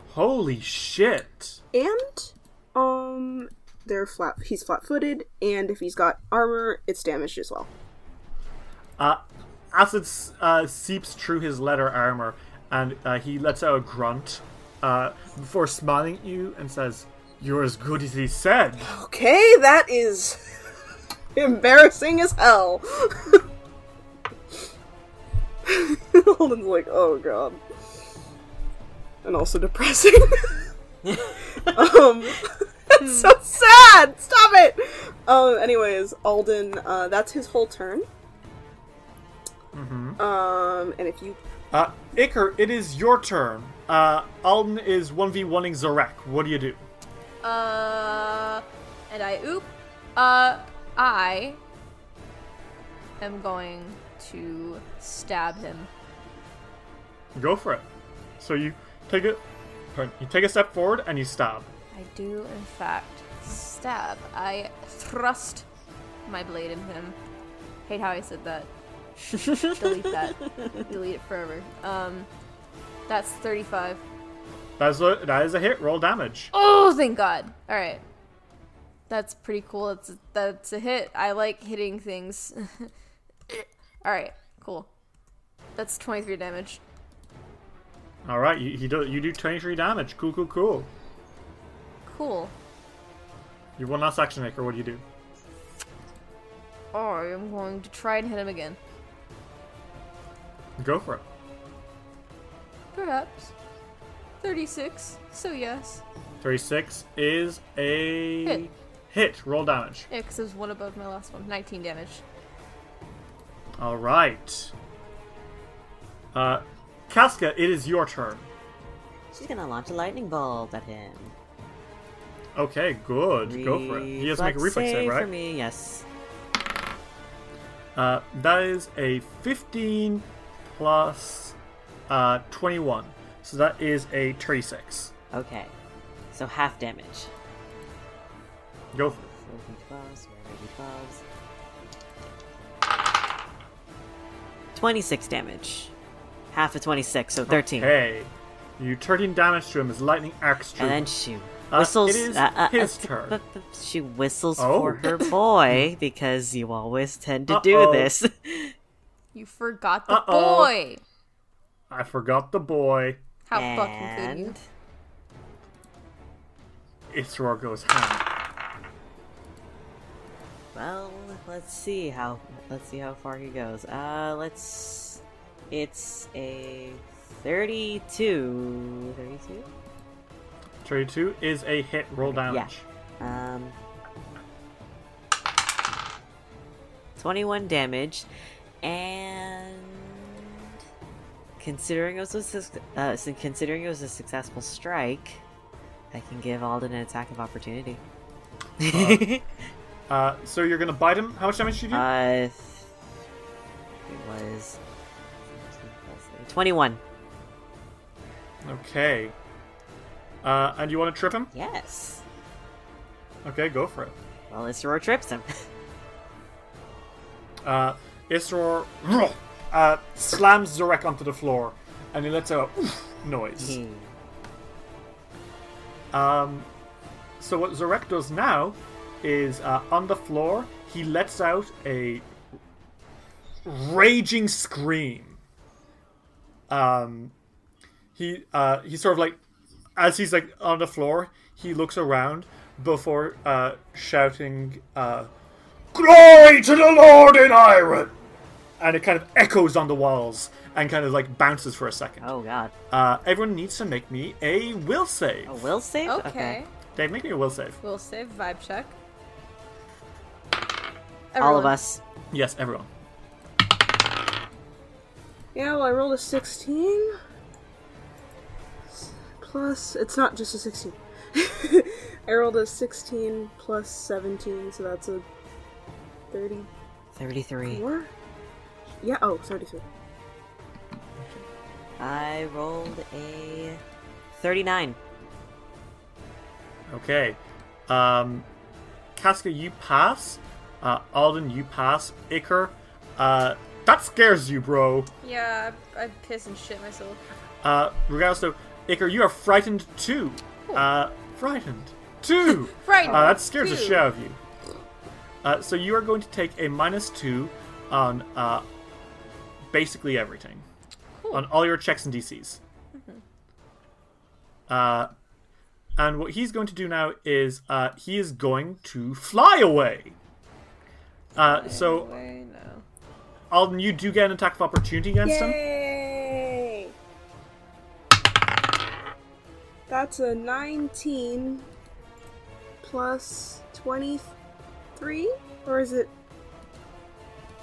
Speaker 1: Holy shit!
Speaker 2: and um they're flat he's flat-footed and if he's got armor it's damaged as well
Speaker 1: Uh, acid uh, seeps through his leather armor, and uh, he lets out a grunt uh, before smiling at you and says, "You're as good as he said."
Speaker 2: okay that is embarrassing as hell Holden's like oh god and also depressing um it's so sad stop it um anyways alden uh that's his whole turn um and if you
Speaker 1: Uh, Iker, it is your turn. Uh, Alden is one v oneing Zorak. What do you do?
Speaker 3: Uh, and I oop. Uh, I am going to stab him.
Speaker 1: Go for it. So you take it. You take a step forward and you stab.
Speaker 3: I do, in fact, stab. I thrust my blade in him. Hate how I said that. Delete that. Delete it forever. Um, that's 35.
Speaker 1: That's a that is a hit. Roll damage.
Speaker 3: Oh, thank God! All right, that's pretty cool. That's a, that's a hit. I like hitting things. All right, cool. That's twenty three damage.
Speaker 1: All right, you you do, you do 23 damage. Cool, cool, cool.
Speaker 3: Cool.
Speaker 1: You one last action maker. What do you do?
Speaker 3: Or Oh, I'm going to try and hit him again.
Speaker 1: Go for it.
Speaker 3: Perhaps. 36, so yes.
Speaker 1: 36 is a
Speaker 3: Hit.
Speaker 1: hit. Roll damage.
Speaker 3: Yeah, 'cause it was one above my last one. 19 damage.
Speaker 1: All right. Uh, Casca, it is your turn.
Speaker 4: She's gonna launch a lightning bolt at him.
Speaker 1: Okay, good. Go for it. He has to make a reflex save,
Speaker 4: for
Speaker 1: right?
Speaker 4: me, yes.
Speaker 1: Uh, that is a 15 plus uh, 21. So that is a 36.
Speaker 4: Okay. So half damage.
Speaker 1: Go for it.
Speaker 4: 4d12s, 4d12s. 26 damage. Half of 26, so 13.
Speaker 1: Hey, you 13 damage to him as lightning arcs through.
Speaker 4: And then she
Speaker 1: Uh,
Speaker 4: whistles. uh,
Speaker 1: it is his turn.
Speaker 4: she whistles
Speaker 1: Oh.
Speaker 4: for her boy because you always tend to
Speaker 1: Uh-oh.
Speaker 4: do this.
Speaker 3: You forgot the
Speaker 1: Uh-oh.
Speaker 3: boy!
Speaker 1: I forgot the boy.
Speaker 3: How fucking could you?
Speaker 4: and
Speaker 1: Isror goes ham.
Speaker 4: well, let's see how let's see how far he goes. Uh, let's. It's a 32. 32.
Speaker 1: 32 is a hit. Roll damage.
Speaker 4: Um, 21 damage, and considering it was a, suc- uh, so considering it was a successful strike, I can give Alden an attack of opportunity.
Speaker 1: Uh, so you're gonna bite him. How much damage did you do?
Speaker 4: uh, it was 21.
Speaker 1: okay. Uh, and you want to trip him?
Speaker 4: Yes.
Speaker 1: Okay, go for it.
Speaker 4: Well, Isror trips him.
Speaker 1: Uh, Isror uh, slams Zarek onto the floor, and he lets out a noise.
Speaker 4: Hmm.
Speaker 1: Um, so what Zarek does now is uh, on the floor, he lets out a raging scream. Um, he uh, he sort of like as he's like on the floor, he looks around before uh, shouting, uh, "Glory to the Lord in Iron!" And it kind of echoes on the walls and kind of like bounces for a second.
Speaker 4: Oh god.
Speaker 1: Uh, everyone needs to make me a will save.
Speaker 4: A will save?
Speaker 3: Okay.
Speaker 1: Dave, make me a will save.
Speaker 3: We'll save vibe check.
Speaker 4: All of
Speaker 3: Everyone.
Speaker 4: us.
Speaker 1: Yes, everyone.
Speaker 2: Yeah, well, I rolled a 16. S- Plus, it's not just a 16. I rolled a 16 plus 17, so that's a 34?
Speaker 4: 33.
Speaker 2: Yeah, oh, 33.
Speaker 4: I rolled a 39.
Speaker 1: Okay. Um, Casca, you pass. Uh, Alden, you pass. Iker, uh, that scares you, bro.
Speaker 3: Yeah, I, I piss and shit myself.
Speaker 1: Uh, regardless, though, Iker, you are frightened too. Uh, frightened. Two!
Speaker 3: Frightened
Speaker 1: Uh, that scares the
Speaker 3: too.
Speaker 1: shit out of you. Uh, so you are going to take a minus two on uh, basically everything.
Speaker 3: Cool. Mm-hmm.
Speaker 1: on all your checks and DCs. Uh, and what he's going to do now is uh, he is going to fly away. Uh, so,
Speaker 3: Wait, no.
Speaker 1: Alden, you do get an attack of opportunity against him.
Speaker 2: Yay! That's a 19 plus 23? Or is it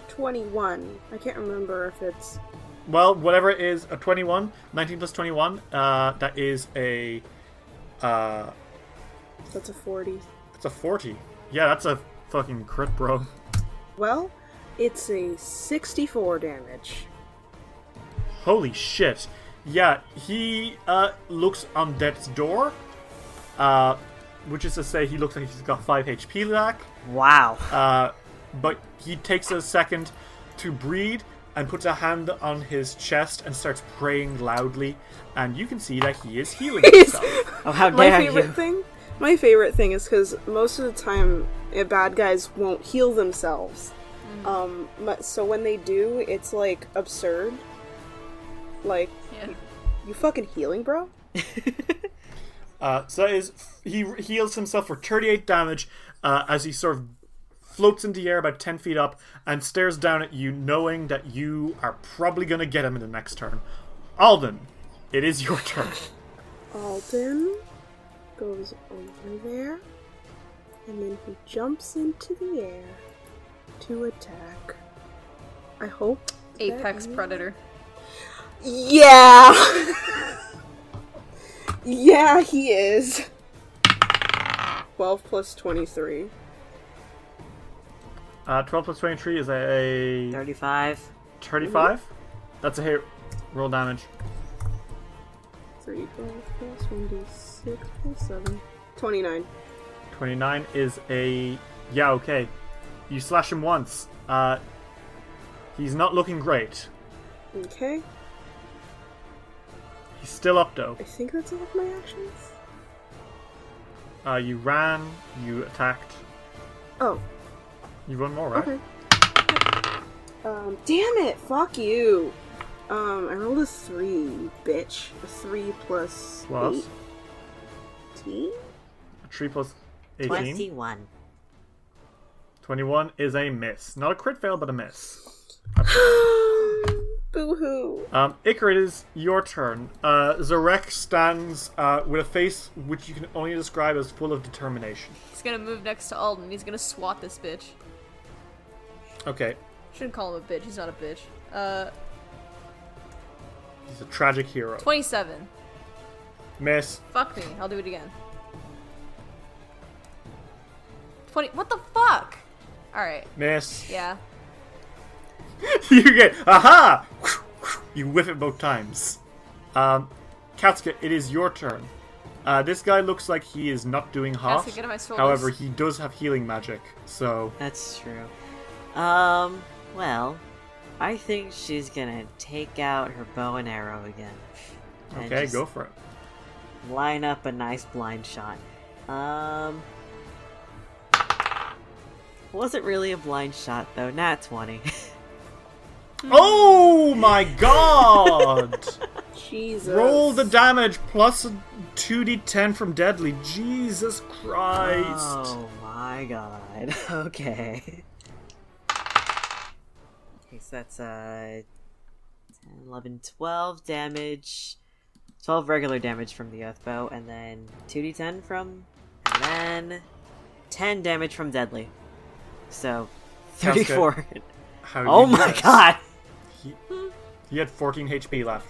Speaker 2: 21? I can't remember if it's.
Speaker 1: Well, whatever it is, a 21, 19 plus 21, uh, that is a, uh,
Speaker 2: That's a 40.
Speaker 1: that's a 40. Yeah, that's a fucking crit, bro.
Speaker 2: Well, it's a 64 damage.
Speaker 1: Holy shit. Yeah, he uh, looks on death's door, uh, which is to say he looks like he's got 5 HP back.
Speaker 4: Wow.
Speaker 1: Uh, but he takes a second to breathe and puts a hand on his chest and starts praying loudly. And you can see that he is healing himself.
Speaker 4: Oh, how
Speaker 2: my
Speaker 4: dare
Speaker 2: favorite
Speaker 4: you.
Speaker 2: thing my favorite thing is because most of the time eh, bad guys won't heal themselves um but, so when they do it's like absurd like
Speaker 3: Yeah.
Speaker 2: You fucking healing, bro?
Speaker 1: Uh, so that is he heals himself for 38 damage uh, as he sort of floats into the air about 10 feet up and stares down at you, knowing that you are probably going to get him in the next turn. Alden, it is your turn.
Speaker 2: Alden goes over there, and then he jumps into the air to attack. I hope. that
Speaker 3: Apex
Speaker 2: he-
Speaker 3: Predator.
Speaker 2: Yeah! yeah, he is. 12 plus 23.
Speaker 1: Uh, 12 plus 23 is a
Speaker 4: 35.
Speaker 1: 35. That's a hit. Roll damage.
Speaker 2: 3 plus 1d6 plus 7. 29.
Speaker 1: 29 is a yeah okay you slash him once uh he's not looking great
Speaker 2: Okay.
Speaker 1: he's still up though
Speaker 2: I think that's all of my actions.
Speaker 1: uh you ran you attacked
Speaker 2: Oh,
Speaker 1: you run more right
Speaker 2: okay. Um, damn it! Fuck you! Um, I rolled a 3, you bitch. A 3 plus
Speaker 1: Plus?
Speaker 2: 18?
Speaker 1: 3 plus 18
Speaker 4: 21.
Speaker 1: 21 is a miss not a crit fail but a miss
Speaker 2: Boo hoo.
Speaker 1: um Icar, it is your turn uh zarek stands uh with a face which you can only describe as full of determination
Speaker 3: He's gonna move next to Alden. He's gonna swat this bitch.
Speaker 1: okay
Speaker 3: Shouldn't call him a bitch. He's not a bitch. Uh,
Speaker 1: he's a tragic hero
Speaker 3: 27.
Speaker 1: miss
Speaker 3: Fuck me. I'll do it again. 20. What the fuck? Alright.
Speaker 1: miss
Speaker 3: Yeah.
Speaker 1: you get aha you whiff it both times um Katsuka, it is your turn uh, this guy looks like he is not doing half
Speaker 3: Katsuka, get on my shoulders.
Speaker 1: however he does have healing magic so
Speaker 4: That's true. Um, well, I think she's gonna take out her bow and arrow again. And
Speaker 1: okay
Speaker 4: just
Speaker 1: go for it
Speaker 4: Line up a nice blind shot. Um. Wasn't really a blind shot though, nat 20.
Speaker 1: oh my god
Speaker 2: Jesus.
Speaker 1: roll the damage plus a 2d10 from deadly jesus christ
Speaker 4: Oh my god. Okay. Okay, so that's uh, 10, 11, 12 damage. 12 regular damage from the Earth Bow, and then 2d10 from. And then 10 damage from Deadly. So,
Speaker 1: Sounds good.
Speaker 4: 34.
Speaker 1: How
Speaker 4: oh
Speaker 1: you do
Speaker 4: my
Speaker 1: that?
Speaker 4: god!
Speaker 1: he, he had 14 hp left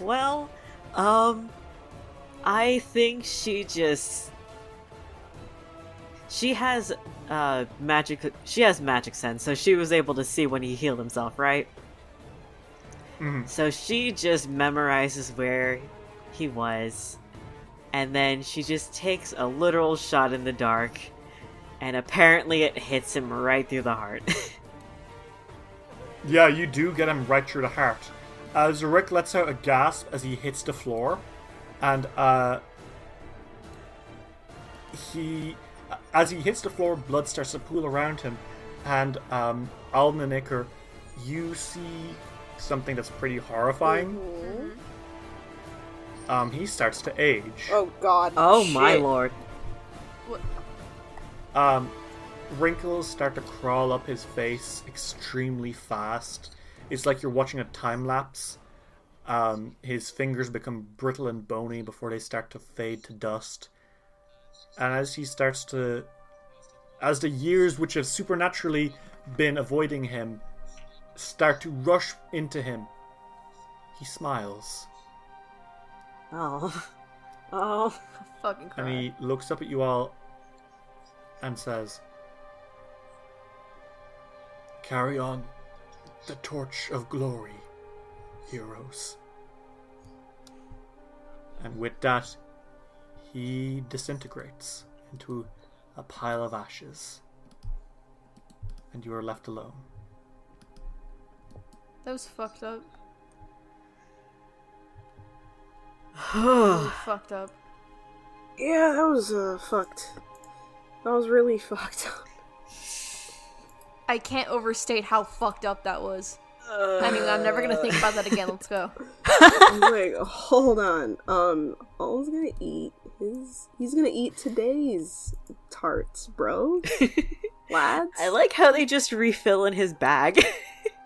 Speaker 4: Well, um, I think she just she has uh magic. She has magic sense, so she was able to see when he healed himself, right?
Speaker 1: Mhm.
Speaker 4: So she just memorizes where he was, and then she just takes a literal shot in the dark, and apparently it hits him right through the heart.
Speaker 1: Yeah, you do get him right through the heart. Uh, Zarek lets out a gasp as he hits the floor, and uh, he, uh, as he hits the floor, blood starts to pool around him, and um, Alden and Iker, you see something that's pretty horrifying.
Speaker 2: Mhm.
Speaker 1: Um, he starts to age.
Speaker 2: Oh god.
Speaker 4: oh my
Speaker 2: Shit.
Speaker 4: lord!
Speaker 1: Um, wrinkles start to crawl up his face extremely fast. It's like you're watching a time lapse. Um, his fingers become brittle and bony before they start to fade to dust. And as he starts to. As the years which have supernaturally been avoiding him start to rush into him, he smiles.
Speaker 4: Oh, oh.
Speaker 3: Fucking
Speaker 1: And
Speaker 3: cry.
Speaker 1: he looks up at you all and says, Carry on the torch of glory, heroes. And with that, he disintegrates into a pile of ashes. And you are left alone.
Speaker 3: That was fucked up. Really
Speaker 4: oh
Speaker 3: fucked up.
Speaker 2: Yeah, that was uh fucked. That was really fucked up.
Speaker 3: I can't overstate how fucked up that was. I mean, I'm never gonna think about that again. Let's go.
Speaker 2: I was like, hold on. Um, All's gonna eat his. He's gonna eat today's tarts, bro. Lads,
Speaker 4: I like how they just refill in his bag.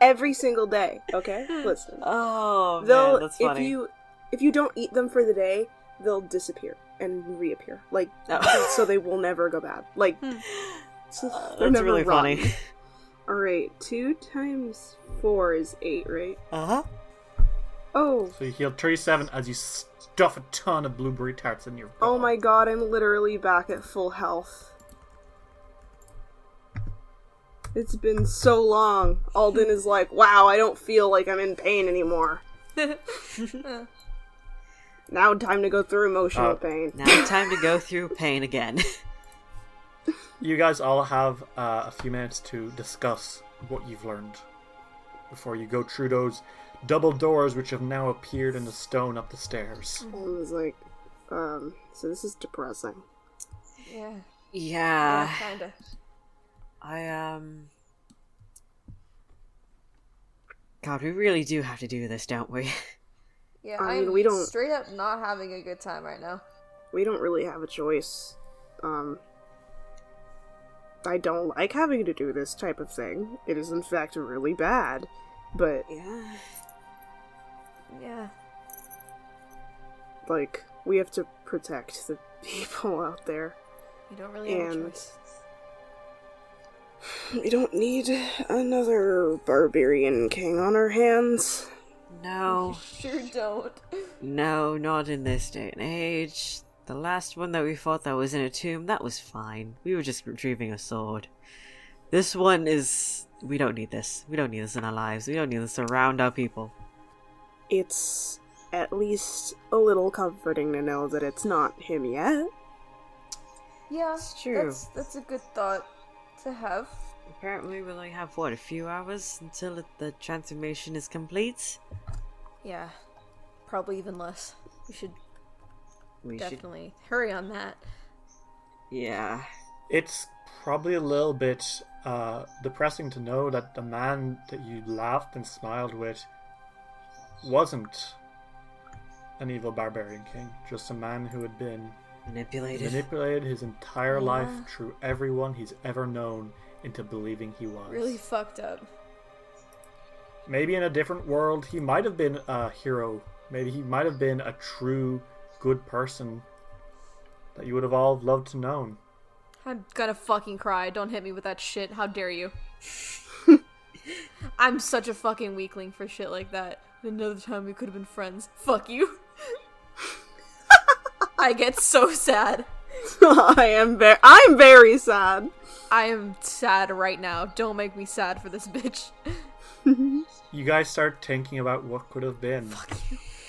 Speaker 2: every single day. Okay, listen.
Speaker 4: oh,
Speaker 2: They'll
Speaker 4: man, that's funny.
Speaker 2: if you if you don't eat them for the day, they'll disappear and reappear. Like
Speaker 4: Oh. Hmm.
Speaker 2: so, they will never go bad. Like so
Speaker 4: Uh,
Speaker 2: they're
Speaker 4: that's
Speaker 2: never
Speaker 4: really
Speaker 2: rotten.
Speaker 4: funny.
Speaker 2: All right, two times four is eight, right?
Speaker 4: Uh
Speaker 3: Uh-huh.
Speaker 4: huh.
Speaker 2: Oh,
Speaker 1: So you heal 37 as you stuff a ton of blueberry tarts in your.
Speaker 2: oh my god, I'm literally back at full health. It's been so long. Alden is like, wow, I don't feel like I'm in pain anymore. now, time to go through emotional
Speaker 1: Uh,
Speaker 2: pain.
Speaker 4: Now time to go through pain again.
Speaker 1: You guys all have uh, a few minutes to discuss what you've learned before you go through those double doors which have now appeared in the stone up the stairs.
Speaker 2: Alden is like, um, so this is depressing.
Speaker 3: Yeah,
Speaker 2: Uh,
Speaker 4: yeah,
Speaker 3: kinda.
Speaker 4: I um. God, we really do have to do this, don't we?
Speaker 3: Yeah,
Speaker 2: I
Speaker 3: I
Speaker 2: mean,
Speaker 3: am
Speaker 2: we don't-
Speaker 3: straight up not having a good time right now.
Speaker 2: We don't really have a choice. Um, I don't like having to do this type of thing. It is, in fact, really bad. But
Speaker 4: Yeah.
Speaker 3: Yeah,
Speaker 2: like we have to protect the people out there.
Speaker 3: you don't really have a
Speaker 2: And-
Speaker 3: choice.
Speaker 2: We don't need another barbarian king on our hands.
Speaker 4: No,
Speaker 3: Sure don't.
Speaker 4: no, not in this day and age. The last one that we fought that was in a tomb, that was fine. We were just retrieving a sword. This one is. We don't need this. We don't need this in our lives. We don't need this to round our people.
Speaker 2: It's at least a little comforting to know that it's not him yet.
Speaker 3: Yeah,
Speaker 4: It's true.
Speaker 3: That's, that's a good thought to have.
Speaker 4: Apparently, we only have, what, a few hours until it- the transformation is complete?
Speaker 3: Yeah, probably even less. We should
Speaker 4: We
Speaker 3: definitely hurry on that.
Speaker 4: should. Yeah.
Speaker 1: It's probably a little bit uh, depressing to know that the man that you laughed and smiled with wasn't an evil barbarian king, just a man who had been
Speaker 4: Manipulated.
Speaker 1: manipulated his entire
Speaker 3: Yeah.
Speaker 1: life through everyone he's ever known into believing he was.
Speaker 3: Really fucked up.
Speaker 1: Maybe in a different world, he might have been a hero. Maybe he might have been a true good person that you would have all loved to known.
Speaker 3: I'm gonna fucking cry. Don't hit me with that shit. How dare you? I'm such a fucking weakling for shit like that. Another time we could have been friends. Fuck you. I get so sad.
Speaker 2: I am very, I'm very sad.
Speaker 3: I am sad right now. Don't make me sad for this bitch.
Speaker 1: You guys start thinking about what could have been.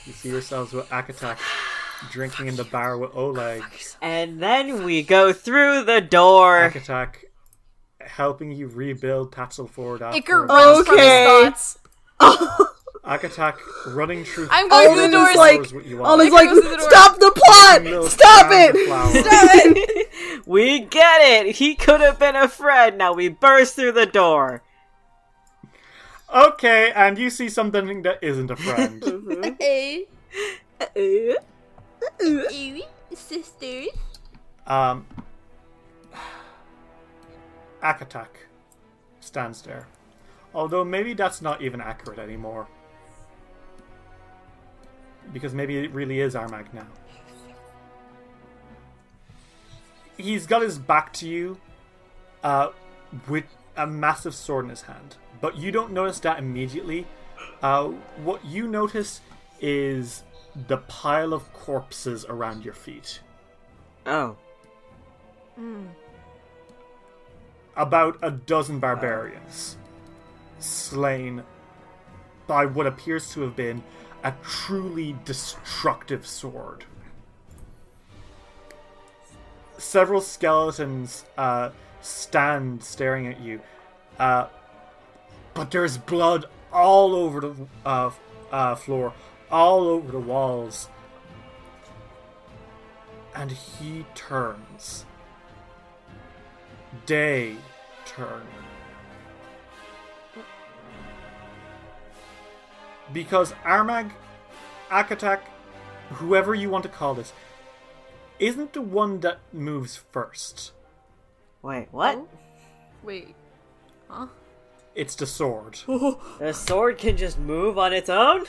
Speaker 1: you. see yourselves with Akatak drinking in the bar with Oleg.
Speaker 4: And then we go through the door.
Speaker 1: Akatak helping you rebuild Tatzel Ford
Speaker 3: Icar
Speaker 1: afterwards.
Speaker 3: runs from his
Speaker 2: Okay.
Speaker 3: thoughts.
Speaker 1: Akatak running through
Speaker 3: I'm going through the doors.
Speaker 2: Alden is like,
Speaker 1: Knows what you want.
Speaker 2: Alden's
Speaker 3: Like,
Speaker 2: like,
Speaker 3: goes to the door.
Speaker 2: stop the
Speaker 1: Milk
Speaker 2: plot! Stop
Speaker 1: and the
Speaker 2: it!
Speaker 1: flowers.
Speaker 2: Stop it!
Speaker 4: We get it! He could have been a friend. Now we burst through the door.
Speaker 1: Okay, and you see something that isn't a friend.
Speaker 2: Uh, uh,
Speaker 3: sisters.
Speaker 1: Um, Akatak stands there. Although maybe that's not even accurate anymore. Because maybe it really is Armag now. He's got his back to you uh, with a massive sword in his hand. But you don't notice that immediately. Uh, what you notice is the pile of corpses around your feet.
Speaker 4: Oh.
Speaker 1: about a dozen barbarians slain by what appears to have been a truly destructive sword. Several skeletons uh, stand staring at you, uh, but there's blood all over the uh, uh, floor, all over the walls. And he turns they turn. because Armag, Akatak, whoever you want to call this, isn't the one that moves first.
Speaker 4: Wait, what?
Speaker 3: Oh? Wait. Huh?
Speaker 1: It's the sword.
Speaker 4: The sword can just move on its own?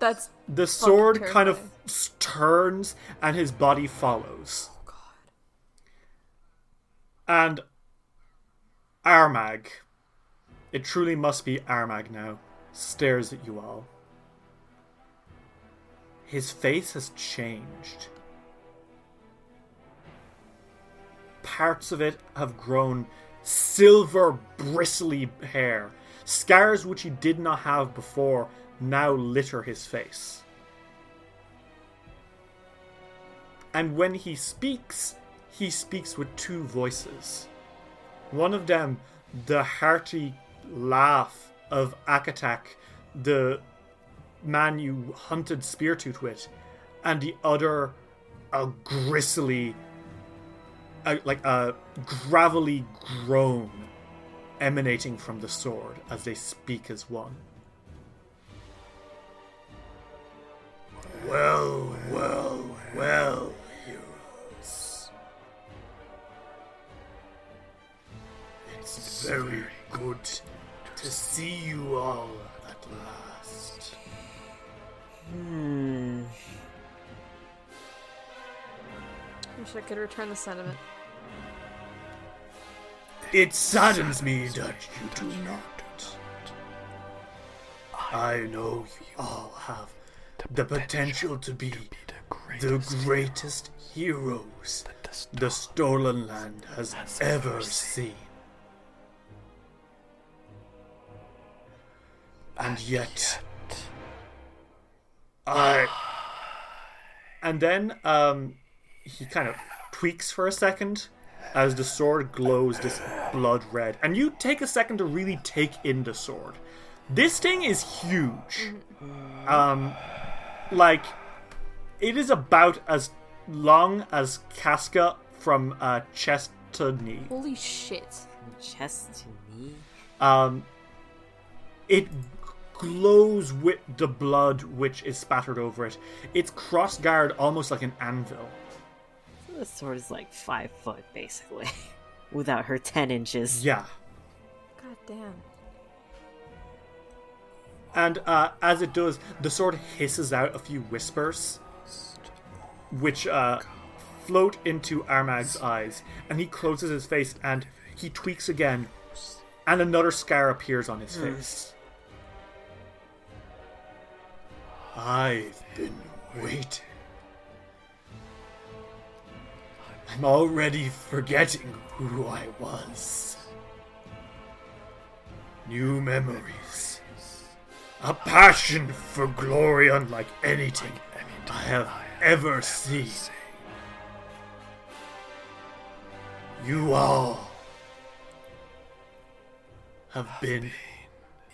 Speaker 3: That's Fucking
Speaker 1: The sword kind of s- turns and his body follows. Oh, God. And Armag, it truly must be Armag now, stares at you all. His face has changed. Parts of it have grown silver, bristly hair. Scars which he did not have before now litter his face. And when he speaks, he speaks with two voices. One of them, the hearty laugh of Akatak, the man you hunted Speartooth with, and the other, a gristly, a, like a gravelly groan emanating from the sword as they speak as one. Well, well, well, heroes. It's very good to see you all at last.
Speaker 4: Hmm.
Speaker 3: I wish I could return the sentiment.
Speaker 1: It saddens me that you do not. I know you all have the potential to be the greatest heroes the Stolen Land has ever seen. And yet, I. And then, um, he kind of tweaks for a second as the sword glows this blood red. And you take a second to really take in the sword. This thing is huge. Um, like, it is about as long as Casca from uh, chest to knee.
Speaker 3: Holy shit.
Speaker 4: Chest to knee.
Speaker 1: Um, it glows with the blood which is spattered over it. It's cross guard almost like an anvil.
Speaker 4: So the sword is like five foot, basically, without her ten inches.
Speaker 1: Yeah.
Speaker 3: God damn.
Speaker 1: And uh, as it does, the sword hisses out a few whispers, which uh, float into Armag's eyes, and he closes his face and he tweaks again, and another scar appears on his face. I've been waiting. I'm already forgetting who I was. New memories. A passion for glory unlike anything I have ever seen. You all have been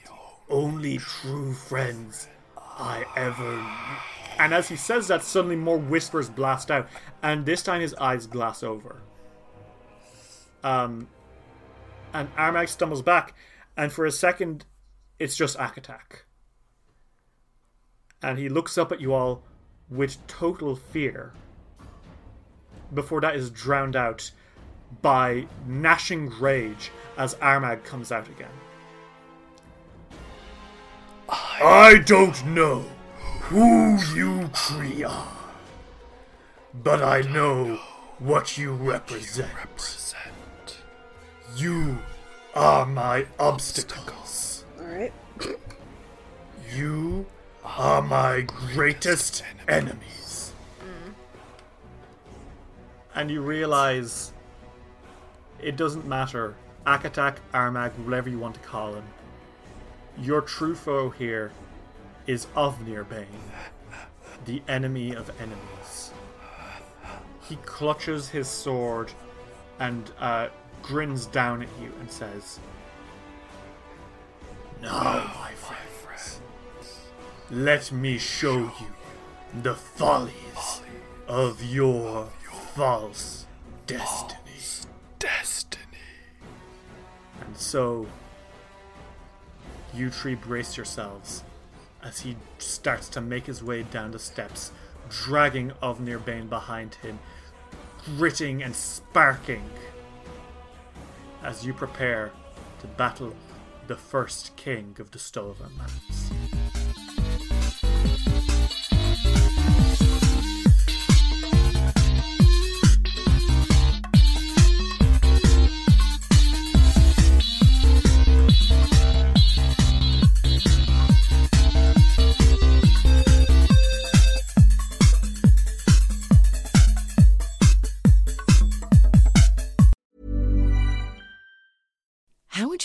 Speaker 1: the only true friends I ever knew. And as he says that, suddenly more whispers blast out, and this time his eyes glass over. Um, and Armag stumbles back, and for a second, it's just Akatak. And he looks up at you all with total fear. Before that is drowned out by gnashing rage as Armag comes out again. I don't know who you three are, but I know what you represent. You are my obstacles.
Speaker 2: Alright.
Speaker 1: You are my greatest enemies. Mm. And you realize it doesn't matter. Akatak, Armag, whatever you want to call him. Your true foe here is Ovnir Bane, the enemy of enemies. He clutches his sword and uh, grins down at you and says, now, my friends, let me show you the follies of your false destiny. Destiny. And so, you three brace yourselves as he starts to make his way down the steps, dragging Ovnir Bane behind him, gritting and sparking as you prepare to battle the first king of the Stolen Lands.
Speaker 10: How would